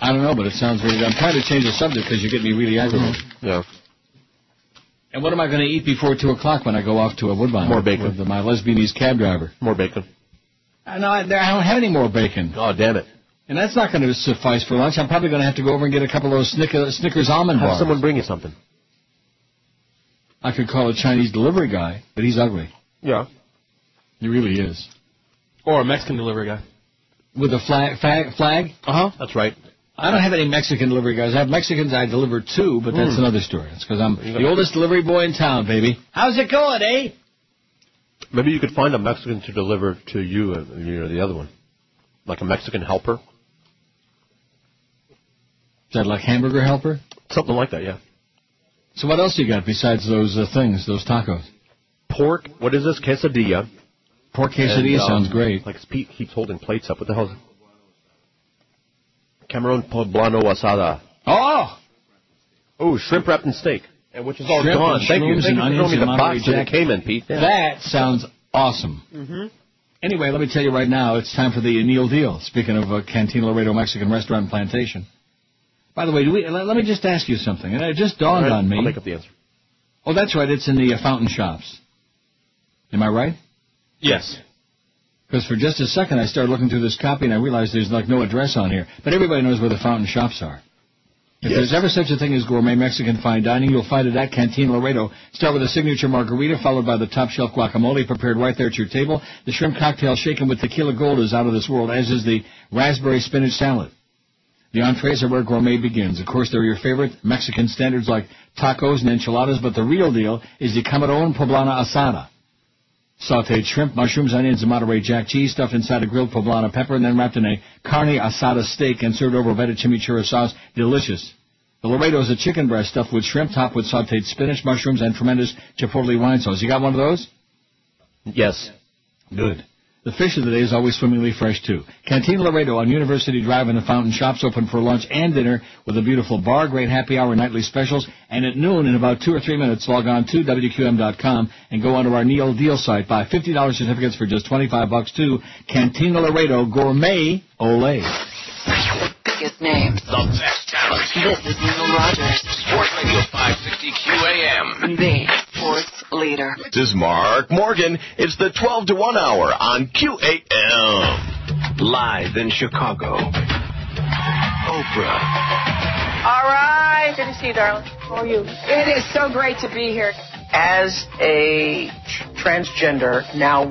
Speaker 4: I don't know, but it sounds really. I'm trying to change the subject because you get me really aggravated.
Speaker 2: Mm-hmm. Yeah.
Speaker 4: And what am I going to eat before two o'clock when I go off to a Woodbine?
Speaker 2: More bacon.
Speaker 4: With my lesbianese cab driver.
Speaker 2: More bacon.
Speaker 4: I know. I, there- I don't have any more bacon.
Speaker 2: Oh damn it!
Speaker 4: And that's not going to suffice for lunch. I'm probably going to have to go over and get a couple of those Snickers, Snickers almond
Speaker 2: Have
Speaker 4: bars.
Speaker 2: someone bring you something.
Speaker 4: I could call a Chinese delivery guy, but he's ugly.
Speaker 8: Yeah.
Speaker 4: He really is.
Speaker 8: Or a Mexican delivery guy.
Speaker 4: With a flag. Fag, flag?
Speaker 2: Uh huh. That's right.
Speaker 4: I don't have any Mexican delivery guys. I have Mexicans I deliver to, but that's
Speaker 2: Hmm.
Speaker 4: another story. That's because I'm the oldest delivery boy in town, baby. How's it going, eh?
Speaker 2: Maybe you could find a Mexican to deliver to you, uh, you know, the other one, like a Mexican helper,
Speaker 4: Is that like hamburger helper?
Speaker 2: something like that. Yeah.
Speaker 4: So what else you got besides those uh, things, those tacos?
Speaker 2: Pork. What is this quesadilla?
Speaker 4: Pork quesadilla
Speaker 2: And, um,
Speaker 4: sounds great.
Speaker 2: Like Pete keeps holding plates up. What the hell? Is Cameron poblano asada.
Speaker 4: Oh.
Speaker 2: Oh, shrimp wrapped in steak. And which is all
Speaker 4: Shrimp
Speaker 2: gone.
Speaker 4: and
Speaker 2: Thank you.
Speaker 4: shrooms and
Speaker 2: Thank you for throwing
Speaker 4: onions
Speaker 2: me
Speaker 4: and
Speaker 2: the
Speaker 4: Monterey
Speaker 2: box that
Speaker 4: Jack.
Speaker 2: it came in, Pete. Yeah.
Speaker 4: That sounds awesome.
Speaker 8: Mm-hmm.
Speaker 4: Anyway, let me tell you right now, it's time for the Neil Deal. Speaking of uh, Cantina Laredo Mexican Restaurant and Plantation. By the way, do we, let, let me just ask you something. And it just dawned on me.
Speaker 2: I'll make up the answer.
Speaker 4: Oh, that's right. It's in the uh, fountain shops. Am I right?
Speaker 8: Yes.
Speaker 4: Because for just a second, I started looking through this copy and I realized there's like no address on here. But everybody knows where the fountain shops are. If
Speaker 8: Yes.
Speaker 4: there's ever such a thing as gourmet Mexican fine dining, you'll find it at Cantina Laredo. Start with a signature margarita, followed by the top shelf guacamole prepared right there at your table. The shrimp cocktail shaken with tequila gold is out of this world, as is the raspberry spinach salad. The entrees are where gourmet begins. Of course, they're your favorite Mexican standards like tacos and enchiladas, but the real deal is the camarón poblana asada. Sauteed shrimp, mushrooms, onions, and Monterey Jack cheese stuffed inside a grilled poblano pepper and then wrapped in a carne asada steak and served over a vetted chimichurri sauce. Delicious. The Laredo is a chicken breast stuffed with shrimp topped with sauteed spinach, mushrooms, and tremendous chipotle wine sauce. You got one of those?
Speaker 2: Yes.
Speaker 4: Good. The fish of the day is always swimmingly fresh, too. Cantina Laredo on University Drive and the Fountain Shops open for lunch and dinner with a beautiful bar, great happy hour, nightly specials. And at noon, in about two or three minutes, log on to WQM.com and go onto our Neil Deal site. Buy $50 certificates for just 25 bucks too. Cantina Laredo Gourmet Olay.
Speaker 22: This
Speaker 44: biggest names.
Speaker 6: The best talent.
Speaker 44: This is Neil Rogers,
Speaker 6: Sports Radio 560 QAM.
Speaker 44: the sports leader.
Speaker 6: This is Mark Morgan. It's the 12 to 1 hour on QAM. Live in Chicago. Oprah.
Speaker 7: All right. Good to see you, darling. How are you? It is so great to be here.
Speaker 28: As a transgender, now,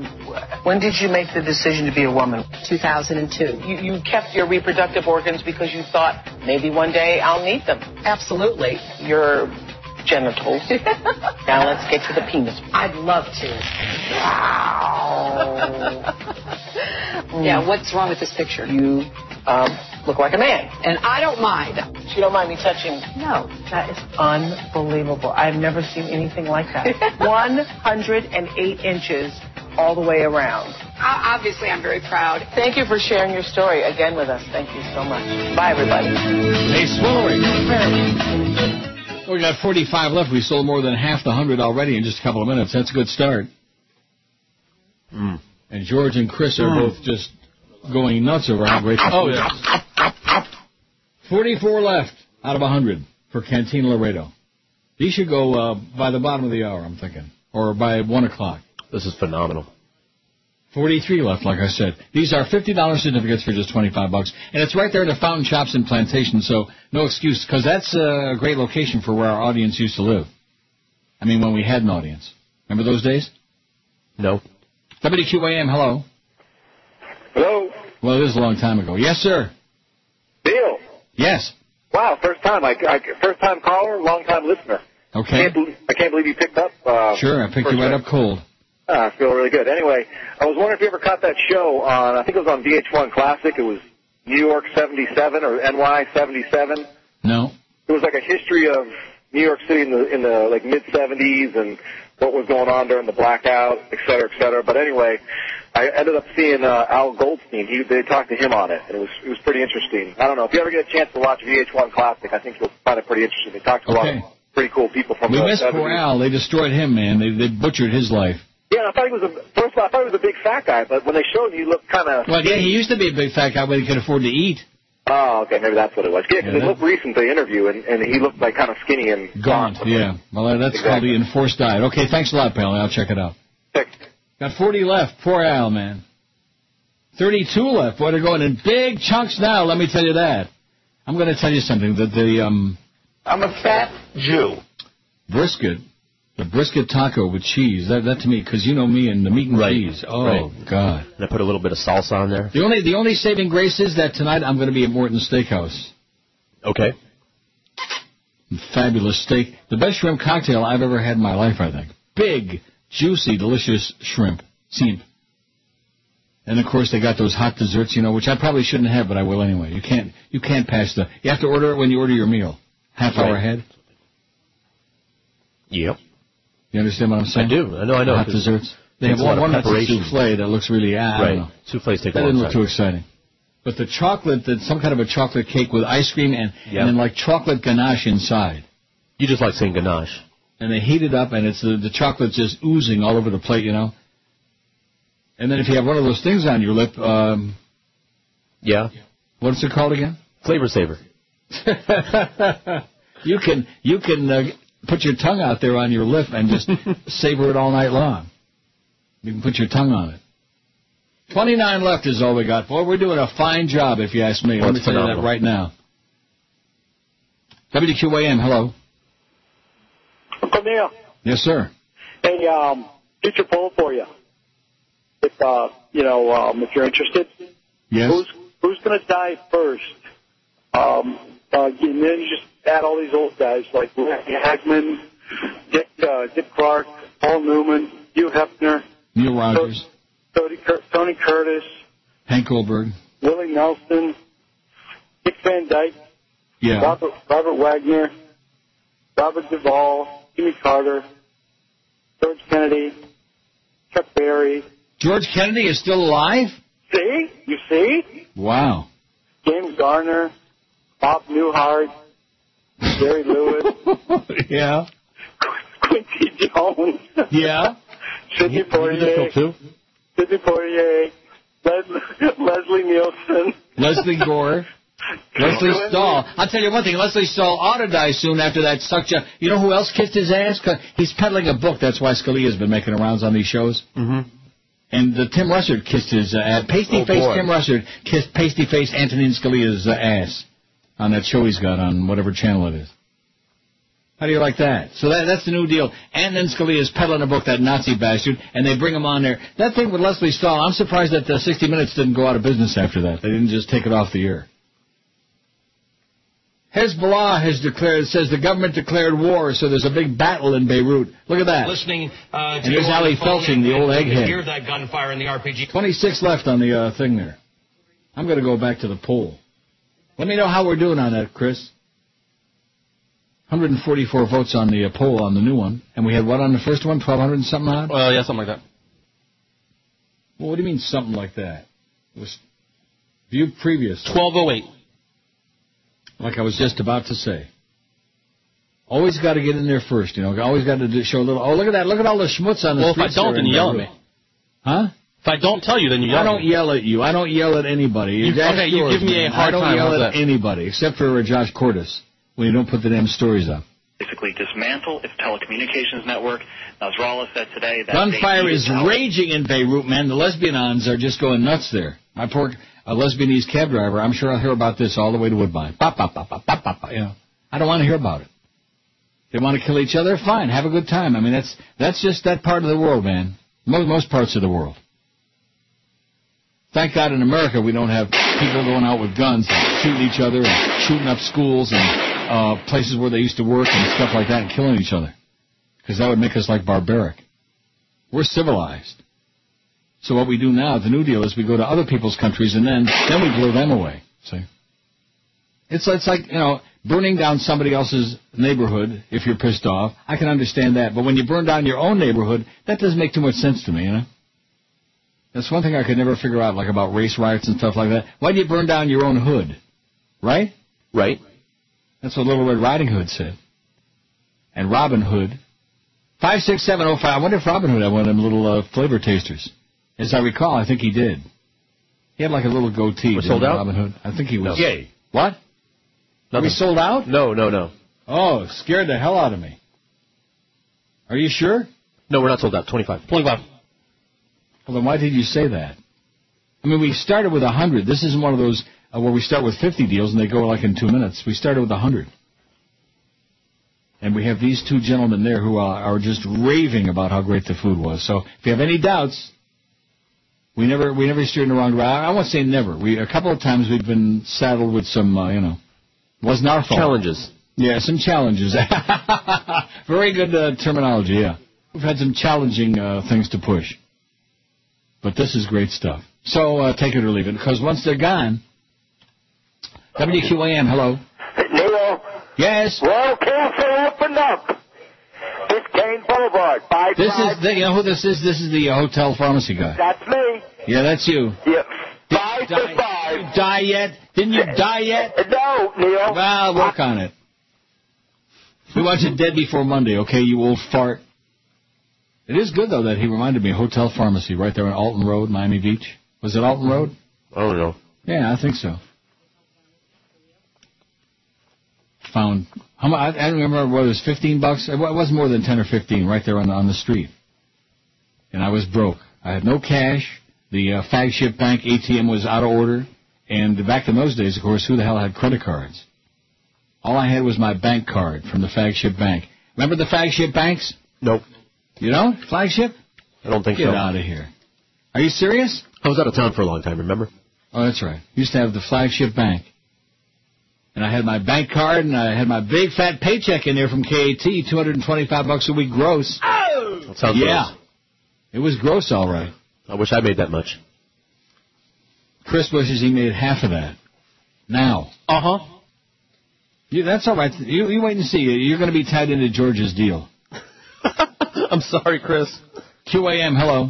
Speaker 28: when did you make the decision to be a woman?
Speaker 7: 2002. You, you kept your reproductive organs because you thought maybe one day I'll need them. Absolutely. Your genitals. now let's get to the penis. I'd love to.
Speaker 30: Yeah, what's wrong with this picture?
Speaker 28: You um, look like a man.
Speaker 30: And I don't mind.
Speaker 28: She don't mind me touching.
Speaker 7: No, that is
Speaker 28: Unbelievable. I've never seen anything like that. 108 inches all the way around.
Speaker 30: I, obviously, I'm very proud.
Speaker 28: Thank you for sharing your story again with us. Thank you so much. Bye, everybody.
Speaker 4: Hey, We got 45 left. We sold more than half the hundred already in just a couple of minutes. That's a good start.
Speaker 2: Hmm.
Speaker 4: And George and Chris are
Speaker 45: Mm.
Speaker 4: both just going nuts over how great. Oh, yeah. 44 left out of 100 for Cantina Laredo. These should go uh, by the bottom of the hour, I'm thinking, or by 1 o'clock.
Speaker 2: This is phenomenal.
Speaker 4: 43 left, like I said. These are $50 certificates for just 25 bucks, and it's right there at the Fountain Shops and Plantation, so no excuse, because that's a great location for where our audience used to live. I mean, when we had an audience. Remember those days?
Speaker 2: No.
Speaker 4: WQAM, hello.
Speaker 10: Hello,
Speaker 4: Well, it is a long time ago. Yes, sir.
Speaker 10: Bill.
Speaker 4: Yes.
Speaker 10: Wow, first time. I, I first time caller, long time listener.
Speaker 4: Okay.
Speaker 10: Can't believe, I can't believe you picked up. Uh,
Speaker 4: Sure, I picked you right up cold.
Speaker 10: Uh, I feel really good. Anyway, I was wondering if you ever caught that show on. I think it was on VH1 Classic. It was New York '77 or NY '77.
Speaker 4: No.
Speaker 10: It was like a history of New York City in the in the like mid '70s and what was going on during the blackout, et cetera, et cetera. But anyway, I ended up seeing uh, Al Goldstein. He they talked to him on it, and it was it was pretty interesting. I don't know if you ever get a chance to watch VH1 Classic. I think you'll find it pretty interesting. They talked to a lot of pretty cool people from
Speaker 4: We
Speaker 10: the
Speaker 4: missed
Speaker 10: 70s.
Speaker 4: Corral. They destroyed him, man. They, they butchered his life.
Speaker 10: Yeah, and I thought he was a first of all, I thought he was a big fat guy, but when they showed him, he looked kind of.
Speaker 4: Well, yeah, he used to be a big fat guy, but he could afford to eat.
Speaker 10: Oh, okay, maybe that's what it was. Yeah, 'cause
Speaker 4: Yeah,
Speaker 10: it looked recent the interview, and, and he looked like kind of skinny and
Speaker 4: Gaunt, yeah. Well, that's called the enforced diet. Okay, thanks a lot, pal. I'll check it out. Got 40 left. Poor Al, man. 32 left. Boy, they're going in big chunks now, let me tell you that. I'm going to tell you something. That the um,
Speaker 10: I'm a fat Jew.
Speaker 4: brisket, the brisket taco with cheese, that, that to me, because you know me and the meat and cheese. Oh,
Speaker 2: Right.
Speaker 4: God.
Speaker 2: And I put a little bit of salsa on there.
Speaker 4: The only the only saving grace is that tonight I'm going to be at Morton's Steakhouse.
Speaker 2: Okay.
Speaker 4: Fabulous steak. The best shrimp cocktail I've ever had in my life, I think. Big, juicy, delicious shrimp. Shrimp. And of course they got those hot desserts, you know, which I probably shouldn't have, but I will anyway. You can't you can't pass the you have to order it when you order your meal. Half hour
Speaker 2: Right.
Speaker 4: ahead.
Speaker 2: Yep.
Speaker 4: You understand what I'm saying?
Speaker 2: I do. I know. I know.
Speaker 4: Hot
Speaker 2: 'cause
Speaker 4: desserts. They have
Speaker 2: it's a
Speaker 4: one,
Speaker 2: lot of
Speaker 4: one that's a
Speaker 2: preparation.
Speaker 4: souffle that looks really ah, I don't
Speaker 2: Right.
Speaker 4: know.
Speaker 2: Souffles take a
Speaker 4: That
Speaker 2: long
Speaker 4: didn't look
Speaker 2: time.
Speaker 4: too exciting. But the chocolate, that's some kind of a chocolate cake with ice cream and,
Speaker 2: Yeah.
Speaker 4: and then like chocolate ganache inside.
Speaker 2: You just like saying ganache.
Speaker 4: And they heat it up, and it's the, the chocolate's just oozing all over the plate, you know. And then if you have one of those things on your lip, um,
Speaker 2: yeah,
Speaker 4: what's it called again?
Speaker 2: Flavor saver.
Speaker 4: you can you can uh, put your tongue out there on your lip and just savor it all night long. You can put your tongue on it. Twenty nine left is all we got. Boy, we're doing a fine job, if you ask me.
Speaker 2: Well,
Speaker 4: Let me
Speaker 2: it's
Speaker 4: tell you that
Speaker 2: phenomenal.
Speaker 4: right now. WQAM, hello.
Speaker 46: Come here.
Speaker 4: Yes, sir.
Speaker 46: Hey, um, teacher poll for you. If uh, you know, um, if you're interested,
Speaker 4: Yes.
Speaker 46: who's who's gonna die first? Um, uh, and then you just add all these old guys like Jackie Hackman, Dick uh, Dick Clark, Paul Newman, Hugh Hefner,
Speaker 4: Neil Rogers,
Speaker 46: Tony, Cur- Tony Curtis,
Speaker 4: Hank Goldberg.
Speaker 46: Willie Nelson, Dick Van Dyke,
Speaker 4: Yeah.
Speaker 46: Robert Robert Wagner, Robert Duvall, Jimmy Carter, George Kennedy, Chuck Berry.
Speaker 4: George Kennedy is still alive?
Speaker 46: See? You see?
Speaker 4: Wow.
Speaker 46: James Garner, Bob Newhart, Jerry Lewis,
Speaker 4: yeah.
Speaker 46: Quincy Jones,
Speaker 4: Yeah.
Speaker 46: Sidney Poitier, Sidney Poitier, Les- Leslie Nielsen,
Speaker 4: Leslie Gore. Leslie Stahl. I'll tell you one thing. Leslie Stahl ought to die soon after that suck job. You know who else kissed his ass? 'Cause He's peddling a book. That's why Scalia's been making the rounds on these shows. Mm-hmm. And uh, Tim Russert kissed his uh, ass. Pasty
Speaker 21: Oh,
Speaker 4: Face
Speaker 21: boy.
Speaker 4: Tim Russert kissed Pasty Face Antonin Scalia's uh, ass on that show he's got on whatever channel it is. How do you like that? So that, that's the new deal. And then Scalia's peddling a book, that Nazi bastard, and they bring him on there. That thing with Leslie Stahl, I'm surprised that uh, 60 Minutes didn't go out of business after that. They didn't just take it off the air. Hezbollah has declared, says the government declared war, so there's a big battle in Beirut. Look at that.
Speaker 7: Listening uh, to
Speaker 4: And here's
Speaker 7: you on
Speaker 4: Ali
Speaker 7: the phone,
Speaker 4: Felching, the old
Speaker 7: and you can
Speaker 4: egghead.
Speaker 7: Hear that gunfire and the RPG.
Speaker 4: 26 left on the uh, thing there. I'm going to go back to the poll. Let me know how we're doing on that, Chris. 144 votes on the uh, poll on the new one, and we had what on the first one? 1,200 and something odd.
Speaker 8: Well, yeah, something like that.
Speaker 4: Well, what do you mean something like that? It was viewed previous.
Speaker 8: 1208.
Speaker 4: Like I was just about to say. Always got to get in there first, you know. Always got to do, show a little. Oh, look at that! Look at all the schmutz on the
Speaker 8: Well, if I
Speaker 4: streets
Speaker 8: don't,
Speaker 4: there in
Speaker 8: then you yell at
Speaker 4: Beirut.
Speaker 8: me.
Speaker 4: Huh?
Speaker 8: If I don't tell you, then you yell
Speaker 4: I
Speaker 8: at
Speaker 4: don't
Speaker 8: me.
Speaker 4: yell at you. I don't yell at anybody.
Speaker 8: You-
Speaker 4: That's
Speaker 8: okay, you
Speaker 4: yours,
Speaker 8: give me a
Speaker 4: man.
Speaker 8: hard
Speaker 4: I don't
Speaker 8: time.
Speaker 4: yell
Speaker 8: How's
Speaker 4: at
Speaker 8: that?
Speaker 4: anybody except for uh, Josh Cordes when you don't put the damn stories up.
Speaker 11: basically dismantle its telecommunications network. Nasrallah said today that
Speaker 4: Gunfire
Speaker 11: they
Speaker 4: is raging in Beirut, man. The lesbianons are just going nuts there. My poor a lesbianese cab driver. I'm sure I'll hear about this all the way to Woodbine. Pop, pop, pop, pop, pop, pop, pop. You know, I don't want to hear about it. They want to kill each other. Fine, have a good time. I mean, that's that's just that part of the world, man. Most most parts of the world. Thank God in America we don't have people going out with guns and shooting each other and shooting up schools and uh, places where they used to work and stuff like that and killing each other. Because that would make us like barbaric. We're civilized. So what we do now, the New Deal, is we go to other people's countries and then then we blow them away. See, it's it's like you know burning down somebody else's neighborhood if you're pissed off. I can understand that, but when you burn down your own neighborhood, that doesn't make too much sense to me. You know, that's one thing I could never figure out, like about race riots and stuff like that. Why do you burn down your own hood? Right? Right. That's what Little Red Riding Hood said. And Robin Hood Five six seven oh five. I wonder if Robin Hood had one of them little uh, flavor tasters. As I recall, I think he did. He had like a little goatee.
Speaker 2: We're
Speaker 4: didn't
Speaker 2: sold
Speaker 4: he,
Speaker 2: out?
Speaker 4: Robin Hood. I think he was
Speaker 2: No. Yay.
Speaker 4: What? Are we sold out?
Speaker 2: No, no, no.
Speaker 4: Oh, scared the hell out of me. Are you sure?
Speaker 2: No, we're not sold out. 25.
Speaker 8: 25.
Speaker 4: Well, then why did you say that? I mean, we started with a hundred. This isn't one of those uh, where we start with fifty deals and they go like in two minutes. We started with a hundred. And we have these two gentlemen there who are, are just raving about how great the food was. So if you have any doubts, we never we never steered in the wrong direction. I won't say never. We a couple of times we've been saddled with some uh, you know wasn't our fault
Speaker 2: Challenges.
Speaker 4: Yeah, some challenges. Very good uh, terminology. Yeah, we've had some challenging uh, things to push, but this is great stuff. So uh, take it or leave it because once they're gone, WQAM. Hello.
Speaker 27: Neil.
Speaker 4: Yes.
Speaker 27: Well, cancel open up. It's Kane Boulevard. Bye.
Speaker 4: This is the, you know who this is. This is the uh, hotel pharmacy guy.
Speaker 27: That's me.
Speaker 4: Yeah, that's you.
Speaker 27: Yeah. Five to five.
Speaker 4: Did you die yet? Didn't you die yet?
Speaker 27: No, Neil.
Speaker 4: Well, work on it. We want you dead before Monday, okay, you old fart. It is good though that he reminded me of Hotel Pharmacy right there on Alton Road, Miami Beach. Was it Alton Road?
Speaker 2: I don't know.
Speaker 4: Yeah, I think so. Found how mu I, I don't remember what it was, fifteen bucks. It wa- it wasn't more than ten or fifteen, right there on the, on the street. And I was broke. I had no cash. The uh, flagship bank ATM was out of order. And back in those days, of course, who the hell had credit cards? All I had was my bank card from the flagship bank. Remember the flagship banks?
Speaker 2: Nope.
Speaker 4: You don't? Flagship?
Speaker 2: I don't think
Speaker 4: Get
Speaker 2: so.
Speaker 4: out of here. Are you serious?
Speaker 2: I was out of town for a long time, remember?
Speaker 4: Oh, that's right. Used to have the flagship bank. And I had my bank card and I had my big fat paycheck in there from KAT, 225 bucks a week gross. Oh!
Speaker 2: That sounds
Speaker 4: yeah. It was gross, all right.
Speaker 2: I wish I made that much.
Speaker 4: Chris wishes he made half of that. Now.
Speaker 8: Uh huh.
Speaker 4: You, that's all right. You, you wait and see. You're going to be tied into George's deal.
Speaker 8: I'm sorry, Chris.
Speaker 4: QAM, hello.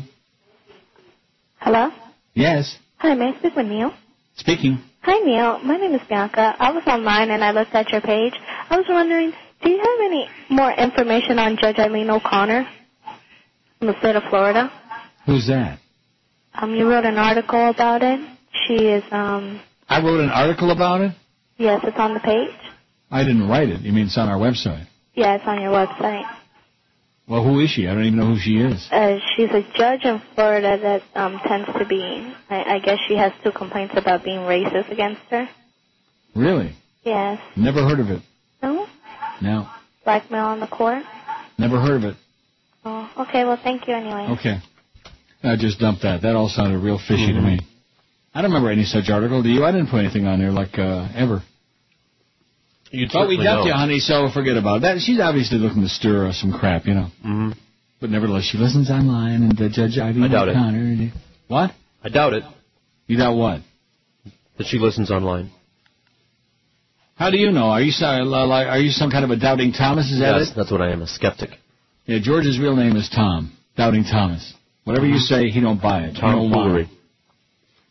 Speaker 23: Hello?
Speaker 4: Yes.
Speaker 23: Hi, may I speak with Neil?
Speaker 4: Speaking.
Speaker 23: Hi, Neil. My name is Bianca. I was online and I looked at your page. I was wondering, do you have any more information on Judge Eileen O'Connor from the state of Florida?
Speaker 4: Who's that?
Speaker 23: Um, you wrote an article about it. She is, um,
Speaker 4: I wrote an article about it.
Speaker 23: Yes, it's on the page.
Speaker 4: I didn't write it. You mean it's on our website?
Speaker 23: Yeah, it's on your website.
Speaker 4: Well, who is she? I don't even know who she is.
Speaker 23: Uh, she's a judge in Florida that um, tends to be, I, I guess she has two complaints about being racist against her.
Speaker 4: Really?
Speaker 23: Yes.
Speaker 4: Never heard of it.
Speaker 23: No?
Speaker 4: No.
Speaker 23: Blackmail on the court?
Speaker 4: Never heard of it.
Speaker 23: Oh, okay, well, thank you anyway.
Speaker 4: Okay. I just dumped that. That all sounded real fishy to me. I don't remember any such article. Do you? I didn't put anything on there like uh, ever.
Speaker 8: You
Speaker 4: But we
Speaker 8: certainly
Speaker 4: dumped
Speaker 8: don't.
Speaker 4: you, honey, so forget about it. that. She's obviously looking to stir us some crap, you know. Mm-hmm. But nevertheless, she listens online and uh, Judge Ivy
Speaker 2: I doubt it.
Speaker 4: O'Connor. and- What?
Speaker 2: I doubt it.
Speaker 4: You doubt what?
Speaker 2: That she listens online.
Speaker 4: How do you know? Are you so- li- like are you some kind of a doubting Thomas? Is that
Speaker 2: yes,
Speaker 4: it?
Speaker 2: that's what I am, a skeptic.
Speaker 4: Yeah, George's real name is Tom. Doubting Thomas. Whatever you say, he don't buy it. He
Speaker 2: Mm-hmm. Tom
Speaker 4: don't want it.
Speaker 2: Foolery.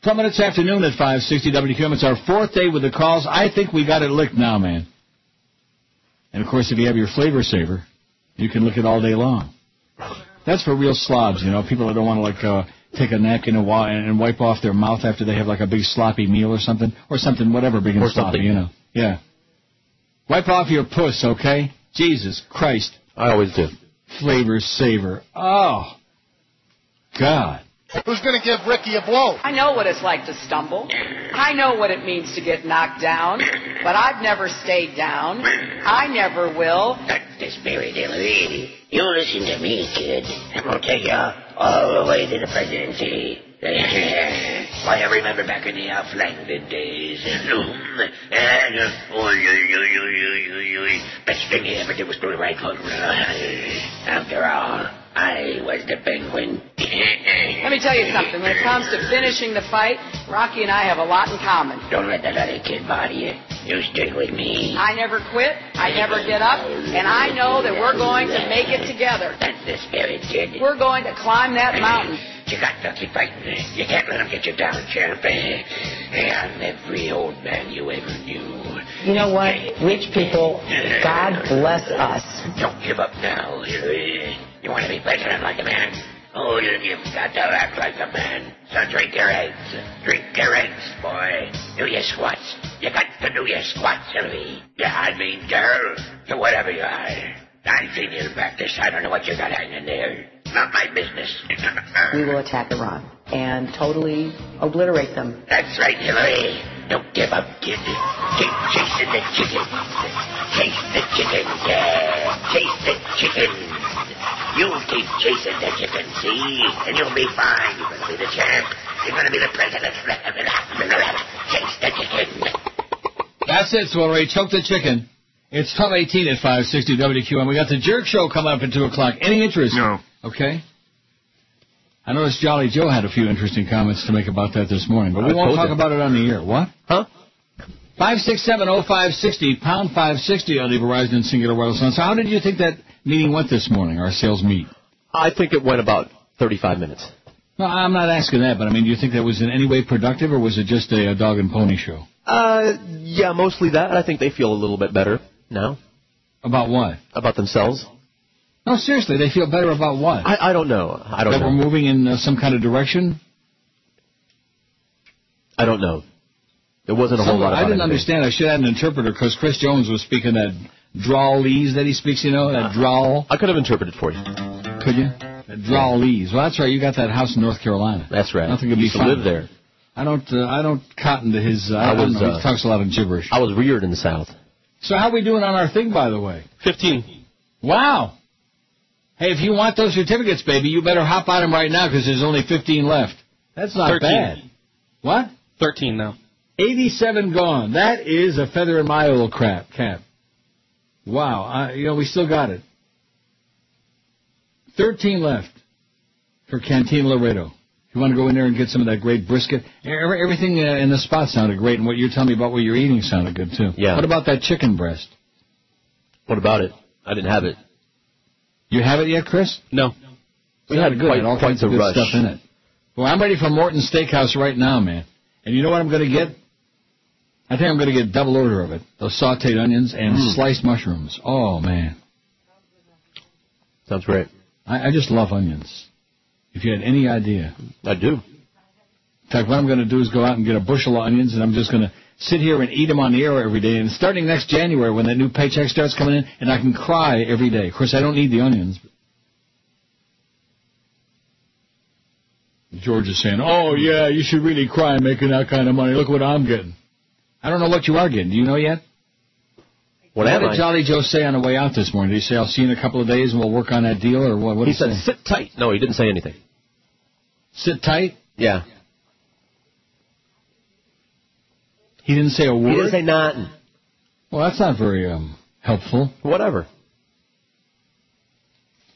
Speaker 4: 12 minutes afternoon at 560 WQM. It's our fourth day with the calls. I think we got it licked now, man. And of course, if you have your flavor saver, you can lick it all day long. That's for real slobs, you know, people that don't want to like uh, take a napkin and, wa- and wipe off their mouth after they have like a big sloppy meal or something, or something, whatever, big and
Speaker 2: Or
Speaker 4: sloppy,
Speaker 2: something.
Speaker 4: you know. Yeah. Wipe off your puss, okay? Jesus Christ.
Speaker 2: I always do.
Speaker 4: Flavor saver. Oh, God.
Speaker 28: Who's going to give Ricky a blow?
Speaker 24: I know what it's like to stumble. I know what it means to get knocked down, but I've never stayed down. I never will.
Speaker 16: This Mary Delaney. You listen to me, kid. I'm gonna take you all the way to the presidency. Why, I remember back in the outlanded days. And, uh, oy, oy, oy, oy, oy, oy, oy. Best thing he ever did was go to right hook. After all, I was the penguin.
Speaker 24: Let me tell you something. When it comes to finishing the fight, Rocky and I have a lot in common.
Speaker 16: Don't let that other kid bother you. You stick with me.
Speaker 24: I never quit. I never get up. And I know that we're going to make it together.
Speaker 16: That's the spirit, kid.
Speaker 24: We're going to climb that mountain.
Speaker 16: You got to keep fighting. You can't let 'em get you down, champ. Eh, eh, I'm every old man you ever knew.
Speaker 47: You know what? Rich people, God bless us.
Speaker 16: Don't give up now. Eh, You want to be president like a man? Oh, you- you've got to act like a man. So drink your eggs. Drink your eggs, boy. Do your squats. You got to do your squats, Sylvie. Yeah, I mean, girl. You whatever you are. I've seen you practice. I don't know what you got hanging there. Not my business.
Speaker 9: We will attack Iran and totally obliterate them.
Speaker 16: That's right, Hillary. Don't give up, kid. Keep chasing the chicken. Chase the chicken. Yeah. Chase the chicken. You'll keep chasing the chicken, see? And you'll be fine. You're going to be the champ. You're going to be the president. Chase the chicken.
Speaker 4: That's it, Swillery. Choke the chicken. It's 1218 at 560 WQM. We got the Jerk Show coming up at 2 o'clock. Any interest? No. Okay. I noticed Jolly Joe had a few interesting comments to make about that this morning, but we
Speaker 8: I
Speaker 4: won't
Speaker 8: told
Speaker 4: talk
Speaker 8: you.
Speaker 4: about it on the air. What? Huh? 5670560, pound 560 on the Verizon and Singular Wireless line. So how did you think that meeting went this morning, our sales meet?
Speaker 2: I think it went about 35 minutes.
Speaker 4: No, I'm not asking that, but I mean, do you think that was in any way productive, or was it just a, a dog and pony show?
Speaker 2: Uh, yeah, mostly that. I think they feel a little bit better now.
Speaker 4: About what?
Speaker 2: About themselves.
Speaker 4: No, seriously, they feel better about what?
Speaker 2: I, I don't know. I don't
Speaker 4: that
Speaker 2: know.
Speaker 4: we're moving in uh, some kind of direction?
Speaker 2: I don't know. There wasn't a whole
Speaker 4: Some-
Speaker 2: lot. About
Speaker 4: I didn't
Speaker 2: anything.
Speaker 4: understand. I should have had an interpreter because Chris Jones was speaking that drawlees that he speaks. You know that drawl.
Speaker 2: Uh, I could have interpreted for you.
Speaker 4: Could you? That drawlees. Well, that's right. You got that house in North Carolina.
Speaker 2: That's right.
Speaker 4: Nothing could be
Speaker 2: Used to
Speaker 4: fun.
Speaker 2: live there.
Speaker 4: I don't. Uh, I don't cotton to his. Uh, I, don't know. He talks a lot of gibberish.
Speaker 2: I was reared in the South.
Speaker 4: So how we doing on our thing, by the way? Fifteen. Wow. Hey, if you want those certificates, baby, you better hop on them right now because there's only fifteen left. That's not
Speaker 8: 13.
Speaker 4: bad. What?
Speaker 8: Thirteen now.
Speaker 4: 87 gone. That is a feather in my old crap cap. Wow, I, you know we still got it. 13 left for Cantina Laredo. If you want to go in there and get some of that great brisket, Every- everything uh, in the spot sounded great, and what you're telling me about what you're eating sounded good too.
Speaker 2: Yeah.
Speaker 4: What about that chicken breast?
Speaker 2: What about it? I didn't have it.
Speaker 4: You have it yet, Chris?
Speaker 2: No. We
Speaker 4: Sounded
Speaker 2: had
Speaker 4: good.
Speaker 2: quite-
Speaker 4: It all
Speaker 2: quite
Speaker 4: kinds
Speaker 2: the
Speaker 4: of good
Speaker 2: rush.
Speaker 4: stuff in it. Well, I'm ready for Morton Steakhouse right now, man. And you know what I'm going to get? I think I'm going to get a double order of it. Those sautéed onions and
Speaker 2: Mm.
Speaker 4: sliced mushrooms. Oh man,
Speaker 2: Sounds great.
Speaker 4: I, I just love onions. If you had any idea,
Speaker 2: I do.
Speaker 4: In fact, what I'm going to do is go out and get a bushel of onions, and I'm just going to sit here and eat them on the air every day. And starting next January, when that new paycheck starts coming in, and I can cry every day. Of course, I don't need the onions. George is saying, "Oh yeah, you should really cry making that kind of money. Look what I'm getting." I don't know what you are getting. Do you know yet?
Speaker 2: What
Speaker 4: what
Speaker 2: am
Speaker 4: did
Speaker 2: I?
Speaker 4: Jolly Joe say on the way out this morning? Did he say, "I'll see you in a couple of days and we'll work on that deal," or what? what
Speaker 2: he
Speaker 4: did
Speaker 2: said,
Speaker 4: say?
Speaker 2: "Sit tight." No, he didn't say anything.
Speaker 4: "Sit tight."
Speaker 2: Yeah.
Speaker 4: He didn't say a word.
Speaker 2: didn't say nothing.
Speaker 4: Well, that's not very um, helpful.
Speaker 2: Whatever.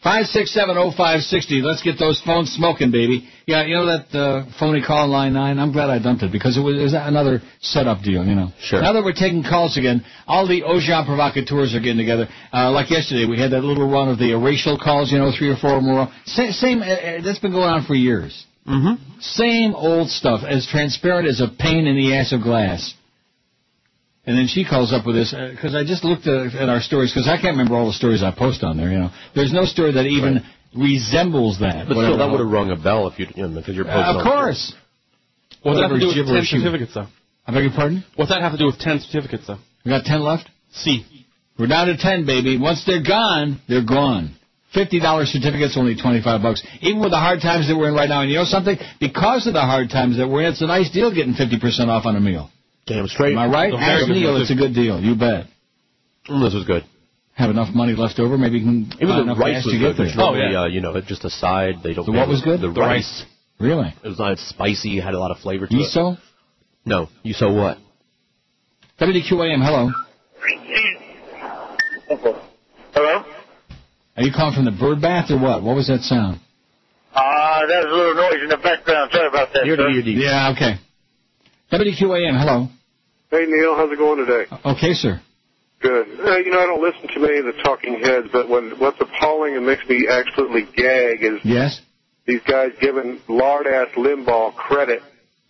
Speaker 4: Five six seven oh five sixty. Let's get those phones smoking, baby. Yeah, you know that uh, phony call line nine. I'm glad I dumped it because it was, it was another setup deal. You know.
Speaker 2: Sure.
Speaker 4: Now that we're taking calls again, all the Ojan provocateurs are getting together. Uh, like yesterday, we had that little run of the racial calls. You know, three or four more. Sa- same. Uh, uh, that's been going on for years. Mm-hmm. Same old stuff, as transparent as a pane in the ass of glass. And then she calls up with this because I just looked uh, at, at our stories because I can't remember all the stories I post on there. You know, there's no story that even resembles that.
Speaker 2: But still, that would have rung a bell if you you know, because you're posting.
Speaker 4: Uh, of
Speaker 2: on-
Speaker 4: course.
Speaker 8: What's that have to
Speaker 4: Whatever
Speaker 8: do with ten
Speaker 4: gibberish you-
Speaker 8: certificates, though?
Speaker 4: I beg your pardon.
Speaker 8: What's that have to do with ten certificates, though?
Speaker 4: We got ten left.
Speaker 8: C.
Speaker 4: We're down to ten, baby. Once they're gone, they're gone. Fifty dollar certificates, only twenty five bucks. Even with the hard times that we're in right now, and you know something? Because of the hard times that we're in, it's a nice deal getting fifty percent off on a meal.
Speaker 2: Damn straight.
Speaker 4: Am I right?
Speaker 2: The very
Speaker 4: Ask
Speaker 2: good
Speaker 4: Neil,
Speaker 2: deal.
Speaker 4: it's a good deal. You bet.
Speaker 2: This was good.
Speaker 4: Have enough money left over, maybe you can buy
Speaker 2: Even the
Speaker 4: enough
Speaker 2: rice
Speaker 4: gas
Speaker 2: was
Speaker 4: to
Speaker 2: good.
Speaker 4: get there.
Speaker 2: There's
Speaker 8: Oh,
Speaker 2: normally, uh, you know, it's just a side. They don't.
Speaker 4: The what was good?
Speaker 2: The,
Speaker 4: The
Speaker 2: rice.
Speaker 4: Really?
Speaker 2: It was not spicy. Had a lot of flavor to it.
Speaker 4: Miso?
Speaker 2: No. You saw what?
Speaker 4: WQAM, hello.
Speaker 27: Hello?
Speaker 4: Are you calling from the bird bath or what? What was that sound?
Speaker 27: Uh, there's a little noise in the background. Sorry about that. sir.
Speaker 4: Yeah, okay. WQAM, hello.
Speaker 10: Hey Neil, how's it going today?
Speaker 4: Okay, sir.
Speaker 10: Good. Uh, you know, I don't listen to many of the talking heads, but when what's appalling and makes me absolutely gag is
Speaker 4: Yes?
Speaker 10: these guys giving lard ass Limbaugh credit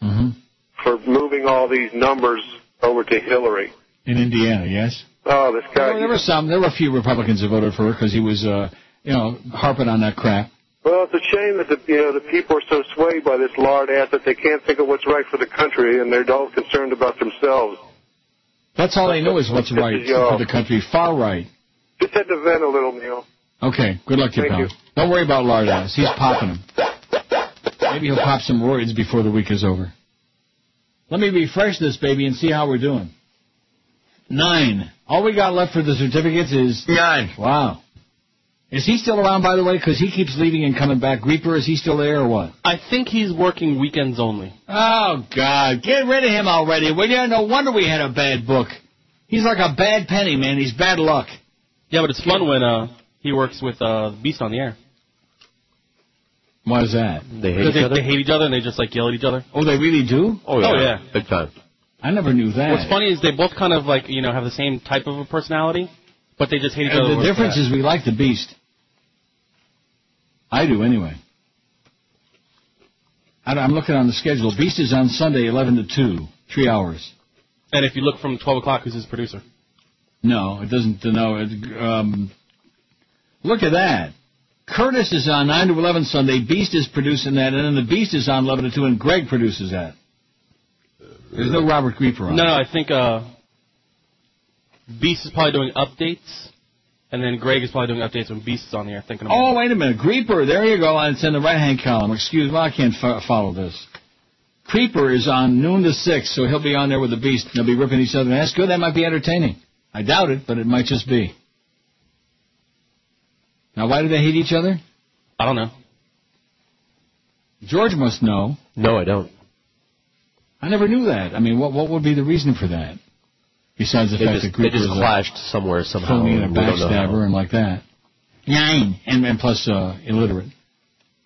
Speaker 4: Mm-hmm.
Speaker 10: for moving all these numbers over to Hillary.
Speaker 4: In Indiana, yes?
Speaker 10: Oh, this guy.
Speaker 4: Well, there were some. There were a few Republicans who voted for her because he was, uh, you know, harping on that crap.
Speaker 10: Well, it's a shame that the you know the people are so swayed by this lard ass that they can't think of what's right for the country, and they're all concerned about themselves.
Speaker 4: That's all they know is what's right for the country. Far right.
Speaker 10: Just had to vent a little, Neil.
Speaker 4: Okay, good luck to you,
Speaker 10: Thank
Speaker 4: pal.
Speaker 10: you.
Speaker 4: Don't worry about Lardass. He's popping them. Maybe he'll pop some roids before the week is over. Let me refresh this baby and see how we're doing. Nine. All we got left for the certificates is
Speaker 6: nine.
Speaker 4: Wow. Is he still around, by the way? Because he keeps leaving and coming back. Reaper, is he still there or what?
Speaker 8: I think he's working weekends only.
Speaker 4: Oh God, get rid of him already, will you? No wonder we had a bad book. He's like a bad penny, man. He's bad luck.
Speaker 8: Yeah, but it's fun when uh he works with uh the Beast on the air.
Speaker 4: Why is that?
Speaker 2: They hate
Speaker 8: 'Cause
Speaker 2: each other?
Speaker 8: They hate each other and they just like yell at each other.
Speaker 4: Oh, they really do.
Speaker 2: Oh yeah.
Speaker 8: Oh, yeah.
Speaker 2: Big time.
Speaker 4: I never knew that.
Speaker 8: What's funny is they both kind of like you know have the same type of a personality, but they just hate each
Speaker 4: And
Speaker 8: other.
Speaker 4: the difference is we like the beast. I do anyway. I, am looking on the schedule. Beast is on Sunday, 11 to 2, three hours.
Speaker 8: and if you look from twelve o'clock, who's his producer?
Speaker 4: No, it doesn't. No, it, um, look at that. Curtis is on 9 to 11 Sunday. Beast is producing that, and then the Beast is on 11 to 2, and Greg produces that. There's no Robert Grieper on.
Speaker 8: No, no, I think uh Beast is probably doing updates, and then Greg is probably doing updates when Beast is on the air. Thinking about
Speaker 4: Oh, wait a minute. Grieper, there you go. It's in the right hand column. Excuse me, I can't fo- follow this. Creeper is on noon to 6, so he'll be on there with the beast. They'll be ripping each other. That's good. That might be entertaining. I doubt it, but it might just be. Now, why do they hate each other?
Speaker 8: I don't know.
Speaker 4: George must know.
Speaker 2: No, I don't.
Speaker 4: I never knew that. I mean, what what would be the reason for that? Besides the
Speaker 2: They
Speaker 4: fact
Speaker 2: just,
Speaker 4: that Grieper
Speaker 2: they just
Speaker 4: is a-
Speaker 2: clashed somewhere somehow.
Speaker 4: phony and a
Speaker 2: We don't know how.
Speaker 4: backstabber and like that. Nine. And, and plus uh, illiterate.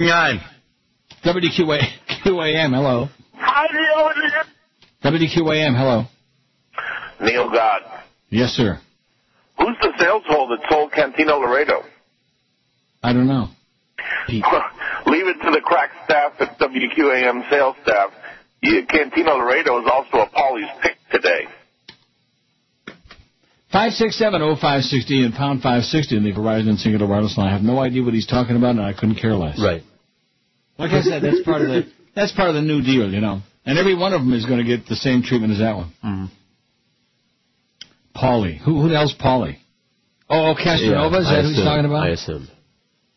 Speaker 6: Nine.
Speaker 4: WQA, QAM, hello. WQAM, hello.
Speaker 29: Neil God.
Speaker 4: Yes, sir.
Speaker 29: Who's the sales hole that sold Cantino Laredo?
Speaker 4: I don't know.
Speaker 29: Leave it to the crack staff at WQAM sales staff. Yeah, Cantino Laredo is also a Polly's pick today.
Speaker 4: 5670560 and pound 560 in the Verizon singular wireless line. I have no idea what he's talking about, and I couldn't care less.
Speaker 2: Right.
Speaker 4: Like I said, that's part of the that's part of the new deal, you know. And every one of them is going to get the same treatment as that one. Mm-hmm. Pauly. Who, who the hell's Pauly? Oh, oh Casanova?
Speaker 2: Yeah,
Speaker 4: is
Speaker 2: I
Speaker 4: that who he's
Speaker 2: assume-
Speaker 4: talking about?
Speaker 2: I assume.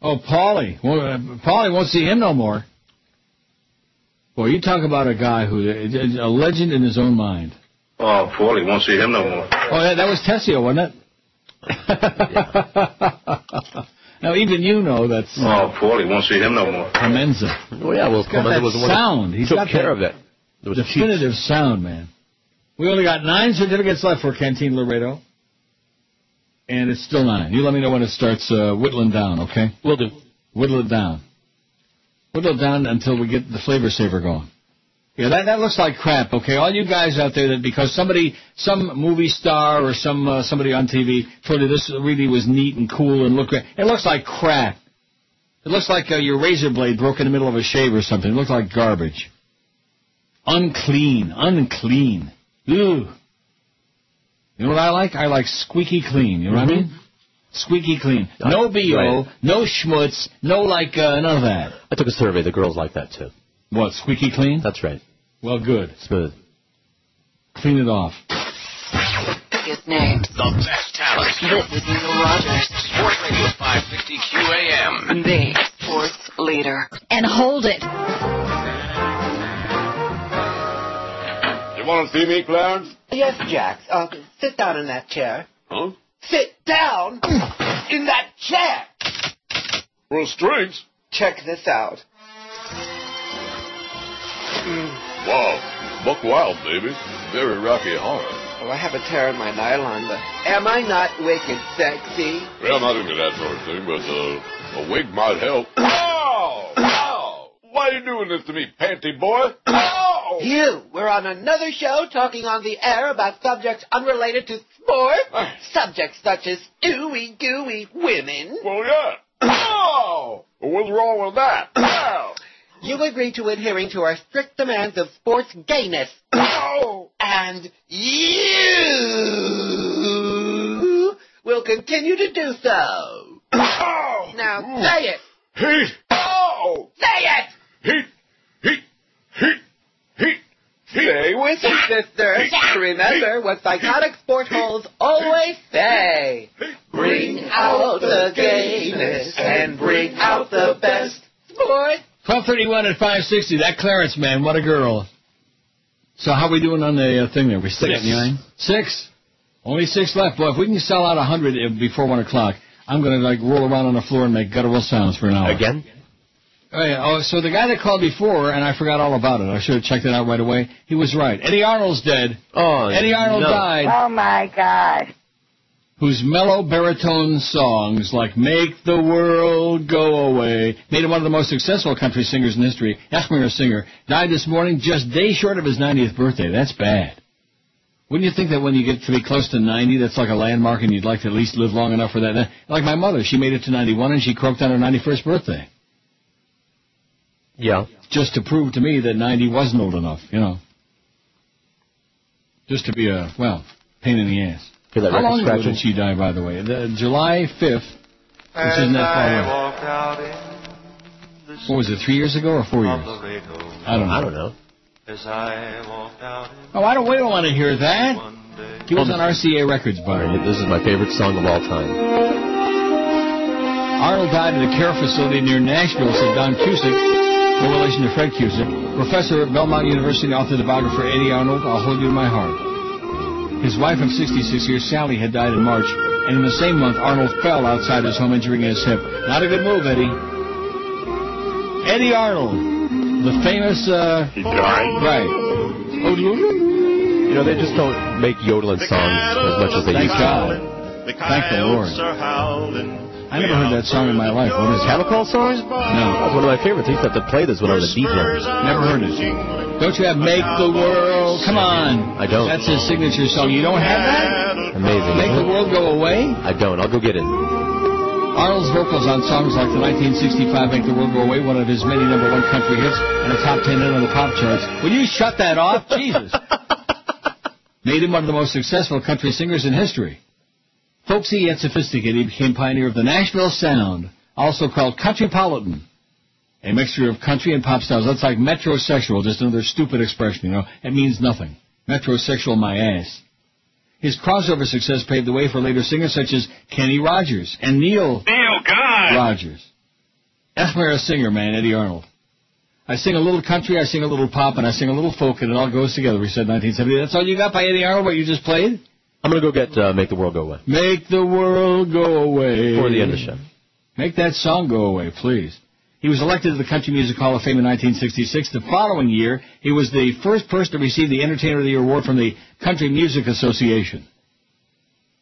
Speaker 4: Oh, Paulie. Well, uh, Paulie won't see him no more. Boy, you talk about a guy who uh, a legend in his own mind.
Speaker 13: Oh, Paulie won't see him no more.
Speaker 4: Oh, that, that was Tessio, wasn't it? now even you know that's
Speaker 13: Oh, Paulie won't see him no more.
Speaker 4: Clemenza.
Speaker 13: Oh, yeah, well,
Speaker 4: He's got
Speaker 13: Clemenza
Speaker 4: that
Speaker 13: was the one that
Speaker 4: sound. He's
Speaker 13: took
Speaker 4: got
Speaker 13: care
Speaker 4: that
Speaker 13: of that. It was
Speaker 4: definitive sound, man. We only got nine certificates left for Canteen Laredo, and it's still nine. You let me know when it starts uh, whittling down, okay? We'll do. Whittle it down. Whittle it down until we get the flavor saver going. Yeah, that, that looks like crap. Okay, all you guys out there that because somebody, some movie star or some uh, somebody on TV told you this really was neat and cool and looked great. It looks like crap. It looks like uh, your razor blade broke in the middle of a shave or something. It looks like garbage. Unclean, unclean. Ew. You know what I like? I like squeaky clean. You know what I mean? Squeaky clean. No bo,
Speaker 2: Right.
Speaker 4: no schmutz, no like uh, none of that.
Speaker 2: I took a survey. The girls like that too.
Speaker 4: What squeaky clean?
Speaker 2: That's right.
Speaker 4: Well, good.
Speaker 2: Smooth.
Speaker 4: Clean it off.
Speaker 22: Biggest names.
Speaker 6: The best talent.
Speaker 22: With Neil Rogers.
Speaker 6: Sports Radio 560 QAM.
Speaker 22: The sports leader.
Speaker 30: And hold it.
Speaker 14: You want to see me, Clarence?
Speaker 47: Yes, Jax. Uh, sit down in that chair.
Speaker 14: Huh?
Speaker 47: Sit down in that chair.
Speaker 14: For strengths?
Speaker 47: Check this out. Mm.
Speaker 14: Wow. Buck wild, baby. Very rocky horror.
Speaker 47: Oh, I have a tear in my nylon, but am I not wicked sexy?
Speaker 14: Well, not into that sort of thing, but uh, a wig might help. Ow! Ow! Why are you doing this to me, panty boy? Ow!
Speaker 47: You were on another show talking on the air about subjects unrelated to sports, subjects such as ooey gooey women. Oh!
Speaker 14: Well, yeah. Ow! What's wrong with that? Ow!
Speaker 47: You agreed to adhering to our strict demands of sports gayness. Oh! And you will continue to do so. Oh! Now say it.
Speaker 14: Heat! Mm. Oh!
Speaker 47: Say it.
Speaker 14: Heat! Heat! Heat! Heat! Heat!
Speaker 47: Stay with it, sister. Remember what psychotic sport holes always say. Bring out the gayness and bring out the best sport.
Speaker 4: 1231 at 560. That Clarence man, what a girl. So how we doing on the uh, thing there? We still got
Speaker 8: Six.
Speaker 4: nine? Six. Only six left. Boy, if we can sell out a 100 before 1 o'clock, I'm going to like roll around on the floor and make guttural sounds for an hour.
Speaker 2: Again?
Speaker 4: Oh, yeah. oh, so the guy that called before, and I forgot all about it. I should have checked it out right away. He was right. Eddie Arnold's dead.
Speaker 2: Oh,
Speaker 4: Eddie Arnold
Speaker 2: no.
Speaker 4: died.
Speaker 15: Oh my God.
Speaker 4: whose mellow baritone songs like Make the World Go Away made him one of the most successful country singers in history, Ethmer singer, died this morning just day short of his 90th birthday. That's bad. Wouldn't you think that when you get to be close to 90, that's like a landmark and you'd like to at least live long enough for that? Like my mother, she made it to 91 and she croaked on her 91st birthday
Speaker 2: Yeah.
Speaker 4: just to prove to me that 90 wasn't old enough, you know. Just to be a, well, pain in the ass.
Speaker 2: Hear that
Speaker 4: How
Speaker 2: record
Speaker 4: long ago
Speaker 2: scratching?
Speaker 4: did she die, by the way? The, July 5th, which isn't that far away. What was it, three years ago or four years? I don't know.
Speaker 2: I don't know.
Speaker 26: As I walked out
Speaker 4: Oh, I don't, we don't want to hear that. He was on RCA Records, by the way.
Speaker 2: This is my favorite song of all time.
Speaker 4: Arnold died at a care facility near Nashville, said Don Cusick, no relation to Fred Cusick, professor at Belmont University and author of the biography of Eddie Arnold, I'll Hold You in My Heart. His wife of 66 years, Sally, had died in March, and in the same month, Arnold fell outside his home, injuring his hip. Not a good move, Eddie. Eddie Arnold, the famous, uh... He died? Right. Oh,
Speaker 2: You know, they just don't make yodeling songs as much as they
Speaker 4: Thank
Speaker 2: used
Speaker 4: God.
Speaker 2: to.
Speaker 4: Thank the Lord. I never heard that song in my life. What is it?
Speaker 2: Call songs? No. That's Oh, one of my favorites. I used to have to play this when I was a DJ.
Speaker 4: Never heard it. Don't you have Make the World? Come on.
Speaker 2: I don't.
Speaker 4: That's his signature song. You don't have that?
Speaker 2: Amazing.
Speaker 4: Make the world go away?
Speaker 2: I don't. I'll go get it.
Speaker 4: Arnold's vocals on songs like the 1965 Make the World Go Away, one of his many number one country hits, and a top 10 hit on the pop charts. Will you shut that off? Jesus. Made him one of the most successful country singers in history. Folksy yet sophisticated, he became pioneer of the Nashville Sound, also called Countrypolitan. A mixture of country and pop styles. That's like metrosexual, just another stupid expression, you know. It means nothing. Metrosexual my ass. His crossover success paved the way for later singers such as Kenny Rogers and Neil
Speaker 27: Neil, God.
Speaker 4: Rogers. That's where a singer, man, Eddie Arnold. I sing a little country, I sing a little pop, and I sing a little folk, and it all goes together. We said 1970. That's all you got by Eddie Arnold, what you just played?
Speaker 2: I'm going to go get uh, Make the World Go Away.
Speaker 4: Make the world go away.
Speaker 2: Before the end of the show.
Speaker 4: Make that song go away, please. He was elected to the Country Music Hall of Fame in 1966. The following year, he was the first person to receive the Entertainer of the Year award from the Country Music Association.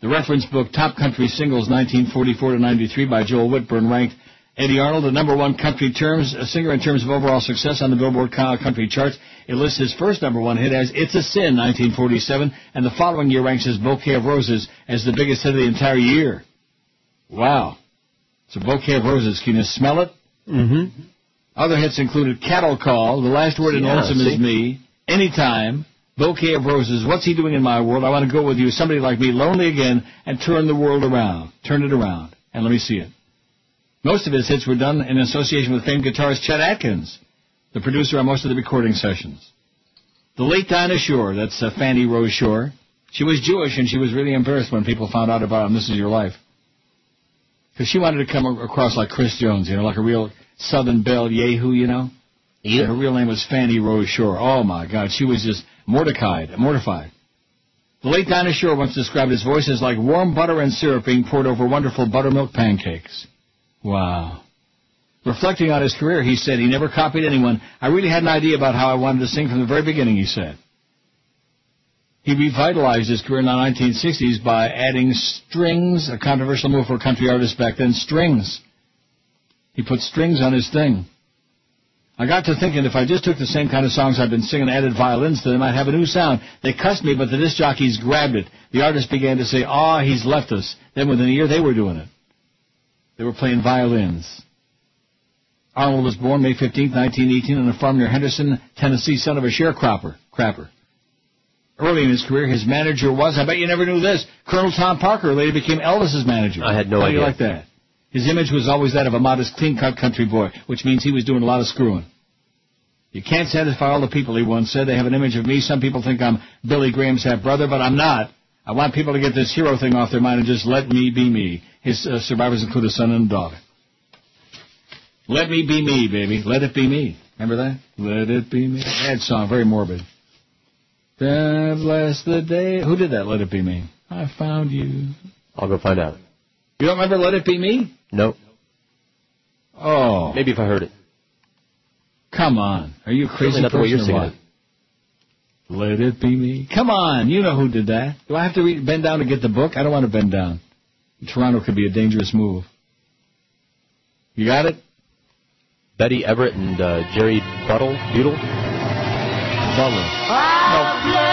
Speaker 4: The reference book Top Country Singles 1944 to 93 by Joel Whitburn ranked Eddie Arnold the number one country terms a singer in terms of overall success on the Billboard co- Country charts. It lists his first number one hit as "It's a Sin" 1947, and the following year ranks his "Bouquet of Roses" as the biggest hit of the entire year. Wow! It's a bouquet of roses. Can you smell it? Mm-hmm. Other hits included Cattle Call, The Last Word in
Speaker 27: Yeah,
Speaker 4: Lonesome
Speaker 27: see?
Speaker 4: Is Me, Anytime, Bouquet of Roses, What's He Doing in My World, I Want to Go With You, Somebody Like Me, Lonely Again, and Turn the World Around. Turn it around. And let me see it. Most of his hits were done in association with famed guitarist Chet Atkins, the producer on most of the recording sessions. The late Dinah Shore, that's uh, Fanny Rose Shore, she was Jewish and she was really embarrassed when people found out about This Is Your Life. Because she wanted to come a- across like Chris Jones, you know, like a real Southern Belle Yahoo, you know? Yeah. Her real name was Fanny Rose Shore. Oh, my God. She was just mortified, mortified. The late Dinah Shore once described his voice as like warm butter and syrup being poured over wonderful buttermilk pancakes. Wow. Reflecting on his career, he said he never copied anyone. I really had an idea about how I wanted to sing from the very beginning, he said. He revitalized his career in the 1960s by adding strings, a controversial move for a country artist back then, strings. He put strings on his thing. I got to thinking if I just took the same kind of songs I've been singing and added violins to them, I'd have a new sound. They cussed me, but the disc jockeys grabbed it. The artists began to say, ah, he's left us. Then within a year, they were doing it. They were playing violins. Arnold was born May 15, 1918, on a farm near Henderson, Tennessee, son of a sharecropper. Crapper. Early in his career, his manager was, I bet you never knew this, Colonel Tom Parker, who later became Elvis's manager. I had
Speaker 2: no
Speaker 4: How do you
Speaker 2: idea.
Speaker 4: like that? His image was always that of a modest, clean-cut country boy, which means he was doing a lot of screwing. You can't satisfy all the people, he once said. They have an image of me. Some people think I'm Billy Graham's half-brother, but I'm not. I want people to get this hero thing off their mind and just let me be me. His uh, survivors include a son and a daughter. Let me be me, baby. Let it be me. Remember that? Let it be me. That song, very morbid. God bless the day. Who did that? Let it be me. I found you.
Speaker 2: I'll go find out.
Speaker 4: You don't remember Let It Be Me?
Speaker 2: Nope.
Speaker 4: Oh.
Speaker 2: Maybe if I heard it.
Speaker 4: Come on. Are you a crazy
Speaker 2: Certainly not the way
Speaker 4: person
Speaker 2: you're singing
Speaker 4: or what? Let it be me. Come on. You know who did that. Do I have to read, bend down to get the book? I don't want to bend down. Toronto could be a dangerous move. You got it?
Speaker 2: Betty Everett and uh, Jerry Buttle. Butle?
Speaker 4: Butler.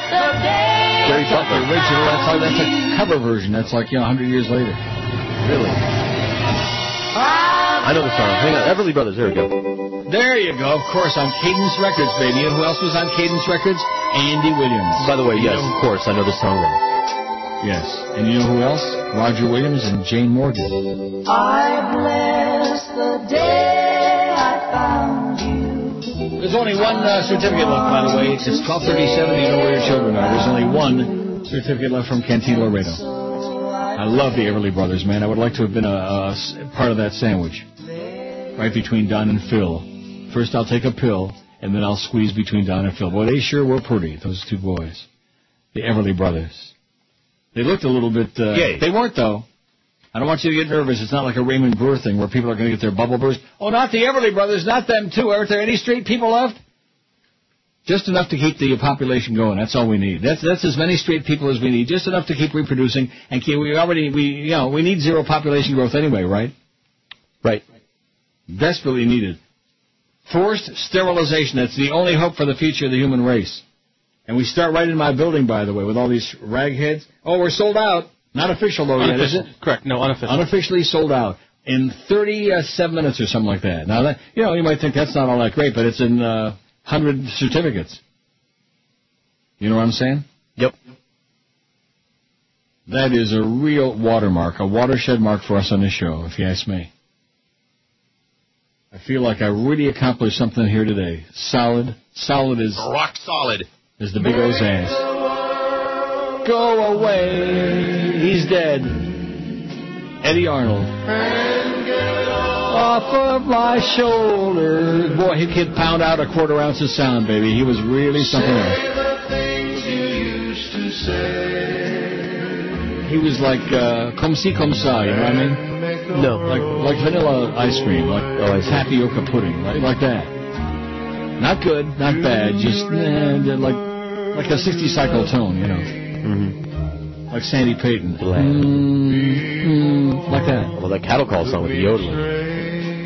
Speaker 27: Jerry
Speaker 4: The original. That's, like, that's a cover version. That's like, you know, 100 years later.
Speaker 2: Really? I know the song. Hang on. Everly Brothers. There we go.
Speaker 4: There you go. Of course, on Cadence Records, baby. And who else was on Cadence Records? Andy Williams.
Speaker 2: By the way,
Speaker 4: You
Speaker 2: Uh, yes,
Speaker 4: know-
Speaker 2: of course. I know the song well.
Speaker 4: Yes. And you know who else? Roger Williams and Jane Morgan.
Speaker 27: I bless the day I found you.
Speaker 4: There's only one uh, certificate left, by the way. It's 1237. You know where your children are. There's only one certificate left from Cantina Laredo. I love the Everly Brothers, man. I would like to have been a, a s- part of that sandwich. Right between Don and Phil. First I'll take a pill, and then I'll squeeze between Don and Phil. Boy, they sure were pretty, those two boys. The Everly Brothers. They looked a little bit... Uh,
Speaker 27: Gay.
Speaker 4: They weren't, though. I don't want you to get nervous. It's not like a Raymond Burr thing where people are going to get their bubble burst. Oh, not the Everly Brothers, not them too. Aren't there any straight people left? Just enough to keep the population going. That's all we need. That's that's as many straight people as we need. Just enough to keep reproducing. And keep, we already we you know we need zero population growth anyway, right?
Speaker 2: Right.
Speaker 4: Desperately needed. Forced sterilization. That's the only hope for the future of the human race. And we start right in my building, by the way, with all these ragheads. Oh, we're sold out. Not official though yet, is it?
Speaker 8: Unofficial. Correct. No, unofficial.
Speaker 4: Unofficially sold out in 37 minutes or something like that. Now that you know, you might think that's not all that great, but it's in uh, 100 certificates. You know what I'm saying?
Speaker 2: Yep.
Speaker 4: That is a real watermark, a watershed mark for us on this show, if you ask me. I feel like I really accomplished something here today. Solid, solid is
Speaker 6: Rock solid.
Speaker 4: is the big O's ass. go away. He's dead. Eddie Arnold. Off of my shoulder. Boy, he could pound out a quarter ounce of sound, baby. He was really something else. He was like uh, comme si, comme ça, you know what I mean? No. Like, like vanilla ice cream, like tapioca pudding, right? Like that. Not good, not bad, just eh, they're like like a 60 cycle tone, you know. Mm-hmm. Like Sandy Payton. Mm, mm, like that.
Speaker 2: Well, that cattle call song with the yodeling.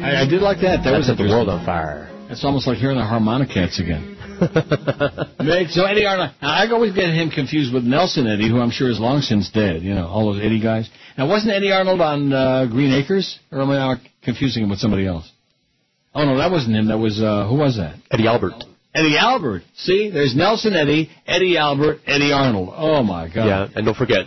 Speaker 4: I, I did like that. That
Speaker 2: That
Speaker 4: was
Speaker 2: set the world
Speaker 4: on fire. It's almost like hearing the harmonicats again. Make so Eddie Arnold. now, I always get him confused with Nelson Eddie, who I'm sure is long since dead. You know, all those Eddie guys. Now, wasn't Eddie Arnold on uh, Green Acres, or am I now confusing him with somebody else? Oh no, that wasn't him. That was uh, who was that? Eddie Albert. Eddie Albert. See, there's Nelson Eddie, Eddie Albert, Eddie Arnold. Oh my God.
Speaker 2: Yeah, and don't forget.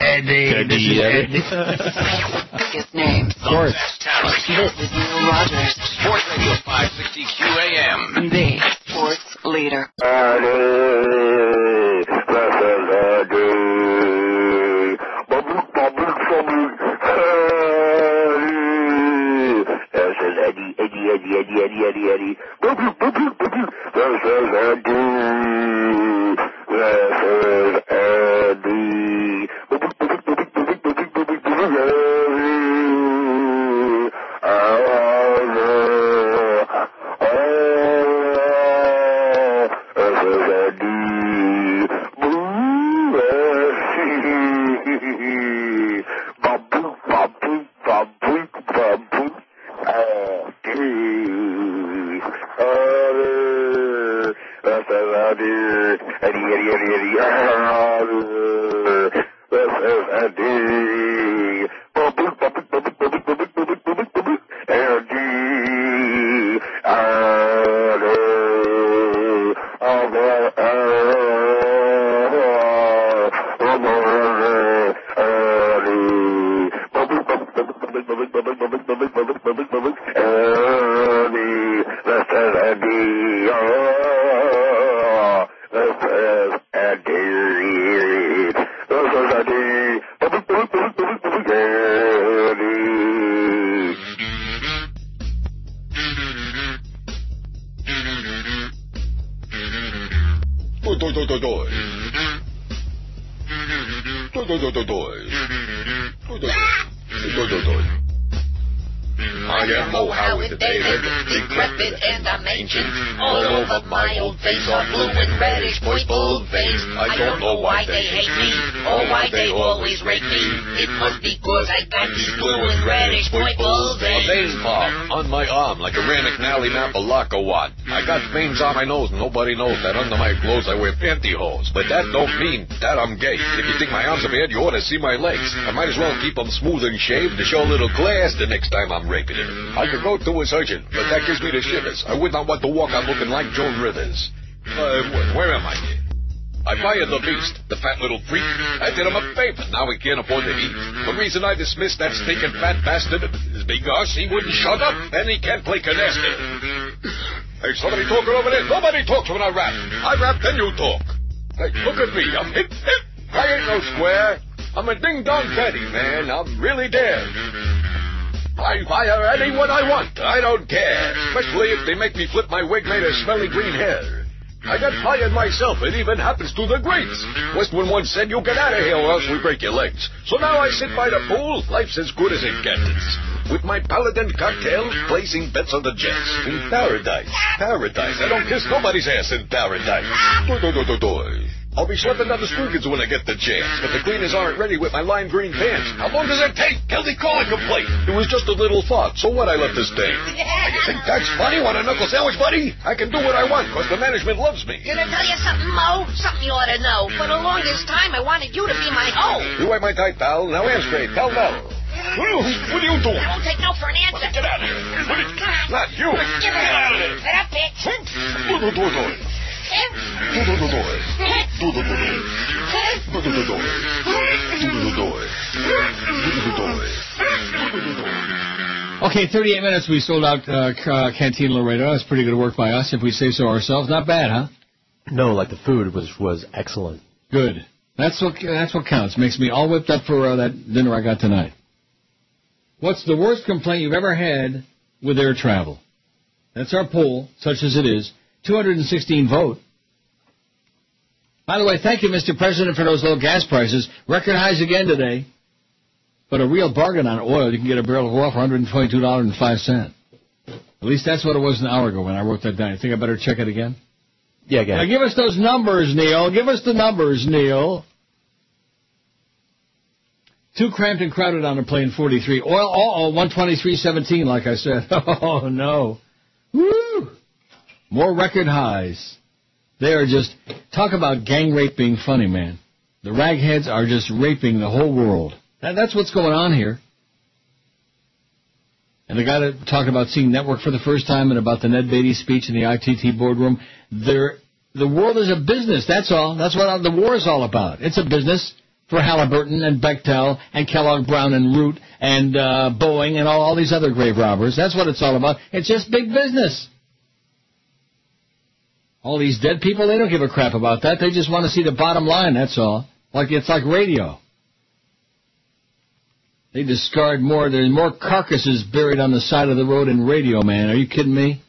Speaker 4: Eddie.
Speaker 2: this is Eddie.
Speaker 22: Biggest name.
Speaker 4: Of course.
Speaker 22: This is Neil Rogers.
Speaker 6: Sports Radio 560 QAM.
Speaker 22: The sports leader.
Speaker 14: Doi, doi, doi, doi, doi. Doi, doi, doi, doi, doi. Doi, doi, doi. Doi, doi, doi. I am Mo Howard the Baylor, decrepit and I'm ancient. All over my old face are blue and reddish, moist old veins. I don't know why they hate me, or why they always rate me. It must be cause I got these blue and reddish, moist old
Speaker 6: A
Speaker 14: veins.
Speaker 6: veins mark on my arm like a Ram McNally Mapalaka wad. I got veins on my nose, nobody knows that under my clothes I wear pantyhose. But that don't mean that I'm gay. If you think my arms are bad, you ought to see my legs. I might as well keep them smooth and shaved to show a little class the next time I'm raping her. I could go to a surgeon, but that gives me the shivers. I would not want to walk out looking like Joan Rivers. Uh, wh- where am I? I fired the beast, the fat little freak. I did him a favor. Now he can't afford to eat. The reason I dismissed that stinking fat bastard is because he wouldn't shut up and he can't play canasta. Hey, somebody talking over there. Nobody talks when I rap. I rap, then you talk. Hey, look at me. I'm hip, hip. I ain't no square. I'm a ding-dong daddy, man. I'm really dead. I fire anyone I want. I don't care. Especially if they make me flip my wig made of smelly green hair. I got fired myself. It even happens to the greats. Westwood once said, you get out of here or else we break your legs. So now I sit by the pool. Life's as good as it gets. With my paladin cocktail, placing bets on the Jets. In paradise. Paradise. I don't kiss nobody's ass in paradise. Doi, doi, doi, doi, doi. I'll be slipping down the Scoogans when I get the chance, but the cleaners aren't ready with my lime green pants. How long does it take? Guilty calling complaint. It was just a little thought, so what I left this day? You think that's funny? Want a knuckle sandwich, buddy? I can do what I want, because the management loves me.
Speaker 30: Gonna tell you something, Mo? Something you ought to know. For the longest time, I wanted you to be my
Speaker 6: Oh,
Speaker 30: hoe.
Speaker 6: You ain't my type, pal. Now answer straight. Tell no. What are you doing?
Speaker 30: I won't take no for an answer. Get out of here.
Speaker 6: Not you.
Speaker 30: Get out of there. Get up, bitch.
Speaker 14: Doi, doi, doi, doi. Doi, doi, doi, doi. Doi, doi, doi, doi. Doi, doi, doi, doi. Doi, doi, doi, doi. Doi, doi, doi, doi.
Speaker 4: Okay, 38 minutes. We sold out uh, C- uh, Canteen Laredo. That's pretty good work by us, if we say so ourselves. Not bad, huh?
Speaker 2: No, like the food was was excellent.
Speaker 4: Good. That's what that's what counts. Makes me all whipped up for uh, that dinner I got tonight. What's the worst complaint you've ever had with air travel? That's our poll, such as it is. 216 vote. By the way, thank you, Mr. President, for those low gas prices. Record highs again today. But a real bargain on oil. You can get a barrel of oil for $122.05. At least that's what it was an hour ago when I wrote that down. You think I better check it again?
Speaker 2: Yeah, again.
Speaker 4: Now give us those numbers, Neil. Give us the numbers, Neil. Too cramped and crowded on a plane 43. Oil, oh, oh, 123.17, like I said. Oh, no. Woo! More record highs. They are just, talk about gang rape being funny, man. The ragheads are just raping the whole world. That, that's what's going on here. And the guy that talked about seeing network for the first time and about the Ned Beatty speech in the ITT boardroom, there, the world is a business. That's all. That's what the war is all about. It's a business for Halliburton and Bechtel and Kellogg Brown and Root and uh, Boeing and all, all these other grave robbers. That's what it's all about. It's just big business. All these dead people, they don't give a crap about that. They just want to see the bottom line. That's all. Like it's like radio. They discard more. There's more carcasses buried on the side of the road in radio, man. Are you kidding me?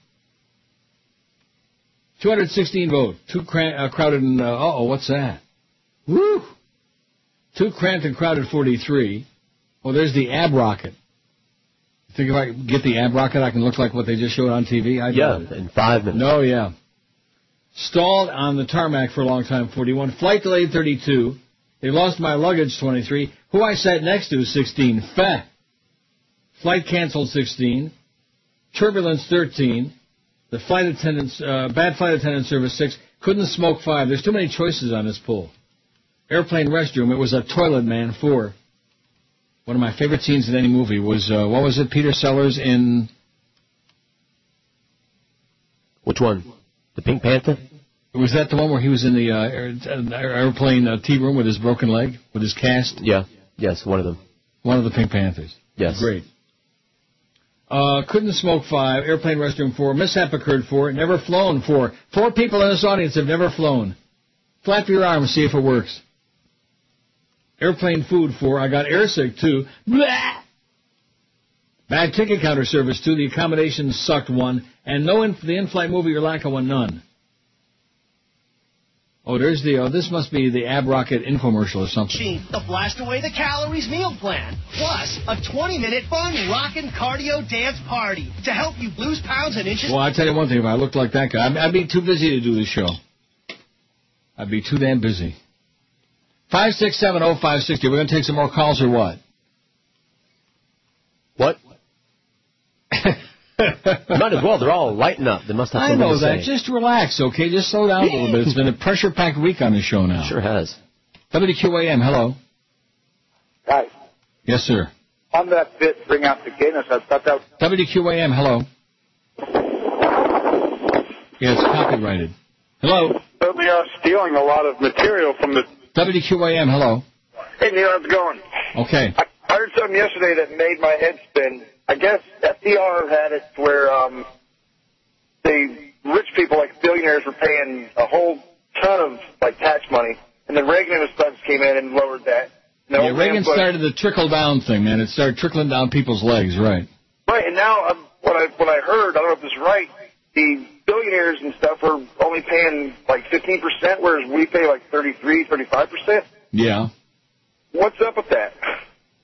Speaker 4: 216 vote. Too cra- uh, crowded and, uh oh, what's that? Woo! Too cramped and crowded 43. Well, there's the ab rocket. Think if I could get the ab rocket, I can look like what they just showed on TV? I
Speaker 2: Yeah,
Speaker 4: in five minutes. No, yeah. Stalled on the tarmac for a long time, 41. Flight delayed, 32. They lost my luggage, 23. Who I sat next to, 16. Feh. Flight canceled, 16. Turbulence, 13. The flight attendants, uh, bad flight attendant service, 6. Couldn't smoke, 5. There's too many choices on this poll. Airplane restroom, it was a toilet man, 4. One of my favorite scenes in any movie was, uh, what was it, Peter Sellers in...
Speaker 2: Which one? The Pink Panther?
Speaker 4: Was that the one where he was in the uh, air, uh, airplane uh, tea room with his broken leg, with his cast?
Speaker 2: Yeah. Yes, one of them.
Speaker 4: One of the Pink Panthers.
Speaker 2: Yes.
Speaker 4: Great. Uh, couldn't smoke five. Airplane restroom four. Mishap occurred four. Never flown four. Four people in this audience have never flown. Flap your arm and see if it works. Airplane food four. I got airsick two. Blah! Bad ticket counter service two. The accommodation sucked one. And no in- the in-flight movie or lack of one none. Oh, there's the. Oh, this must be the Ab Rocket infomercial or something.
Speaker 47: machine to blast away the calories meal plan. Plus, a 20 minute fun rockin' cardio dance party to help you lose pounds and inches.
Speaker 4: Well, I tell you one thing. If I looked like that guy, I'd, I'd be too busy to do this show. I'd be too damn busy. Five six seven oh five sixty. We're gonna take some more calls or what? What?
Speaker 2: Might as well. They're all lighting up. They must have
Speaker 4: I
Speaker 2: something
Speaker 4: know
Speaker 2: to
Speaker 4: that.
Speaker 2: say.
Speaker 4: Just relax, okay? Just slow down a little bit. It's been a pressure-packed week on the show now.
Speaker 2: Sure has.
Speaker 4: WQAM. Hello.
Speaker 10: Hi.
Speaker 4: Yes, sir.
Speaker 10: On that bit, bring out the Guinness, I thought that was
Speaker 4: WQAM. Hello. Yeah, it's copyrighted. Hello.
Speaker 10: But we are stealing a lot of material from the.
Speaker 4: WQAM. Hello.
Speaker 10: Hey Neil, how's it going?
Speaker 4: Okay.
Speaker 10: I heard something yesterday that made my head spin. I guess FDR had it where um, the rich people, like billionaires, were paying a whole ton of like tax money, and then Reagan and his sons came in and lowered that. No,
Speaker 4: yeah, Reagan started the trickle-down thing, man. It started trickling down people's legs, right?
Speaker 10: Right, and now um, what I what I heard, I don't know if this is right. The billionaires and stuff are only paying like 15 percent, whereas we pay like 33, 35 percent.
Speaker 4: Yeah.
Speaker 10: What's up with that?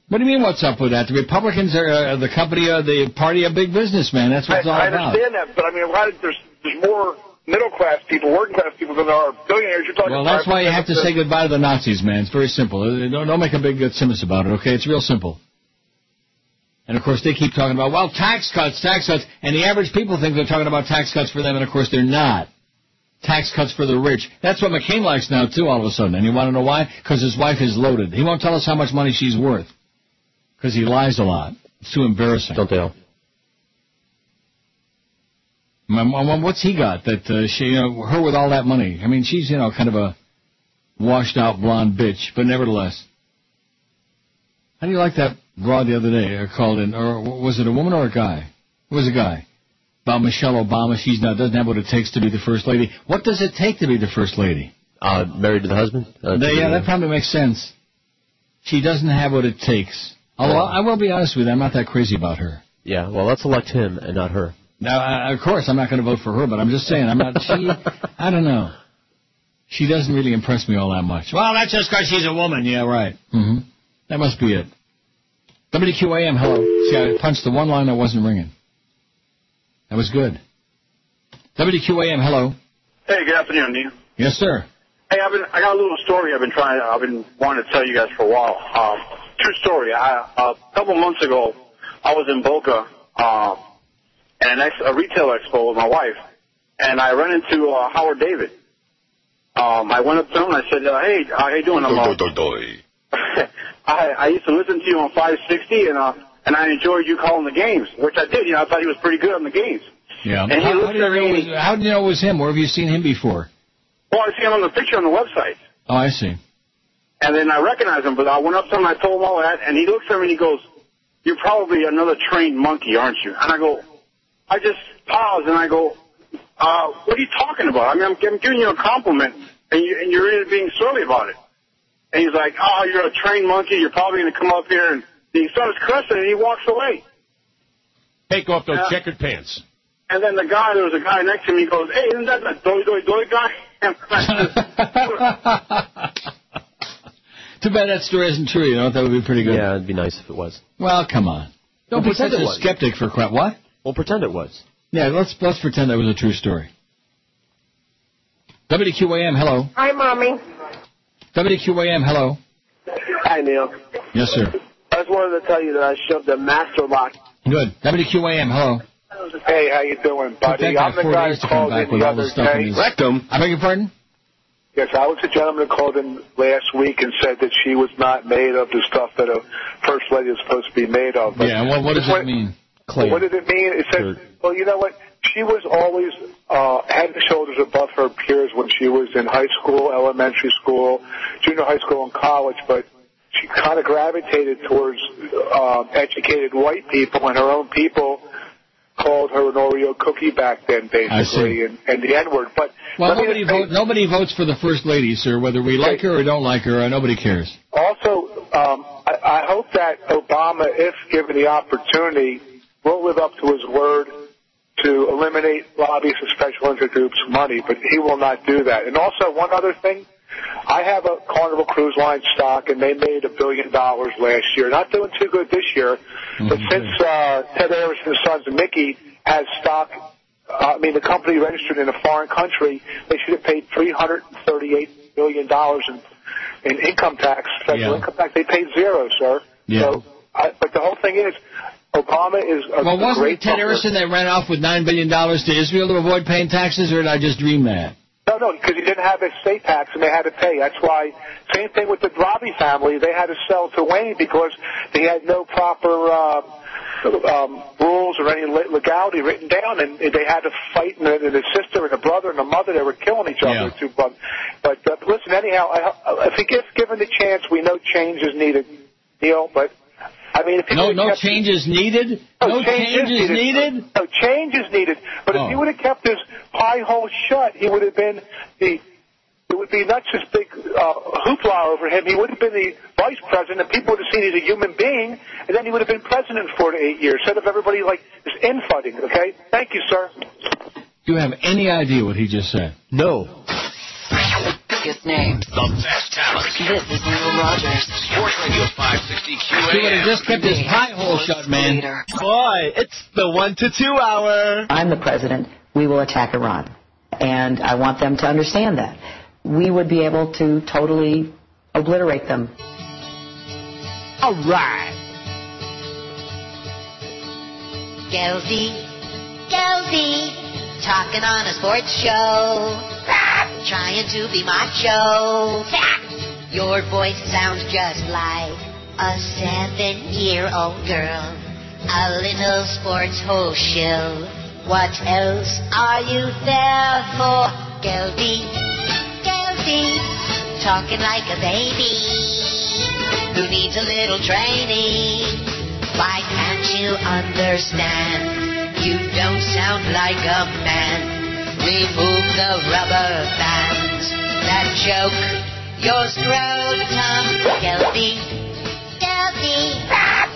Speaker 4: What do you mean? What's up with that? The Republicans are uh, the company, uh, the party of big business, man. That's what it's all
Speaker 10: I
Speaker 4: about.
Speaker 10: understand that, but I mean, why did, there's there's more middle class people, working class people than there are billionaires. You're talking.
Speaker 4: Well, that's why you have to
Speaker 10: 5%
Speaker 4: say goodbye to the Nazis, man. It's very simple. Uh, Don't, don't make a big uh, simus about it, okay? It's real simple. And of course, they keep talking about well, tax cuts, tax cuts, and the average people think they're talking about tax cuts for them, and of course, they're not. Tax cuts for the rich. That's what McCain likes now too. All of a sudden, and you want to know why? Because his wife is loaded. He won't tell us how much money she's worth because he lies a lot. It's too embarrassing. Don't
Speaker 2: they all?
Speaker 4: My mom, what's he got that uh, she, you know, her with all that money? I mean, she's you know kind of a washed out blonde bitch, but nevertheless. How do you like that broad the other day uh, called in, or w- was it a woman or a guy? It was a guy. About Michelle Obama, she's not doesn't have what it takes to be the first lady. What does it take to be the first lady?
Speaker 2: Uh, married to the husband? Uh,
Speaker 4: That-
Speaker 2: to
Speaker 4: yeah,
Speaker 2: the-
Speaker 4: that probably makes sense. She doesn't have what it takes. Although I I will be honest with you, I'm not that crazy about her.
Speaker 2: yeah, well, let's elect him and not her.
Speaker 4: Now, I, of course, I'm not going to vote for her, but I'm just saying, I'm not. She, I don't know. She doesn't really impress me all that much. Well, that's just because she's a woman. Yeah, right. hmm That must be it. WQAM, hello. See, I punched the one line that wasn't ringing. That was good. WQAM, hello.
Speaker 48: Hey, good afternoon, Neil.
Speaker 4: Yes, sir.
Speaker 48: Hey, I've been I got a little story I've been trying I've been wanting to tell you guys for a while. Um, true story. I, a couple months ago, I was in Boca, um, at an ex, a retail expo with my wife, and I ran into uh, Howard David. Um, I went up to him and I said, uh, "Hey, how you doing?" I'm all, I, I used to listen to you on 560, and uh, and I enjoyed you calling the games, which I did. You know, I thought he was pretty good on the games.
Speaker 4: Yeah.
Speaker 48: And he
Speaker 4: How, how
Speaker 48: looked
Speaker 4: do you
Speaker 48: at
Speaker 4: know
Speaker 48: me.
Speaker 4: it was- how do you know it was him? Where have you seen him before?
Speaker 48: Well, I see him on the picture on the website.
Speaker 4: Oh, I see.
Speaker 48: And then I recognized him, but I went up to him and I told him all that, and he looks at me and he goes, "You're probably another trained monkey, aren't you?" And I go, I just pause and I go, uh, "What are you talking about? I mean, I'm, I'm giving you a compliment, and, you, and you're really being surly about it." And he's like, "Oh, you're a trained monkey. You're probably going to come up here." And he starts cussing, and he walks away.
Speaker 6: Take off those
Speaker 48: Yeah.
Speaker 6: checkered pants.
Speaker 48: And then the guy, there was a guy next to me, goes, "Hey, isn't that that doy doy doy guy?" And
Speaker 4: Too bad that story isn't true. You know, that would be pretty good.
Speaker 2: Yeah, it'd be nice if it was.
Speaker 4: Well, come on. Don't
Speaker 2: Well,
Speaker 4: be such
Speaker 2: pretend it
Speaker 4: a
Speaker 2: was.
Speaker 4: skeptic for crap. What?
Speaker 2: Well, pretend it was.
Speaker 4: Yeah, let's let's pretend that was a true story. WQAM, hello.
Speaker 10: Hi, Mommy.
Speaker 4: WQAM, hello.
Speaker 10: Hi, Neil.
Speaker 4: Yes, sir.
Speaker 10: I just wanted to tell you that I shoved a master lock.
Speaker 4: Good. WQAM, hello.
Speaker 10: Hey, how you doing, buddy? I'm the guy who called in the other day.
Speaker 4: I beg your pardon?
Speaker 10: Yes, I was the gentleman who called in last week and said that she was not made of the stuff that a first lady is supposed to be made of. But
Speaker 4: Yeah, well, what does
Speaker 10: just
Speaker 4: that mean? Clay.
Speaker 10: What did it mean? It said, well, you know what? She was always uh, head and shoulders above her peers when she was in high school, elementary school, junior high school, and college, but she kind of gravitated towards uh, educated white people, and her own people called her an Oreo cookie back then, basically, and, and the N word. But
Speaker 4: Well,
Speaker 10: let me
Speaker 4: nobody,
Speaker 10: just say-
Speaker 4: vote, nobody votes for the first lady, sir, whether we like her or don't like her. uh, Nobody cares.
Speaker 10: Also, um, I, I hope that Obama, if given the opportunity, will live up to his word to eliminate lobbies and special interest groups' money, but he will not do that. And also, one other thing. I have a Carnival Cruise Line stock, and they made a billion dollars last year. Not doing too good this year, but since uh, Ted Harrison's sons Mickey has stock, uh, I mean the company registered in a foreign country, they should have paid three hundred thirty-eight million dollars in in income tax, federal income tax. They paid zero, sir.
Speaker 4: Yeah.
Speaker 10: So, I, but the whole thing is, Obama is a,
Speaker 4: well,
Speaker 10: a
Speaker 4: wasn't
Speaker 10: great
Speaker 4: it Ted
Speaker 10: buffer.
Speaker 4: Harrison that ran off with $9 billion to Israel to avoid paying taxes, or did I just dream that?
Speaker 10: No, no, because he didn't have estate tax and they had to pay. That's why, same thing with the Robbie family. They had to sell to Wayne because they had no proper um, um, rules or any le- legality written down, and they had to fight. And the, the sister and the brother and the mother they were killing each other. Too, but but uh, listen, anyhow, I, if he gets given the chance, we know change is needed, Neil. But I mean, if he
Speaker 4: No,
Speaker 10: would've
Speaker 4: no
Speaker 10: kept-
Speaker 4: changes needed? No change is needed? Oh.
Speaker 10: No change is needed. But if he would have kept his pie hole shut, he would have been the. It would be not just big uh, hoopla over him. He would have been the vice president. and People would have seen he's a human being, and then he would have been president for eight years instead of everybody like this infighting. Okay, thank you, sir.
Speaker 4: Do you have any idea what he just said? No.
Speaker 49: His name.
Speaker 50: The best talent.
Speaker 49: This is Neil Rogers.
Speaker 50: Sports Radio 560 QAM.
Speaker 49: He would've just kept his pie hole shut, man.
Speaker 51: Boy, it's the one to two hour.
Speaker 30: I'm the president. We will attack Iran. And I want them to understand that. We would be able to totally obliterate them.
Speaker 51: All right.
Speaker 7: Gelzy, Gelzy, talking on a sports show, trying to be macho. Your voice sounds just like a seven-year-old girl, a little sports whole shill. What else are you there for, Geldy, Geldy, talking like a baby who needs a little training? Why can't you understand? You don't sound like a man. Remove the rubber bands. that joke. Your scrotum, Delphi. Delphi.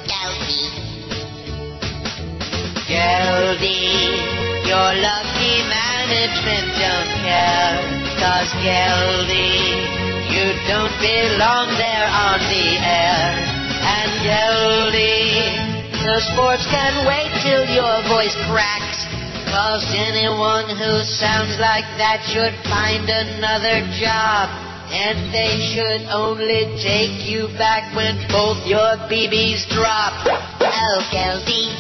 Speaker 7: Delphi. Geldy, your lucky management don't care. Cause Geldy, you don't belong there on the air. And Geldy, the sports can wait till your voice cracks. Cause anyone who sounds like that should find another job. And they should only take you back when both your BBs drop. Oh, Geldy,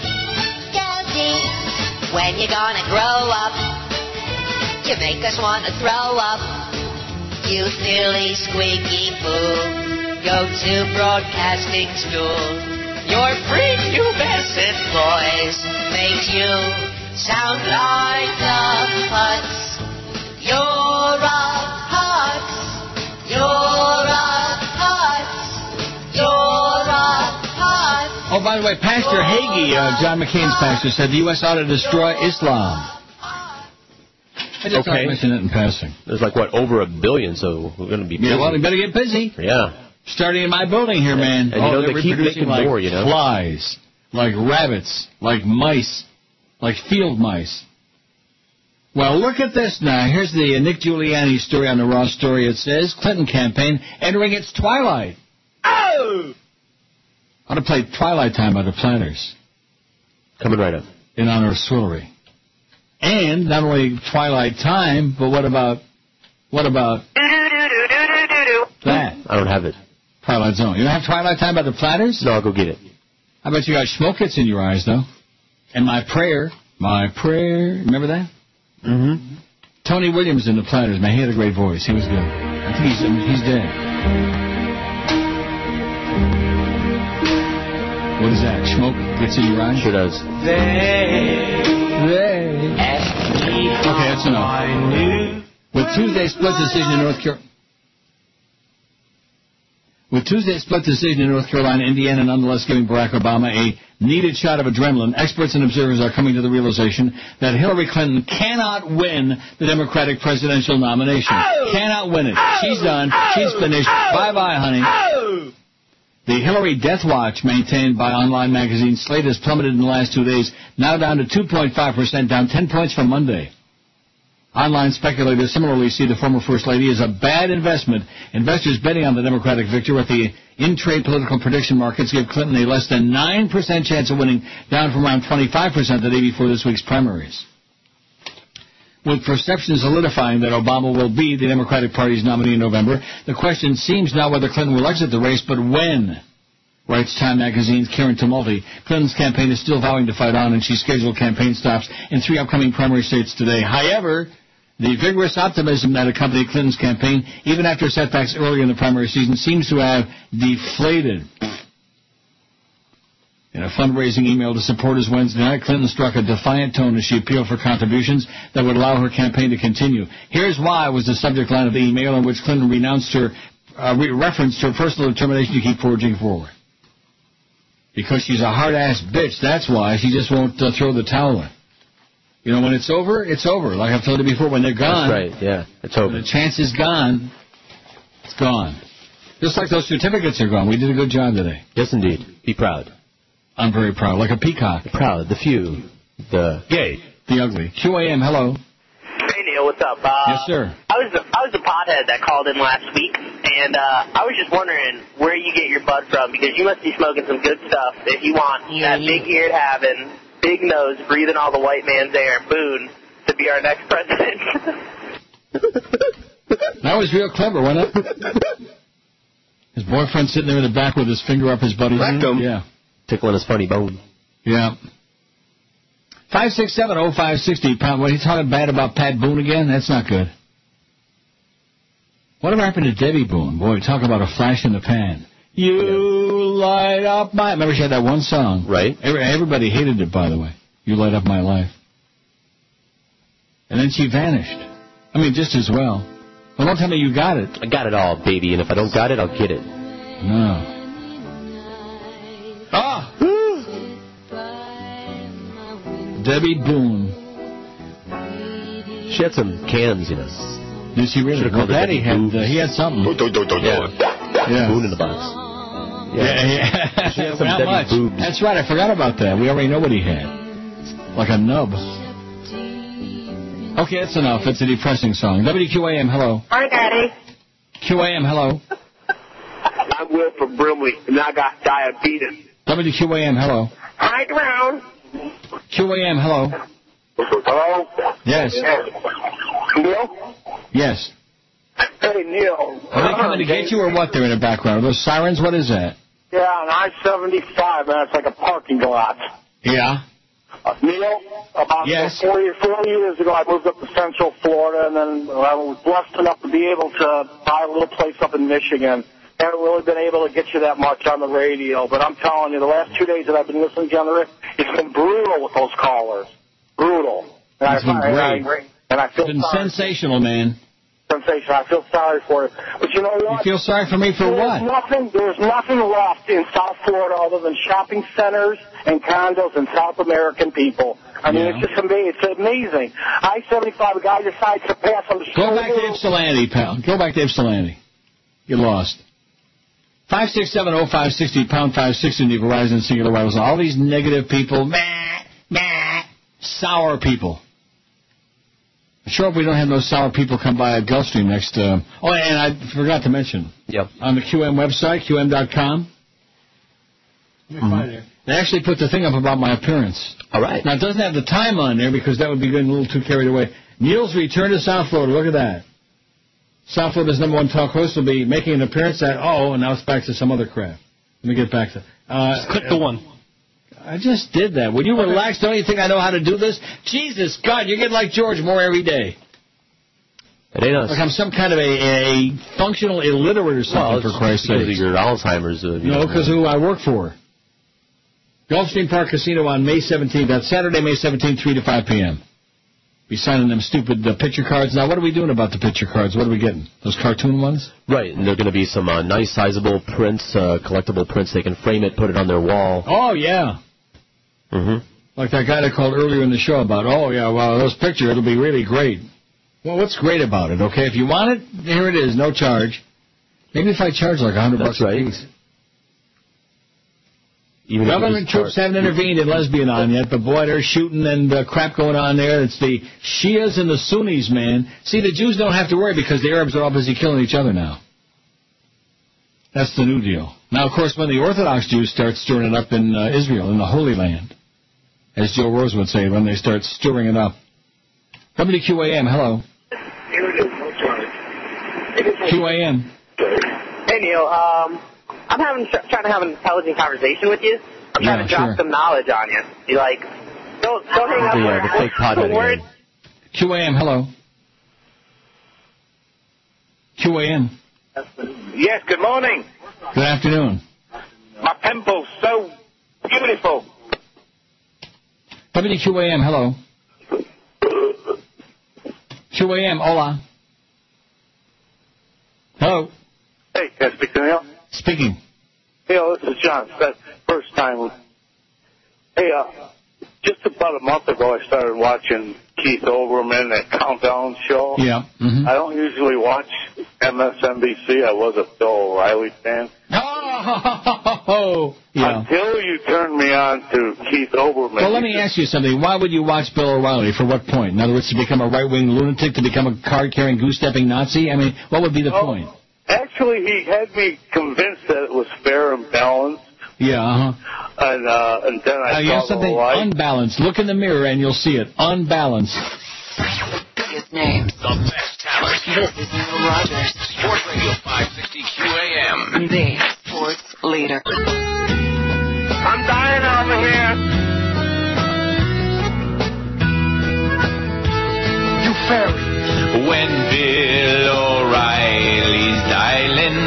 Speaker 7: Geldy, when you gonna grow up? You make us wanna throw up. You silly squeaky fool, go to broadcasting school. Your prepubescent voice makes you sound like a putz. You're a putz. You're a putz. You're a putz.
Speaker 4: Oh, by the way, Pastor Hagee, uh, John McCain's pastor, said the U.S. ought to destroy Islam. I just thought I'd mention it in passing.
Speaker 2: There's like what over a billion, so we're going to be.
Speaker 4: Yeah,
Speaker 2: busy.
Speaker 4: well, we better get busy.
Speaker 2: Yeah.
Speaker 4: Starting in my building here, man. Oh,
Speaker 2: And you know,
Speaker 4: they're
Speaker 2: they keep
Speaker 4: reproducing
Speaker 2: making
Speaker 4: like
Speaker 2: more, you know.
Speaker 4: flies, like rabbits, like mice, like field mice. Well, look at this now. Here's the uh, Nick Giuliani story on the Raw story. It says Clinton campaign entering its twilight.
Speaker 52: Oh!
Speaker 4: I want to play Twilight Time by the Planters.
Speaker 2: Coming right up.
Speaker 4: In honor of Swillery. And not only Twilight Time, but what about what about that?
Speaker 2: I don't have it.
Speaker 4: Twilight Zone. You don't have Twilight Time by the Platters?
Speaker 2: No, I'll go get it.
Speaker 4: I bet you got schmokits in your eyes, though. And my prayer, my prayer. Remember that? Mm-hmm. Tony Williams in the Platters. Man, he had a great voice. He was good. I think he's um, he's dead. What is that? Smoke gets in your eyes? Sure
Speaker 2: does.
Speaker 4: They asked me Okay, that's enough. With Tuesday's split decision in North Carolina. With Tuesday's split decision in North Carolina, Indiana nonetheless giving Barack Obama a needed shot of adrenaline, experts and observers are coming to the realization that Hillary Clinton cannot win the Democratic presidential nomination. Cannot win it. She's done. She's finished. Bye bye, honey. The Hillary Death Watch maintained by online magazine Slate has plummeted in the last two days, now down to 2.5%, down 10 points from Monday. Online speculators similarly see the former First Lady as a bad investment. Investors betting on the Democratic victor at the in-trade political prediction markets give Clinton a less than 9% chance of winning, down from around 25% the day before this week's primaries. With perception solidifying that Obama will be the Democratic Party's nominee in November, the question seems not whether Clinton will exit the race, but when. Writes Time Magazine's Karen Tumulty. Clinton's campaign is still vowing to fight on, and she scheduled campaign stops in three upcoming primary states today. However, the vigorous optimism that accompanied Clinton's campaign, even after setbacks earlier in the primary season, seems to have deflated. In a fundraising email to supporters Wednesday night, Clinton struck a defiant tone as she appealed for contributions that would allow her campaign to continue. Here's why was the subject line of the email in which Clinton renounced her, uh, re- referenced her personal determination to keep forging forward. Because she's a hard-ass bitch, that's why she just won't uh, throw the towel in. You know, when it's over, it's over. Like I've told you before, when they're gone,
Speaker 2: That's right. Yeah, it's over.
Speaker 4: the chance is gone. It's gone. Just like those certificates are gone. We did a good job today.
Speaker 2: Yes, indeed. Be proud.
Speaker 4: I'm very proud. Like a peacock.
Speaker 2: proud. The few. The
Speaker 4: gay. The ugly. QAM. Hello.
Speaker 53: Hey Neil, what's up? Uh,
Speaker 4: Yes, sir.
Speaker 53: I was the, I was the pothead that called in last week, and uh, I was just wondering where you get your bud from because you must be smoking some good stuff if you want that big eared having, big nose, breathing all the white man's air, Boone to be our next president.
Speaker 4: That was real clever, wasn't it? his boyfriend sitting there in the back with his finger up his buddy's rectum. Yeah.
Speaker 2: tickling his funny bone.
Speaker 4: Yeah. Five six seven oh five sixty pound. What are you talking bad about Pat Boone again? That's not good. Whatever happened to Debbie Boone? Boy, talk about a flash in the pan. You light up my. Remember, she had that one song.
Speaker 2: Right.
Speaker 4: Every, everybody hated it, by the way. You light up my life. And then she vanished. I mean, just as well. Well, don't tell me you got it.
Speaker 2: I got it all, baby, and if I don't got it, I'll get it.
Speaker 4: No. Ah. Debbie Boone.
Speaker 2: She had some cans, you know.
Speaker 4: Did she really?
Speaker 2: Should've
Speaker 4: Well,
Speaker 2: called it
Speaker 4: Daddy had uh, he had something.
Speaker 2: Yeah.
Speaker 4: Yeah.
Speaker 2: Spoon in the box.
Speaker 4: Yeah, yeah.
Speaker 2: She had some
Speaker 4: Not
Speaker 2: Debbie
Speaker 4: much.
Speaker 2: boobs.
Speaker 4: That's right. I forgot about that. We already know what he had. Like a nub. Okay, that's enough. It's a depressing song. WQAM, hello.
Speaker 10: Hi, Daddy.
Speaker 4: QAM, hello.
Speaker 10: I'm Will from Brimley, and I got diabetes.
Speaker 4: WQAM, hello.
Speaker 10: Hi, Brown.
Speaker 4: QAM, hello.
Speaker 10: Hello?
Speaker 4: Yes.
Speaker 10: Neil?
Speaker 4: Yes.
Speaker 10: Hey, Neil.
Speaker 4: Are they coming to get you or what? They're in the background. Are those sirens? What is that?
Speaker 10: Yeah, on I-75, man, it's like a parking lot.
Speaker 4: Yeah.
Speaker 10: Uh, Neil, about
Speaker 4: Yes.
Speaker 10: four, year, four years ago, I moved up to Central Florida, and then I was blessed enough to be able to buy a little place up in Michigan. Haven't really been able to get you that much on the radio, but I'm telling you, the last two days that I've been listening to you on the radio, it's been brutal with those callers. Brutal. And
Speaker 4: It's been
Speaker 10: I, I, I
Speaker 4: great.
Speaker 10: agree. And I feel
Speaker 4: It's been
Speaker 10: sorry.
Speaker 4: sensational, man.
Speaker 10: Sensation. I feel sorry for you. But you know what?
Speaker 4: You feel sorry for me for
Speaker 10: There's
Speaker 4: what?
Speaker 10: Nothing. There's nothing left in South Florida other than shopping centers and condos and South American people. I mean, it's just amazing. It's amazing. I-75, a guy decides to pass on the
Speaker 4: Go back to Ypsilanti, pal. Go back to Ypsilanti. You lost. 5670560, pound 560 in the Verizon Singular Wireless. All these negative people, meh, meh, sour people. I sure hope we don't have those sour people come by at Gulfstream next. Uh, oh, and I forgot to mention.
Speaker 2: Yep.
Speaker 4: On the QM website, qm.com. Mhm. They actually put the thing up about my appearance. All right. Now, it doesn't have the time on there because that would be getting a little too carried away. Neil's return to South Florida. Look at that. South Florida's number one talk host will be making an appearance at, oh, and now it's back to some other crap. Let me get back to uh, Just click the one. I just did that. Would you relax? Don't you think I know how to do this? Jesus, God, you get like George Moore every day.
Speaker 2: It ain't us.
Speaker 4: Like I'm some kind of a, a functional illiterate or something,
Speaker 2: Well,
Speaker 4: for
Speaker 2: it's
Speaker 4: Christ's
Speaker 2: because
Speaker 4: sake.
Speaker 2: of your Alzheimer's. Uh, you
Speaker 4: No,
Speaker 2: know,
Speaker 4: because who I work for. Gulfstream Park Casino on May 17th. That's Saturday, May 17th, 3 to 5 p.m. Be signing them stupid uh, picture cards. Now, what are we doing about the picture cards? What are we getting? Those cartoon ones?
Speaker 2: Right, and there are going to be some uh, nice, sizable prints, uh, collectible prints. They can frame it, put it on their wall.
Speaker 4: Oh, yeah.
Speaker 2: Mm-hmm.
Speaker 4: Like that guy that called earlier in the show about, oh, yeah, well, those pictures, it'll be really great. Well, what's great about it, okay? If you want it, here it is, no charge. Maybe if I charge like a 100 bucks a piece.
Speaker 2: Even if you
Speaker 4: Government
Speaker 2: just
Speaker 4: troops
Speaker 2: start-
Speaker 4: haven't intervened in Lesbian on yet, but boy, there's shooting and uh, crap going on there. It's the Shias and the Sunnis, man. See, the Jews don't have to worry because the Arabs are all busy killing each other now. That's the new deal. Now, of course, when the Orthodox Jews start stirring it up in uh, Israel, in the Holy Land, as Joe Rose would say, when they start stirring it up. WQAM, hello. QAM.
Speaker 28: Hey Neil, um, I'm having tr- trying to have an intelligent conversation with you. I'm trying
Speaker 4: Yeah,
Speaker 28: to drop
Speaker 4: sure.
Speaker 28: some knowledge on you. You like, don't don't hang up.
Speaker 4: The,
Speaker 28: where
Speaker 4: uh, the
Speaker 28: I-
Speaker 4: fake pod
Speaker 28: the
Speaker 4: that he
Speaker 28: word-
Speaker 4: QAM, hello. QAM.
Speaker 16: Yes, good morning.
Speaker 4: Good afternoon.
Speaker 16: My pimple's so beautiful.
Speaker 4: WQAM, hello. QAM, hola. Hello.
Speaker 16: Hey, can I speak to Neil?
Speaker 4: Speaking.
Speaker 16: Neil, this is John. That's first time. Hey, uh, just about a month ago, I started watching Keith Olbermann at Countdown Show.
Speaker 4: Yeah.
Speaker 16: I don't usually watch MSNBC. I was a Bill O'Reilly fan.
Speaker 4: mm-hmm. Oh, yeah.
Speaker 16: Until you turned me on to Keith Olbermann.
Speaker 4: Well, let me ask you something. Why would you watch Bill O'Reilly? For what point? In other words, to become a right-wing lunatic, to become a card-carrying, goose-stepping Nazi? I mean, what would be the point?
Speaker 16: Actually, he had me convinced that it was fair and balanced,
Speaker 4: Yeah, uh-huh.
Speaker 16: and uh, and then I
Speaker 4: Uh, you have
Speaker 16: saw the
Speaker 4: something
Speaker 16: light.
Speaker 4: unbalanced. Look in the mirror and you'll see it. Unbalanced.
Speaker 22: Biggest name. The best talent. This is Neil Rogers. Sports Radio 560 QAM. The sports leader. I'm dying over here. You fairy.
Speaker 14: When Bill O'Reilly's dialing,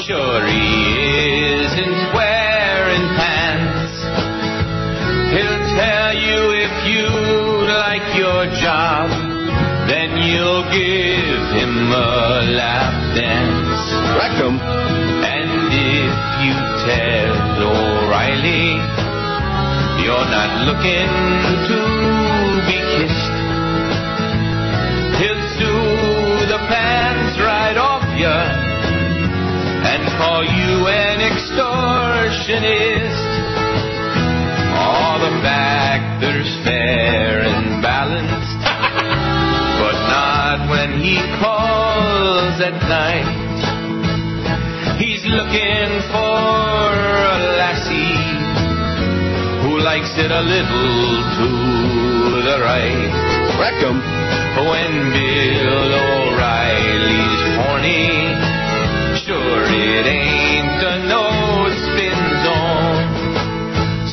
Speaker 14: sure he isn't wearing pants. He'll tell you if you like your job, then you'll give him a lap dance. And if you tell O'Reilly you're not looking to be kissed, He'll do the
Speaker 7: call you an extortionist. All the factors fair and balanced, but not when he calls at night. He's looking for a lassie who likes it a little to the right. Wreck him. When Bill O'Reilly's horny, sure it ain't a no spin zone.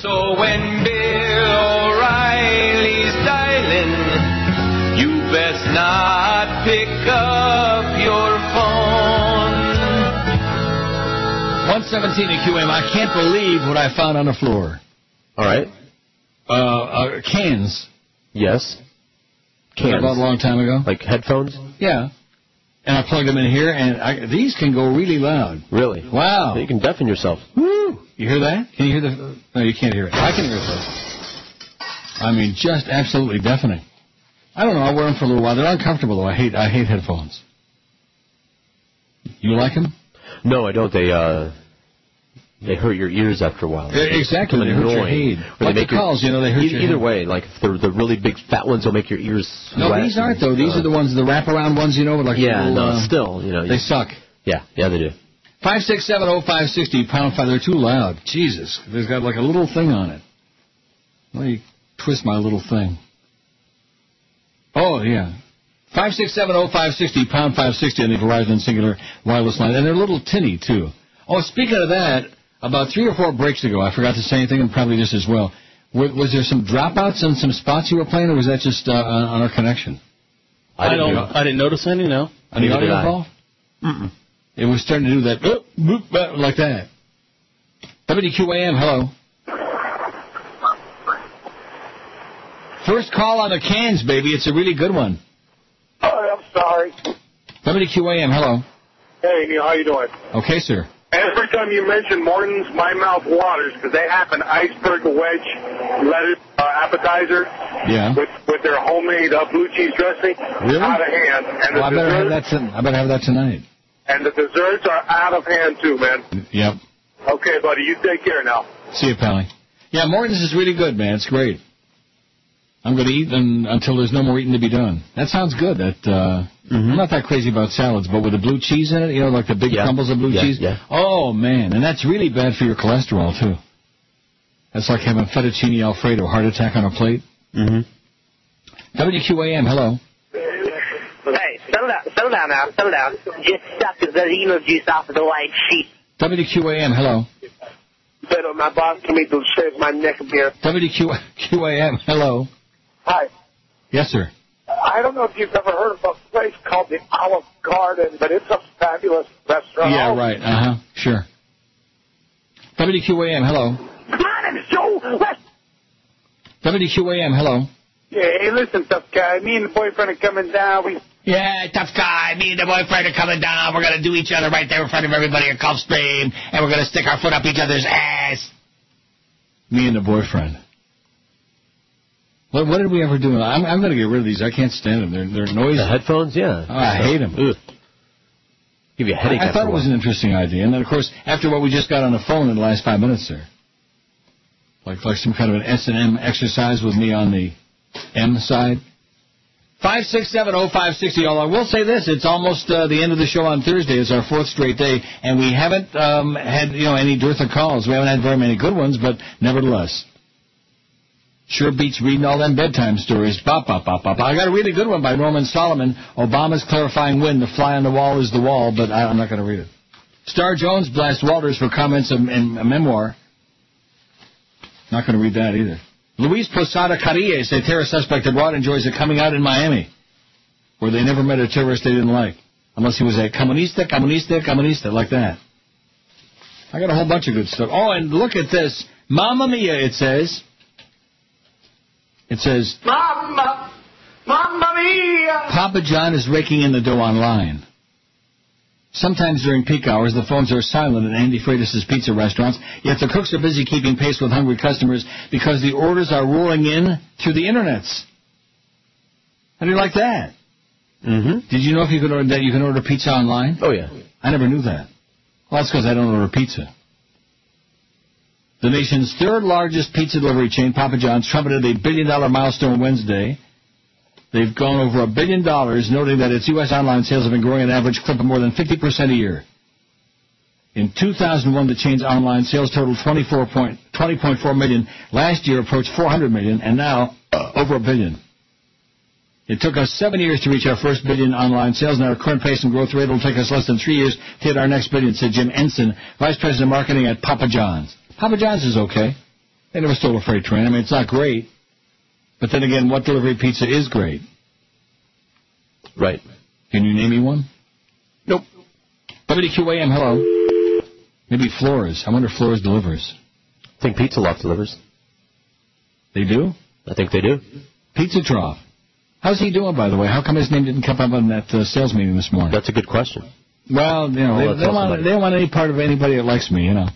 Speaker 7: So when Bill O'Reilly's dialing, you best not pick up your phone.
Speaker 4: 117 at QM. I can't believe what I found on the floor.
Speaker 2: All right.
Speaker 4: Uh, uh cans.
Speaker 2: Yes. Cans.
Speaker 4: I bought a long time ago.
Speaker 2: Like headphones?
Speaker 4: Yeah. And I plugged them in here, and I, these can go really loud.
Speaker 2: Really?
Speaker 4: Wow.
Speaker 2: You can deafen yourself.
Speaker 4: Woo! You hear that? Can you hear the? No, you can't hear it. I can hear this. I mean, just absolutely deafening. I don't know. I wear them for a little while. They're uncomfortable though. I hate. I hate headphones. You like them?
Speaker 2: No, I don't. They uh, they hurt your ears after a while.
Speaker 4: Yeah, exactly. They hurt your
Speaker 2: Annoying.
Speaker 4: head.
Speaker 2: Or they
Speaker 4: Like the
Speaker 2: make your-
Speaker 4: calls, you know, they hurt
Speaker 2: e-
Speaker 4: your
Speaker 2: Either
Speaker 4: head.
Speaker 2: way, like if the the really big fat ones will make your ears.
Speaker 4: No,
Speaker 2: sweat
Speaker 4: these aren't
Speaker 2: and,
Speaker 4: though. These
Speaker 2: uh,
Speaker 4: are the ones, the wraparound ones. You know, with like
Speaker 2: Yeah,
Speaker 4: little,
Speaker 2: no,
Speaker 4: uh,
Speaker 2: still, you know,
Speaker 4: they
Speaker 2: you-
Speaker 4: suck.
Speaker 2: Yeah, yeah, they do.
Speaker 4: Five six seven oh five sixty pound five. They're too loud. Jesus, there's got like a little thing on it. Let me twist my little thing. Oh yeah, five six seven oh five sixty pound five sixty on the Verizon Singular wireless line, and they're a little tinny too. Oh, speaking of that, about three or four breaks ago, I forgot to say anything, and probably this as well. Was, was there some dropouts in some spots you were playing, or was that just uh, on on our connection?
Speaker 8: I, don't. I didn't notice any. No.
Speaker 4: On the audio call? Mm-mm. It was starting to do that "Boop, boop, boop," like that. WQAM, hello. First call on the cans, baby. It's a really good one.
Speaker 10: Oh, I'm sorry.
Speaker 4: WQAM, hello.
Speaker 10: Hey, Neil, how you doing?
Speaker 4: Okay, sir.
Speaker 10: Every time you mention Morton's, my mouth waters because they have an iceberg wedge lettuce uh, appetizer
Speaker 4: Yeah.
Speaker 10: with with their homemade uh, blue cheese dressing
Speaker 4: Really?
Speaker 10: out of hand, and the
Speaker 4: Well, I better have
Speaker 10: desserts
Speaker 4: that. Ton- I better have that tonight.
Speaker 10: and the desserts are out of hand too, man.
Speaker 4: Yep.
Speaker 10: Okay, buddy, you take care now.
Speaker 4: See you, Pally. Yeah, Morton's is really good, man. It's great. I'm going to eat un until there's no more eating to be done. That sounds good. That uh, I'm not that crazy about salads, but with the blue cheese in it, you know, like the big
Speaker 2: Yeah.
Speaker 4: crumbles of blue
Speaker 2: Yeah,
Speaker 4: cheese.
Speaker 2: yeah.
Speaker 4: Oh man, and that's really bad for your cholesterol too. That's like having fettuccine alfredo, heart attack on a plate. Mm-hmm. WQAM, hello.
Speaker 54: Hey, settle down, settle down now, settle down. Just suck the xeno juice off of the white sheet.
Speaker 4: WQAM, hello.
Speaker 55: Better my boss to me to shave my neck beard.
Speaker 4: WQAM, hello.
Speaker 10: Hi.
Speaker 4: Yes, sir.
Speaker 10: I don't know if you've ever heard of a place called the Olive Garden, but it's a fabulous restaurant.
Speaker 4: Yeah, right. Uh huh. Sure. WQAM, hello.
Speaker 10: My name is Joe West.
Speaker 4: WQAM, hello.
Speaker 10: Yeah, hey, listen, tough guy. Me and the boyfriend are coming down. We
Speaker 7: Yeah, tough guy. Me and the boyfriend are coming down. We're gonna do each other right there in front of everybody at Gulfstream, and we're gonna stick our foot up each other's ass.
Speaker 4: Me and the boyfriend. What, what did we ever do? I'm, I'm going to get rid of these. I can't stand them. They're, they're noisy.
Speaker 2: The headphones, yeah.
Speaker 4: Oh, I hate them.
Speaker 2: Give you a headache
Speaker 4: I, I
Speaker 2: after
Speaker 4: thought
Speaker 2: a
Speaker 4: it was
Speaker 2: while.
Speaker 4: an interesting idea. And then, of course, after what we just got on the phone in the last five minutes there, like like some kind of an S&M exercise with me on the M side. 5670560. All I will say this, it's almost uh, the end of the show on Thursday. It's our fourth straight day, and we haven't um, had you know any dearth of calls. We haven't had very many good ones, but nevertheless. Sure beats reading all them bedtime stories. Bop, bop, bop, bop. I got a really good one by Norman Solomon. Obama's clarifying win. The fly on the wall is the wall, but I, I'm not going to read it. Star Jones blasts Walters for comments in, in a memoir. Not going to read that either. Luis Posada Carillas, a terrorist suspect abroad, enjoys a coming out in Miami, where they never met a terrorist they didn't like, unless he was a comunista, comunista, comunista, like that. I got a whole bunch of good stuff. Oh, and look at this. Mamma mia, it says. It says,
Speaker 7: Mamma, mamma mia.
Speaker 4: Papa John is raking in the dough online. Sometimes during peak hours, the phones are silent at Andy Freitas' pizza restaurants, yet the cooks are busy keeping pace with hungry customers because the orders are rolling in through the internets. How do you like that? Mm-hmm. Did you know if you could order that you can order pizza online?
Speaker 2: Oh yeah.
Speaker 4: I never knew that. Well, that's because I don't order pizza. The nation's third largest pizza delivery chain, Papa John's, trumpeted a billion dollar milestone Wednesday. They've gone over a billion dollars, noting that its U.S. online sales have been growing at an average clip of more than 50% a year. In 2001, the chain's online sales totaled 24 point, 20.4 million. Last year, approached 400 million, and now uh, over a billion. It took us seven years to reach our first billion online sales, and our current pace and growth rate will take us less than three years to hit our next billion," said Jim Ensign, vice president of marketing at Papa John's. Papa John's is okay. They never stole a freight train. I mean, it's not great, but then again, what delivery pizza is great?
Speaker 2: Right.
Speaker 4: Can you name me one?
Speaker 2: Nope.
Speaker 4: WQAM, hello. Maybe Flores. I wonder if Flores delivers.
Speaker 2: I think Pizza Loft delivers.
Speaker 4: They do?
Speaker 2: I think they do.
Speaker 4: Pizza Trough. How's he doing, by the way? How come his name didn't come up on that uh, sales meeting this morning?
Speaker 2: That's a good question.
Speaker 4: Well, you know,
Speaker 2: Well,
Speaker 4: they,
Speaker 2: that's
Speaker 4: they, don't want,
Speaker 2: somebody.
Speaker 4: they don't want any part of anybody that likes me, you know.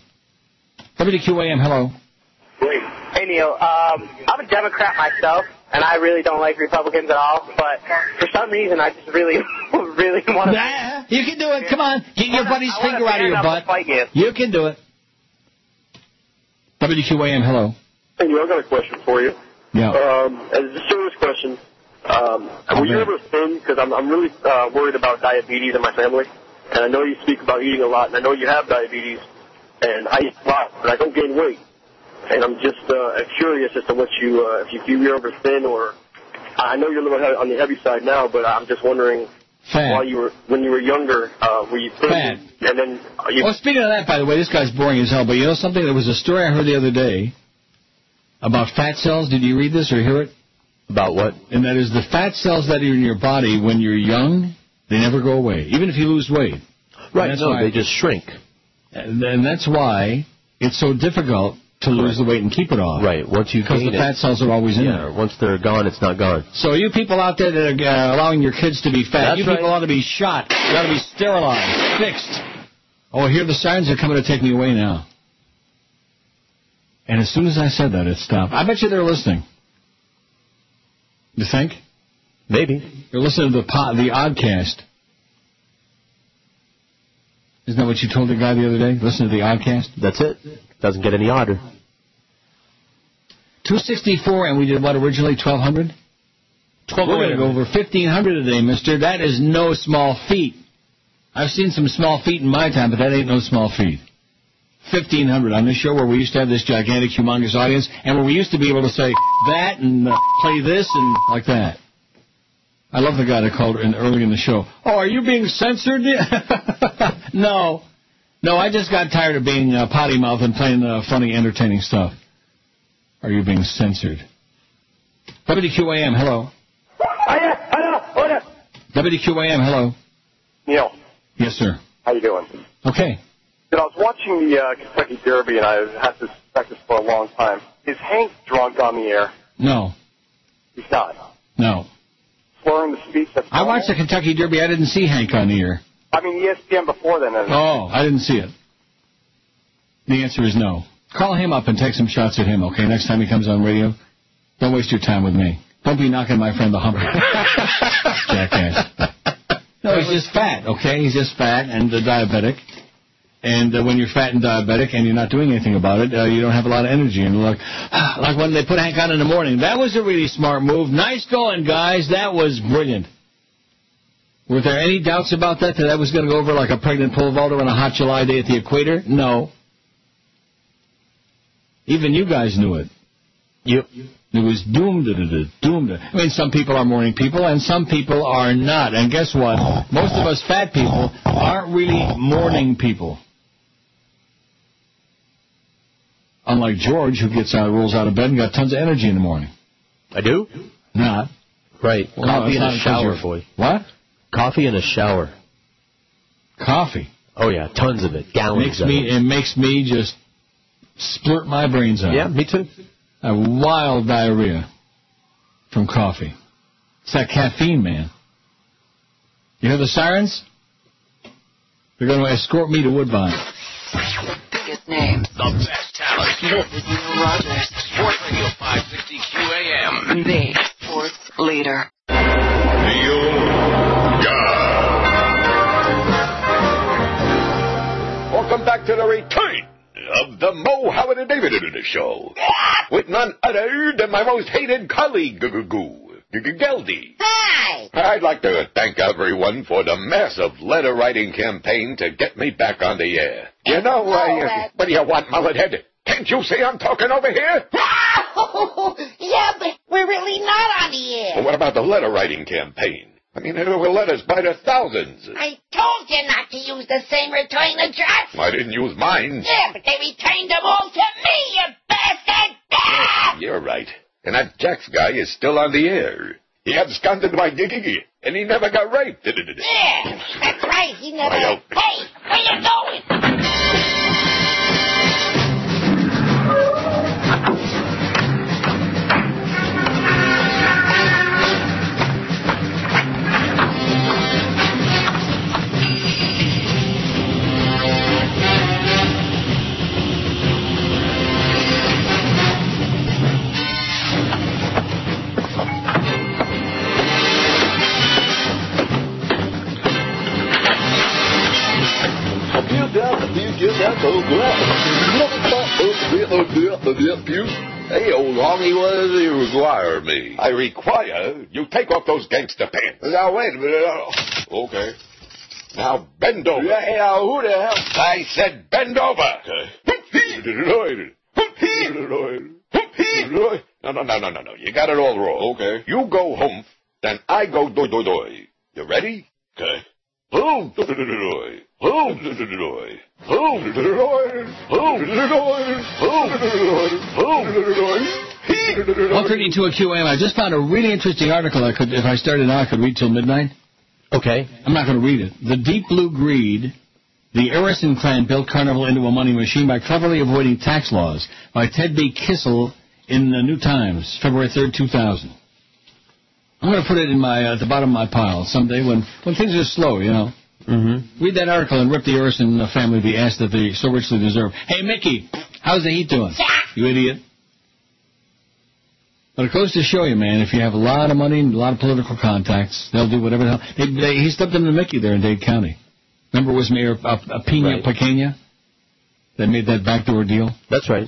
Speaker 4: WQAM, hello.
Speaker 15: Hey Neil,
Speaker 11: uh,
Speaker 15: um, I'm a Democrat myself, and I really don't like Republicans at all. But for some reason, I just really, really want
Speaker 4: to. You can do it. Come on, get
Speaker 15: your
Speaker 4: buddy's finger out of your butt.
Speaker 15: Fight you.
Speaker 4: You can do it. WQAM, hello.
Speaker 10: Hey, Neil, I got a question for you.
Speaker 4: Yeah.
Speaker 10: Um, it's a serious question. Um, were you ever thin? Because I'm, I'm really uh, worried about diabetes in my family, and I know you speak about eating a lot, and I know you have diabetes, and I eat a lot, but I don't gain weight, and I'm just uh, curious as to what you uh, if you if you were ever thin or I know you're a little he- on the heavy side now, but I'm just wondering
Speaker 4: Fat.
Speaker 10: while you were when you were younger, uh, were you thin?
Speaker 4: Fat.
Speaker 10: And then uh, you
Speaker 4: Well, speaking of that, by the way, this guy's boring as hell. But you know something? There was a story I heard the other day about fat cells. Did you read this or hear it?
Speaker 2: About what?
Speaker 4: And that is the fat cells that are in your body when you're young, they never go away, even if you lose weight. And
Speaker 2: Right,
Speaker 4: that's
Speaker 2: no,
Speaker 4: why-
Speaker 2: they just shrink.
Speaker 4: And and that's why it's so difficult to lose the weight and keep it off.
Speaker 2: Right. Once you
Speaker 4: Because
Speaker 2: gain
Speaker 4: Oh. the
Speaker 2: it-
Speaker 4: fat cells are always in
Speaker 2: yeah,
Speaker 4: there.
Speaker 2: Once they're gone, it's not gone.
Speaker 4: So you people out there that are uh, allowing your kids to be fat,
Speaker 2: That's
Speaker 4: you
Speaker 2: right.
Speaker 4: people ought to be shot. You ought to be sterilized, fixed. Oh, here the signs are coming to take me away now. And as soon as I said that, it stopped. I bet you they're listening. You think?
Speaker 2: Maybe.
Speaker 4: They're listening to the po- the Oddcast. Isn't that what you told the guy the other day? Listen to the Oddcast.
Speaker 2: That's it. Doesn't get any odder.
Speaker 4: 264, and we did what originally? 1200? We're going to go over 1500 today, mister. That is no small feat. I've seen some small feet in my time, but that ain't no small feat. 1500 on this show where we used to have this gigantic, humongous audience, and where we used to be able to say that and uh, play this and like that. I love the guy that called in early in the show. Oh, are you being censored? no. No, I just got tired of being uh, potty mouth and playing uh, funny, entertaining stuff. Are you being censored? WQAM, hello. WQAM, hello.
Speaker 10: Neil,
Speaker 4: Yes, sir.
Speaker 10: how you doing?
Speaker 4: Okay.
Speaker 10: You know, I was watching the uh, Kentucky Derby, and I've had this practice for a long time. Is Hank drunk on the air?
Speaker 4: No,
Speaker 10: He's not.
Speaker 4: no.
Speaker 10: Slurring the speech. That's
Speaker 4: I watched the Kentucky Derby. I didn't see Hank on the air.
Speaker 10: I mean, E ESPN before then. And
Speaker 4: Oh, I didn't see it. The answer is no. Call him up and take some shots at him, okay? Next time he comes on radio, don't waste your time with me. Don't be knocking my friend the hump. Jackass. No, he's just fat, okay? He's just fat and uh, diabetic. And uh, when you're fat and diabetic and you're not doing anything about it, uh, you don't have a lot of energy. And like, like when they put Hank on in the morning, that was a really smart move. Nice going, guys. That was brilliant. Were there any doubts about that? That that was going to go over like a pregnant pole vault on a hot July day at the equator? No. Even you guys knew it.
Speaker 2: Yep.
Speaker 4: It was doomed. to do- Doomed. to- I mean, some people are morning people, and some people are not. And guess what? Most of us fat people aren't really morning people. Unlike George, who gets out, rolls out of bed, and got tons of energy in the morning.
Speaker 2: I do?
Speaker 4: Not.
Speaker 2: Right.
Speaker 4: Well, no,
Speaker 2: Coffee
Speaker 4: it's
Speaker 2: in
Speaker 4: not
Speaker 2: a
Speaker 4: because
Speaker 2: shower,
Speaker 4: you're-
Speaker 2: boy.
Speaker 4: What?
Speaker 2: Coffee in a shower.
Speaker 4: Coffee.
Speaker 2: Oh, yeah. Tons of it. Gallons
Speaker 4: makes
Speaker 2: of
Speaker 4: me
Speaker 2: it.
Speaker 4: it makes me just splurt my brains out.
Speaker 2: Yeah, me too.
Speaker 4: A wild diarrhea from coffee. It's that caffeine, man. You hear the sirens? They're going to escort me to Woodbine.
Speaker 7: Biggest names. The best talent. This is Neil Rogers. Sports Radio 560 QAM. The sports leader.
Speaker 56: Neil God.
Speaker 10: Well,
Speaker 6: back to the return of the Mo Howard and David Show with none other than my most hated colleague, Goo Geldy.
Speaker 7: Hi!
Speaker 6: I'd like to thank everyone for the massive letter writing campaign to get me back on the air. You know, I, uh,
Speaker 7: Mullet.
Speaker 6: what do you want, mullet head? Can't you see I'm talking over here?
Speaker 7: Oh, yeah, but we're really not on the air.
Speaker 6: Well, what about the letter writing campaign? I mean, there were letters by the thousands.
Speaker 7: I told you not to use the same return address.
Speaker 6: I didn't use mine.
Speaker 7: Yeah, but they returned them all to me, you bastard.
Speaker 6: Ah, You're right. And that Jax guy is still on the air. He absconded by gigging, and he never got raped.
Speaker 7: Yeah, that's right. He never.
Speaker 6: I hope-
Speaker 7: Hey, where you going?
Speaker 6: Hey, old homie, what does he require me? I require you take off those gangster pants. Now, wait a minute. Okay. Now, bend over. Hey, now, who the hell? I said bend over. Okay. No, no, no, no, no, no. You got it all wrong. Okay. You go home, then I go do do do. You ready? Okay. Boom. Do do do do. Boom. Do do do do. Boom. Do do do do. Boom. Do do do do. Boom. Do do do do. Boom. Do do do do.
Speaker 4: 132 at QAM. I just found a really interesting article. I could, if I started now, I could read till midnight.
Speaker 2: Okay.
Speaker 4: I'm not going to read it. The Deep Blue Greed. The Arison clan built Carnival into a money machine by cleverly avoiding tax laws. By Ted B. Kissel in the New Times, February 3rd, 2000. I'm going to put it in my uh, at the bottom of my pile someday when when things are slow, you know. Mm-hmm. Read that article and rip the Arison family the ass that they so richly deserve. Hey, Mickey, how's the heat doing? You idiot. But it goes to show you, man, if you have a lot of money and a lot of political contacts, they'll do whatever the hell. They, they, he stepped into Mickey there in Dade County. Remember, it was Mayor uh, uh, Pena Pequena that made that backdoor deal?
Speaker 2: That's right.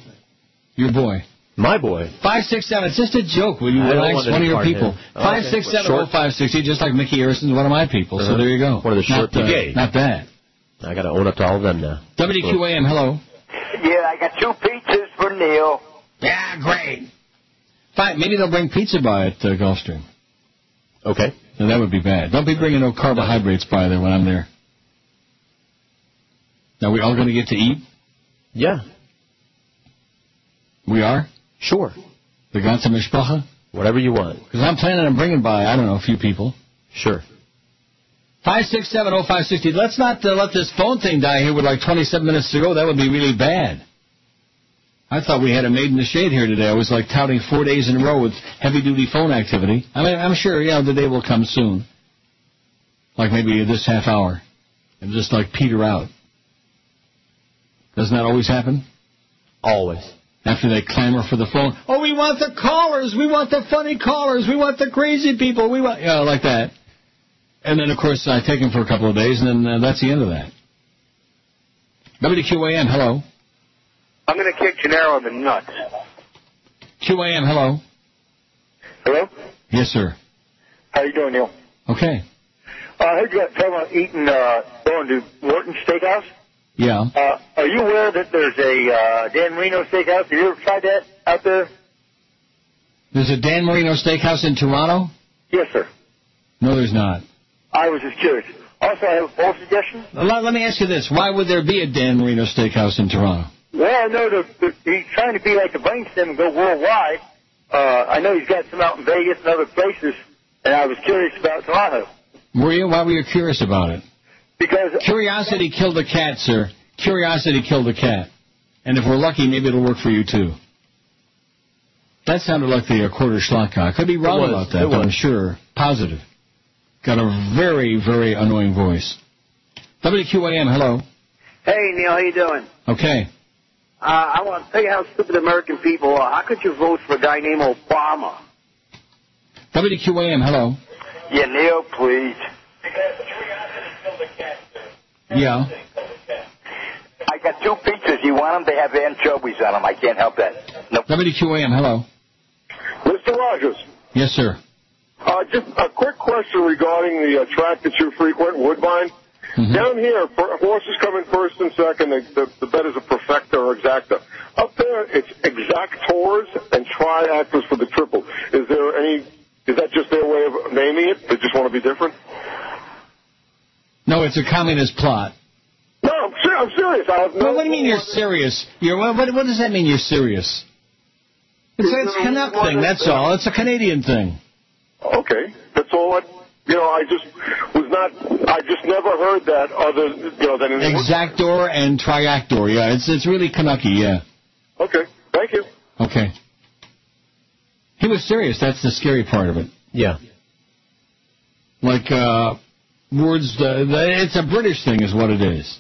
Speaker 4: Your boy.
Speaker 2: My boy.
Speaker 4: 567, it's just a joke. Will you
Speaker 2: I don't
Speaker 4: relax
Speaker 2: want to
Speaker 4: one of your people?
Speaker 2: depart him. Okay.
Speaker 4: oh, 5670560, just like Mickey Harrison's one of my people. So
Speaker 2: Uh-huh.
Speaker 4: there you go.
Speaker 2: One of the short
Speaker 4: not, uh,
Speaker 2: gay.
Speaker 4: Not bad.
Speaker 2: I got to own up to all of them now.
Speaker 4: WQAM, hello.
Speaker 57: Yeah, I got two pizzas for Neil.
Speaker 4: Yeah, great. Fine, maybe they'll bring pizza by at uh, Gulfstream.
Speaker 2: Okay.
Speaker 4: No, that would be bad. Don't be bringing no carbohydrates by there when I'm there. Now, we all going to get to eat?
Speaker 2: Yeah.
Speaker 4: We are?
Speaker 2: Sure.
Speaker 4: The ganze Mishpacha?
Speaker 2: Whatever you want.
Speaker 4: Because I'm planning on bringing by, I don't know, a few people.
Speaker 2: Sure.
Speaker 4: oh, 5670560. Let's not uh, let this phone thing die here with like 27 minutes to go. That would be really bad. I thought we had a maid in the shade here today. I was like touting four days in a row with heavy duty phone activity. I mean, I'm sure, you know, the day will come soon. Like maybe this half hour. And just like peter out. Doesn't that always happen?
Speaker 2: Always.
Speaker 4: After they clamor for the phone. Oh, we want the callers. We want the funny callers. We want the crazy people. We want, you know, like that. And then, of course, I take him for a couple of days, and then uh, that's the end of that. WQAM, hello.
Speaker 10: I'm going to kick Gennaro in the nuts.
Speaker 4: QAM, hello.
Speaker 10: Hello?
Speaker 4: Yes, sir.
Speaker 10: How you doing, Neil?
Speaker 4: Okay.
Speaker 10: Uh, I heard you got talking about eating, uh, going to Morton Steakhouse.
Speaker 4: Yeah.
Speaker 10: Uh, are you aware that there's a uh, Dan Reno Steakhouse? Have you ever tried that out there?
Speaker 4: There's a Dan Marino Steakhouse in Toronto?
Speaker 10: Yes, sir.
Speaker 4: No, there's not.
Speaker 10: I was just curious. Also, I have a poll suggestion.
Speaker 4: Let, let me ask you this. Why would there be a Dan Marino Steakhouse in Toronto?
Speaker 10: Well, I know the, the, he's trying to be like the brainstem and go worldwide. Uh, I know he's got some out in Vegas and other places, and I was curious about Toronto.
Speaker 4: Were you? Why were you curious about it?
Speaker 10: Because
Speaker 4: Curiosity killed the cat, sir. Curiosity killed the cat. And if we're lucky, maybe it'll work for you, too. That sounded like the uh, quarter schlock. I could be wrong
Speaker 2: It was.
Speaker 4: about that,
Speaker 2: It
Speaker 4: but I'm
Speaker 2: was.
Speaker 4: sure. Positive. Got a very, very annoying voice. WQAM, hello.
Speaker 58: Hey Neil, how you doing?
Speaker 4: Okay.
Speaker 58: Uh, I want to tell you how stupid American people are. How could you vote for a guy named Obama?
Speaker 4: WQAM, hello.
Speaker 58: Yeah, Neil, please.
Speaker 4: Yeah.
Speaker 58: I got
Speaker 59: two pizzas. You want them? They have anchovies on them. I can't help that.
Speaker 4: WQAM, hello.
Speaker 13: Mr. Rogers,
Speaker 4: Yes, sir.
Speaker 13: uh, just a quick question regarding the uh, track that you frequent, Woodbine. Down here, for, horses come in first and second. The, the, the bet is a perfecta or exacta. Up there, it's exactors and triactors for the triple. Is there any? Is that just their way of naming it? They just want to be different.
Speaker 4: No, it's a communist plot.
Speaker 13: No, I'm, ser- I'm serious. I have no.
Speaker 4: Well, what do you mean you're serious? You're, what, what what does that mean you're serious? It's, it's a Canuck thing, that's all. It's a Canadian thing.
Speaker 13: Okay, that's all. I, you know, I just was not. I just never heard that other. You know, than in
Speaker 4: Exactor and triactor, yeah. It's, it's really Canucky, yeah.
Speaker 13: Okay, thank you.
Speaker 4: Okay. He was serious. That's the scary part of it.
Speaker 2: Yeah.
Speaker 4: Like uh, words. Uh, it's a British thing, is what it is.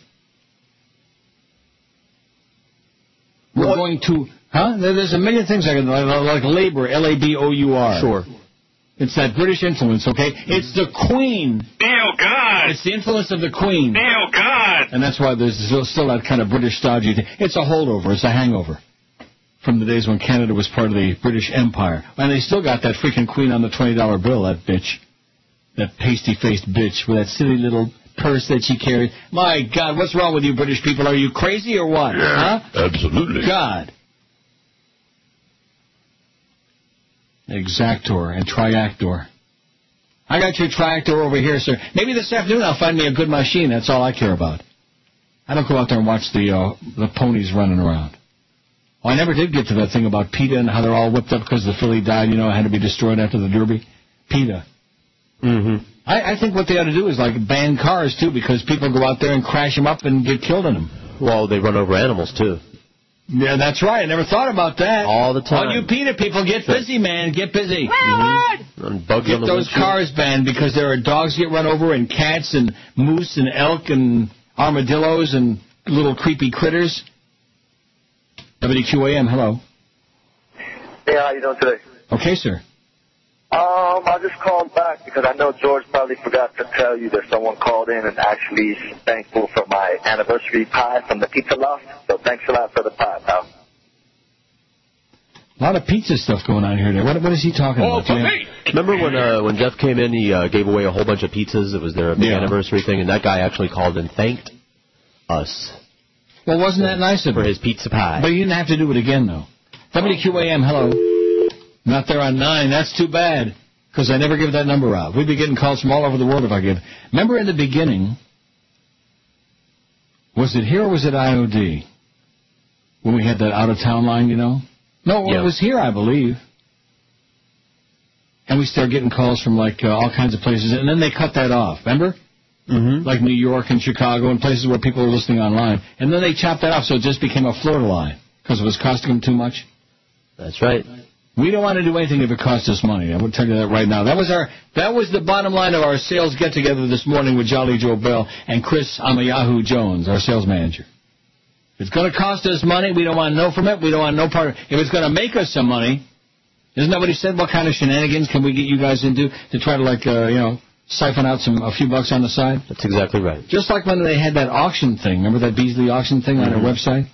Speaker 4: We're going to huh? There- There's a million things I can like labor, L A B O U R. Sure. It's that British influence, okay? It's the Queen.
Speaker 60: Oh, God.
Speaker 4: It's the influence of the Queen.
Speaker 60: Oh, God.
Speaker 4: And that's why there's still, still that kind of British stodgy thing. It's a holdover. It's a hangover from the days when Canada was part of the British Empire. And they still got that freaking queen on the $20 bill, that bitch. That pasty-faced bitch with that silly little purse that she carried. My God, what's wrong with you British people? Are you crazy or what?
Speaker 60: Yeah,
Speaker 4: huh? absolutely. God. Exactor and triactor. I got your tractor over here, sir. Maybe this afternoon I'll find me a good machine. That's all I care about. I don't go out there and watch the uh, the ponies running around. Oh, I never did get to that thing about PETA and how they're all whipped up because the filly died. You know, had to be destroyed after the Derby. PETA. Mm-hmm. I, I think what they ought to do is like ban cars too, because people go out there and crash them up and get killed in them.
Speaker 2: Well, they run over animals too.
Speaker 4: Yeah, that's right. I never thought about that.
Speaker 2: All the time.
Speaker 4: All you PETA people, get busy, man. Get busy.
Speaker 2: And bugs
Speaker 4: get
Speaker 2: on the
Speaker 4: those
Speaker 2: windshield.
Speaker 4: cars banned because there are dogs get run over and cats and moose and elk and armadillos and little creepy critters. WQAM, hello.
Speaker 10: Hey, how you doing today?
Speaker 4: Okay, sir.
Speaker 10: Um, I just called back because I know George probably forgot to tell you that someone called in and actually is thankful for my anniversary pie from the pizza loft. So thanks a lot for the pie, pal.
Speaker 4: A lot of pizza stuff going on here today. What, what is he talking about? Do you have-
Speaker 2: Remember when uh, when Jeff came in, he uh, gave away a whole bunch of pizzas. It was their big anniversary thing, and that guy actually called and thanked us
Speaker 4: Well, wasn't that nice of
Speaker 2: for
Speaker 4: him?
Speaker 2: his pizza pie.
Speaker 4: But you didn't have to do it again, though. WQAM, hello. Not there on 9. That's too bad, because I never give that number out. We'd be getting calls from all over the world if I give. Remember in the beginning, was it here or was it IOD? When we had that out-of-town line, you know? No, it was here, I believe. And we started getting calls from, like, uh, all kinds of places, and then they cut that off, remember? Mm-hmm. Like New York and Chicago and places where people were listening online. And then they chopped that off, so it just became a Florida line because it was costing them too much.
Speaker 2: That's right.
Speaker 4: We don't want to do anything if it costs us money. I would tell you that right now. That was our that was the bottom line of our sales get together this morning with Jolly Joe Bell and Chris Amayahu Jones, our sales manager. If it's going to cost us money, we don't want no from it. We don't want no part of it. If it's going to make us some money, isn't that what he said? What kind of shenanigans can we get you guys into to try to like uh, you know siphon out some a few bucks on the side?
Speaker 2: That's exactly right.
Speaker 4: Just like when they had that auction thing. Remember that Beasley auction thing
Speaker 2: Mm-hmm.
Speaker 4: on their website?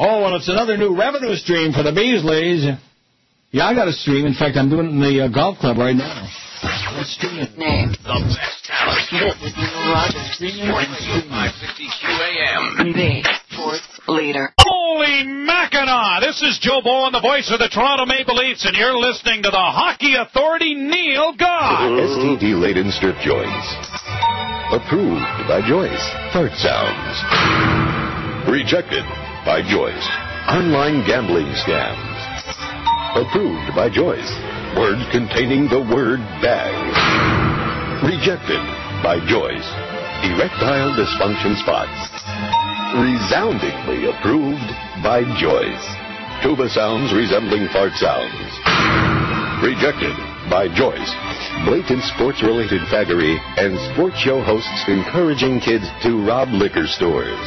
Speaker 4: Oh, and it's another new revenue stream for the Beasleys. Yeah, I got a stream. In fact, I'm doing it in the uh, golf club right now.
Speaker 60: Name. The best talent. This is Neil Rogers. Sports News 560 QAM. The sports leader.
Speaker 7: Holy Mackinac! This is Joe Bowen, the voice of the Toronto Maple Leafs, and you're listening to the Hockey Authority, Neil God.
Speaker 6: STD laden strip joints. Approved by Joyce. Fart sounds. Rejected by Joyce. Online gambling scams. Approved by Joyce. Word containing the word bag. Rejected by Joyce. Erectile dysfunction spots. Resoundingly approved by Joyce. Tuba sounds resembling fart sounds. Rejected by Joyce. Blatant sports related faggery and sports show hosts encouraging kids to rob liquor stores.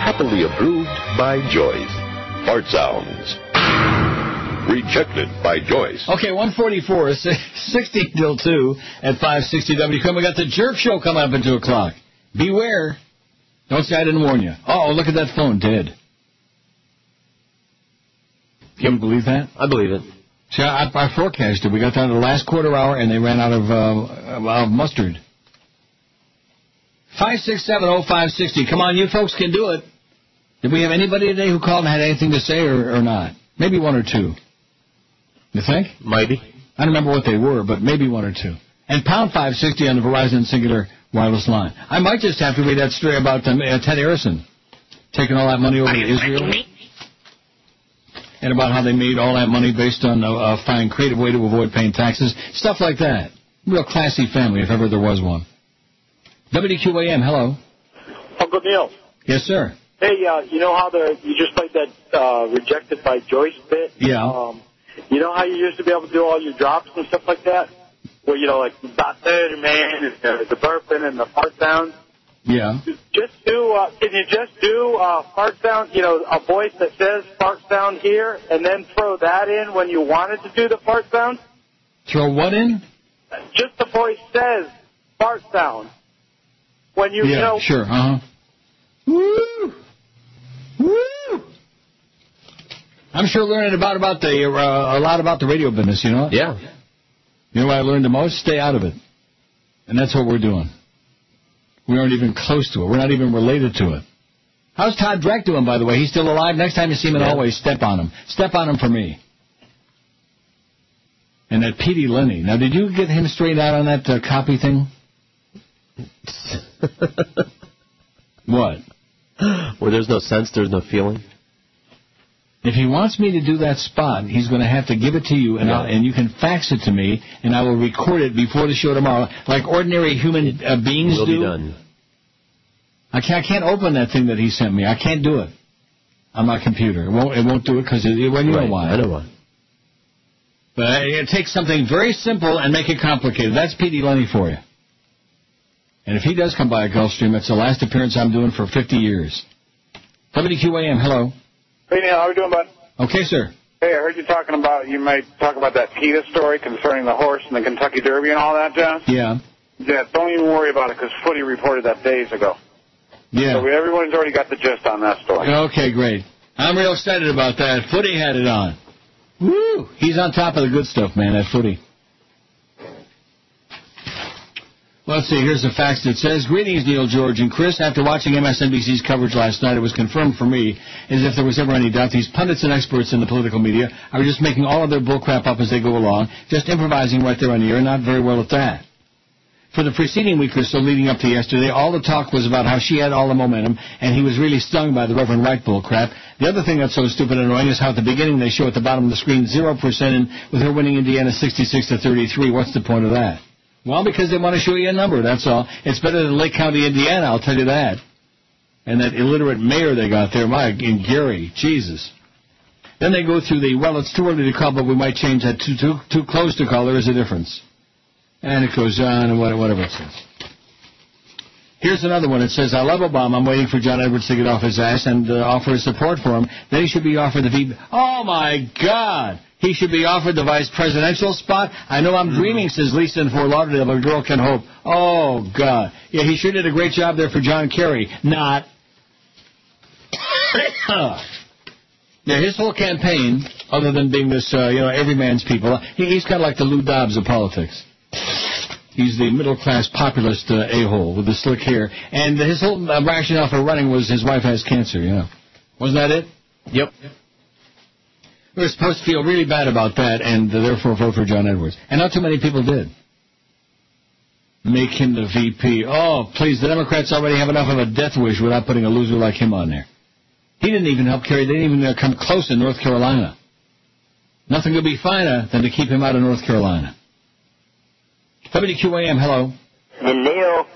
Speaker 6: Happily approved by Joyce. Fart sounds. Rejected by Joyce.
Speaker 4: Okay, 144, 60 till 2 at 560 WQAM. We got the Jerk Show coming up at 2 o'clock. Beware. Don't say I didn't warn you. Oh, look at that phone, dead. Can you believe that?
Speaker 2: I believe it.
Speaker 4: See, I, I forecasted. We got down to the last quarter hour, and they ran out of uh, of mustard. Five six seven oh five sixty. Come on, you folks can do it. Did we have anybody today who called and had anything to say, or, or not? Maybe one or two. You think?
Speaker 2: Maybe.
Speaker 4: I don't remember what they were, but maybe one or two. And pound five sixty on the Verizon Singular wireless line. I might just have to read that story about um, uh, Ted Arison taking all that money over to Israel. And about how they made all that money based on a, a fine, creative way to avoid paying taxes. Stuff like that. Real classy family, if ever there was one. WQAM, hello.
Speaker 10: Uncle Neil.
Speaker 4: Yes, sir.
Speaker 10: Hey, uh, you know how the you just played that uh, rejected by Joyce bit?
Speaker 4: Yeah.
Speaker 10: Um, you know how you used to be able to do all your drops and stuff like that? Where you know, like about thirty man, and the, the burping and the fart sound.
Speaker 4: Yeah.
Speaker 10: Just do. Uh, can you just do uh, fart sound? You know, a voice that says fart sound here, and then throw that in when you wanted to do the fart sound.
Speaker 4: Throw what in?
Speaker 10: Just the voice says fart sound when you
Speaker 4: yeah,
Speaker 10: know.
Speaker 4: sure. Uh huh. Woo! Woo! I'm sure learning about about the uh, a lot about the radio business. You know.
Speaker 2: Yeah.
Speaker 4: You know what I learned the most? Stay out of it. And that's what we're doing. We aren't even close to it. We're not even related to it. How's Todd Dreck doing, by the way? He's still alive. Next time you see him in the hallway, step on him. Step on him for me. And that Petey Lenny. Now, did you get him straight out on that uh, copy thing? what?
Speaker 2: Where there's no sense, there's no feeling.
Speaker 4: If he wants me to do that spot, he's going to have to give it to you, and, I'll, and you can fax it to me, and I will record it before the show tomorrow, like ordinary human uh, beings
Speaker 2: Will
Speaker 4: do.
Speaker 2: be done.
Speaker 4: I can't, I can't open that thing that he sent me. I can't do it on my computer. It won't. It won't do it because it, it, well, you
Speaker 2: Right,
Speaker 4: know why.
Speaker 2: I know why.
Speaker 4: But it takes something very simple and make it complicated. That's P.D. Lenny for you. And if he does come by a Gulfstream, it's the last appearance I'm doing for 50 years. WQAM, hello.
Speaker 10: Hey Neil, how are we doing, bud?
Speaker 4: Okay, sir.
Speaker 10: Hey, I heard you talking about you might talk about that PETA story concerning the horse and the Kentucky Derby and all that, John.
Speaker 4: Yeah.
Speaker 10: Yeah, don't even worry about it because Footy reported that days ago.
Speaker 4: Yeah.
Speaker 10: So we, everyone's already got the gist on that story.
Speaker 4: Okay, great. I'm real excited about that. Footy had it on. Woo! He's on top of the good stuff, man, that footy. Let's see, here's the fax that says Greetings, Neil, George, and Chris. After watching MSNBC's coverage last night, it was confirmed for me, as if there was ever any doubt, these pundits and experts in the political media are just making all of their bullcrap up as they go along, just improvising right there on the air, not very well at that. For the preceding week or so leading up to yesterday, all the talk was about how she had all the momentum and he was really stung by the Reverend White bull crap. The other thing that's so stupid and annoying is how at the beginning they show at the bottom of the screen 0% in with her winning Indiana 66 to 33. What's the point of that? Well, because they want to show you a number, that's all. It's better than Lake County, Indiana, I'll tell you that. And that illiterate mayor they got there, my, in Gary, Jesus. Then they go through the, well, it's too early to call, but we might change that. Too, too, too close to call, there is a difference. And it goes on and what- whatever it says. Here's another one. It says, I love Obama. I'm waiting for John Edwards to get off his ass and uh, offer his support for him. Then he should be offered the... V- oh, my God! He should be offered the vice presidential spot. I know I'm dreaming, says Lisa in Fort Lauderdale, but a girl can hope. Oh, God. Yeah, he sure did a great job there for John Kerry. Not. Yeah, his whole campaign, other than being this, uh, you know, everyman's people, he, he's kind of like the Lou Dobbs of politics. He's the middle class populist uh, a hole with the slick hair. And his whole uh, rationale for running was his wife has cancer, yeah. Wasn't that it?
Speaker 2: Yep.
Speaker 4: We were supposed to feel really bad about that and uh, therefore vote for John Edwards. And not too many people did. Make him the VP. Oh, please, the Democrats already have enough of a death wish without putting a loser like him on there. He didn't even help Kerry. They didn't even uh, come close in North Carolina. Nothing could be finer than to keep him out of North Carolina. WQAM, hello.
Speaker 27: Yeah, Neil.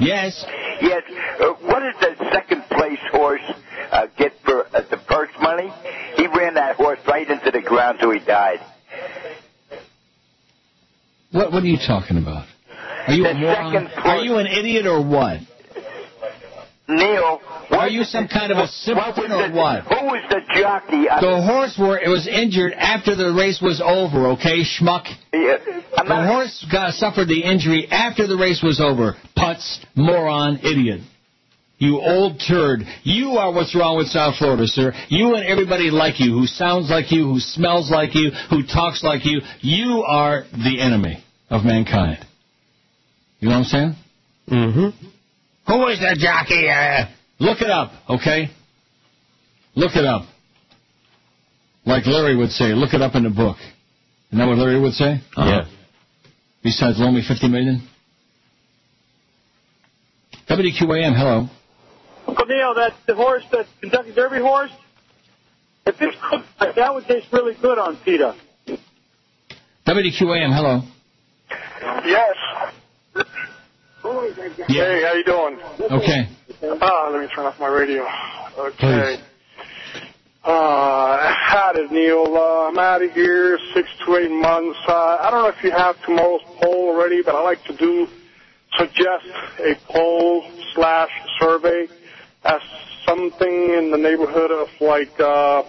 Speaker 4: Yes.
Speaker 27: Yes. Uh, what did the second place horse uh, get for uh, the first money? He ran that horse right into the ground till he died.
Speaker 4: What What are you talking about? Are you a moron? Are you an idiot or what?
Speaker 27: Neil.
Speaker 4: Are you some kind of a simpleton or what?
Speaker 27: Who was the jockey? I,
Speaker 4: The horse were it was injured after the race was over. Okay, schmuck. The horse got, suffered the injury after the race was over. Putz, moron, idiot. You old turd. You are what's wrong with South Florida, sir. You and everybody like you, who sounds like you, who smells like you, who talks like you, you are the enemy of mankind. You know what I'm saying? Mm-hmm. Who is the jockey? Uh, look it up, okay? Look it up. Like Larry would say, look it up in the book. Isn't that what Larry would say?
Speaker 2: Yeah.
Speaker 4: Besides, loan me 50 million? WQAM, hello.
Speaker 61: Uncle Neil, that the horse, that Kentucky Derby horse, if it's cooked, right, that would taste really good on pita.
Speaker 4: WQAM, hello.
Speaker 61: Yes.
Speaker 10: Hey, how you doing?
Speaker 4: Okay.
Speaker 10: Ah, let me turn off my radio. Okay. Uh, how did Neil? Uh, I'm out of here six to eight months. Uh, I don't know if you have tomorrow's poll already, but I like to do suggest a poll slash survey as something in the neighborhood of like uh,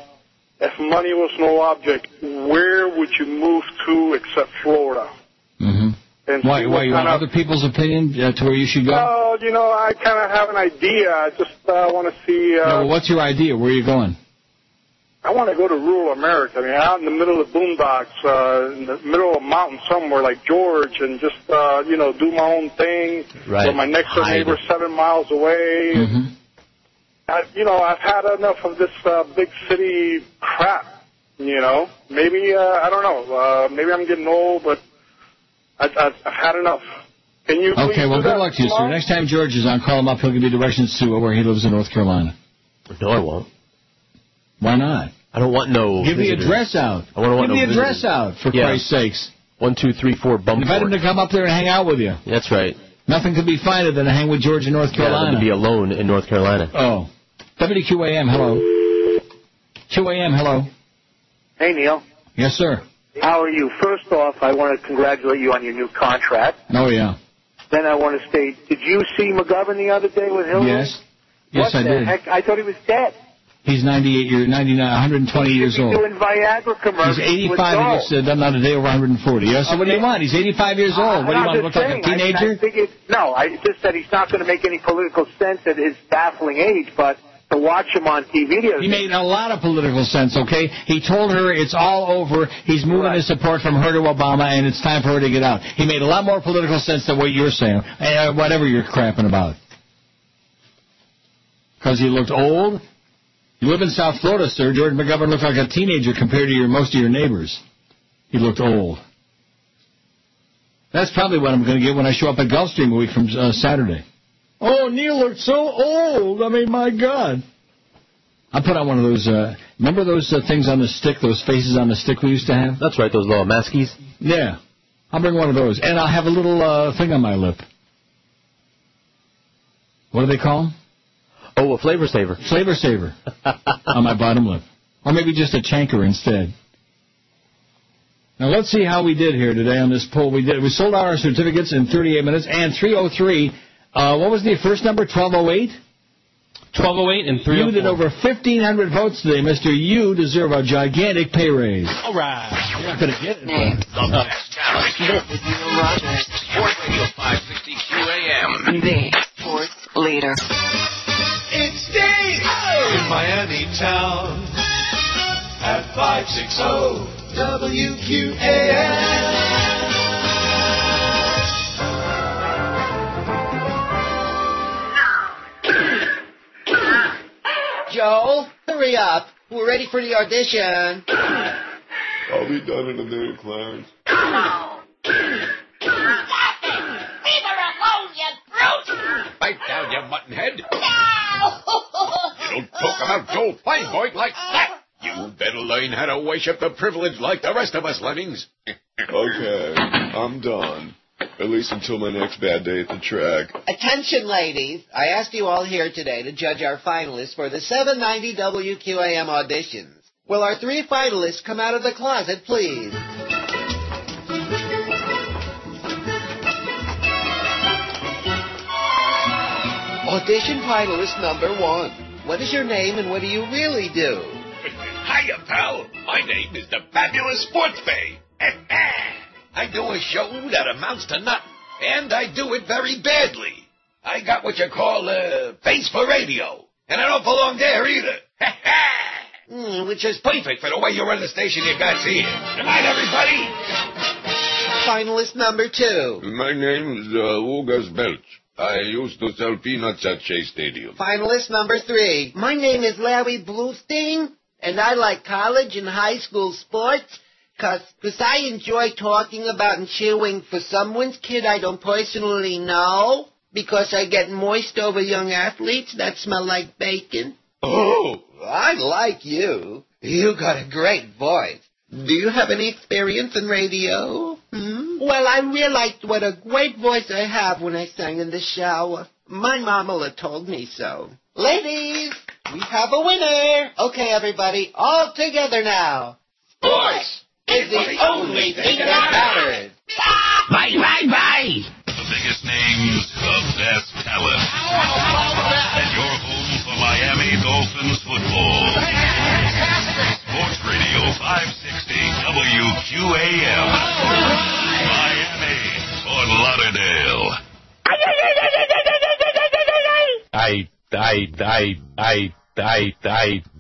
Speaker 10: if money was no object, where would you move to except Florida? And
Speaker 4: Mm-hmm. Why,
Speaker 10: see
Speaker 4: why
Speaker 10: what
Speaker 4: you want
Speaker 10: kind of-
Speaker 4: other people's opinion uh, to where you should go?
Speaker 10: Well, you know, I kind of have an idea. I just uh, want to see. Uh,
Speaker 4: Yeah, well, what's your idea? Where are you going?
Speaker 10: I want to go to rural America. I mean, out in the middle of the boondocks, uh, in the middle of a mountain somewhere like George, and just uh, you know do my own thing.
Speaker 7: Right.
Speaker 10: With my next door
Speaker 7: Hide
Speaker 10: neighbor seven miles away.
Speaker 4: Mm-hmm.
Speaker 10: I, you know, I've had enough of this uh, big city crap. You know, maybe uh, I don't know. Uh, maybe I'm getting old, but I, I've, I've had enough. Can you? please
Speaker 4: Okay, well,
Speaker 10: do that
Speaker 4: good luck to you, sir.
Speaker 10: tomorrow?
Speaker 4: Next time George is on, call him up. He'll give you directions to where he lives in North Carolina.
Speaker 2: No, I won't.
Speaker 4: Why not?
Speaker 2: I don't want no.
Speaker 4: Give the
Speaker 2: visitors.
Speaker 4: address out.
Speaker 2: I want to
Speaker 4: Give the address out, for Christ's sakes.
Speaker 2: One two three four Bumport.
Speaker 4: Invite him to come up there and hang out with you.
Speaker 2: That's right.
Speaker 4: Nothing could be finer than to hang with George in North
Speaker 2: Yeah,
Speaker 4: Carolina.
Speaker 2: to be alone in North Carolina.
Speaker 4: Oh. WQAM, hello. QAM, hello.
Speaker 62: Hey, Neil.
Speaker 4: Yes, sir.
Speaker 62: How are you? First off, I want to congratulate you on your new contract.
Speaker 4: Oh, yeah.
Speaker 62: Then I want to state, did you see McGovern the other day with Hillary?
Speaker 4: Yes. Yes,
Speaker 62: what
Speaker 4: I
Speaker 62: the
Speaker 4: did.
Speaker 62: Heck? I thought he was dead.
Speaker 4: He's 98 years, 99, 120 years old.
Speaker 62: Doing Viagra commercials.
Speaker 4: He's 85 and gets uh, done out a day over 140. Yes, so what do you want? He's 85 years old. What do you want? to Look like
Speaker 62: I,
Speaker 4: a teenager?
Speaker 62: I think it, no, I it's just said he's not going to make any political sense at his baffling age, but to watch him on TV. the other
Speaker 4: He
Speaker 62: day-
Speaker 4: made a lot of political sense, okay? He told her it's all over. He's moving his support from her to Obama, and it's time for her to get out. He made a lot more political sense than what you're saying, uh, whatever you're crapping about. Because he looked old. You live in South Florida, sir. George McGovern looked like a teenager compared to your most of your neighbors. He looked old. That's probably what I'm going to get when I show up at Gulfstream a week from uh, Saturday. Oh, Neil looked so old. I mean, my God. I put on one of those. Uh, remember those uh, things on the stick, those faces on the stick we used to have?
Speaker 2: That's right, those little maskies.
Speaker 4: Yeah, I'll bring one of those, and I'll have a little uh, thing on my lip. What do they call them?
Speaker 2: Oh, a flavor saver.
Speaker 4: Flavor saver on my bottom lip, or maybe just a chanker instead. Now let's see how we did here today on this poll. We did. We sold out our certificates in 38 minutes and 303. Uh, what was the first number? 1208.
Speaker 63: 1208 and 304.
Speaker 4: You did over 1,500 votes today, Mister. You deserve a gigantic pay raise.
Speaker 63: All right.
Speaker 4: You're not going to get it.
Speaker 7: Name.
Speaker 4: but-
Speaker 7: The best talent. Neil Rogers. Sports Radio 560 QAM. The sports leader.
Speaker 64: It's day in Miami town at 560 WQAM.
Speaker 47: Joel, hurry up. We're ready for the audition.
Speaker 64: I'll be done in a minute, Clarence.
Speaker 7: Leave her alone, you brute!
Speaker 6: Bite down, you muttonhead.
Speaker 7: No!
Speaker 6: Don't talk about Joel Feinberg like that. You better learn how to worship the privilege like the rest of us lemmings.
Speaker 64: Okay, I'm done. At least until my next bad day at the track.
Speaker 47: Attention, ladies. I asked you all here today to judge our finalists for the 790 WQAM auditions. Will our three finalists come out of the closet, please? Audition finalist number one. What is your name and what do you really do?
Speaker 6: Hiya, pal. My name is the Fabulous Sports Bay. I do a show that amounts to nothing, and I do it very badly. I got what you call uh, face for radio, and I don't belong there either. Mm, which is perfect for the way you run the station you got here. Good night, everybody.
Speaker 47: Finalist number two.
Speaker 65: My name's uh, Ugas Belch. I used to sell peanuts at Shea Stadium.
Speaker 47: Finalist number three. My name is Larry Bluestein, and I like college and high school sports because I enjoy talking about and cheering for someone's kid I don't personally know because I get moist over young athletes that smell like bacon.
Speaker 6: Oh,
Speaker 47: I like you. You got a great voice. Do you have any experience in radio? Hmm? Well, I realized what a great voice I have when I sang in the shower. My mama told me so. Ladies, we have a winner. Okay, everybody, all together now.
Speaker 6: Sports
Speaker 47: is the only thing that matters.
Speaker 6: Bye, bye, bye.
Speaker 7: The biggest names, the best talent. And your home for Miami Dolphins football. Sports Radio 560 WQAM. Miami, Fort Lauderdale.
Speaker 66: I, I, I, I, I, I,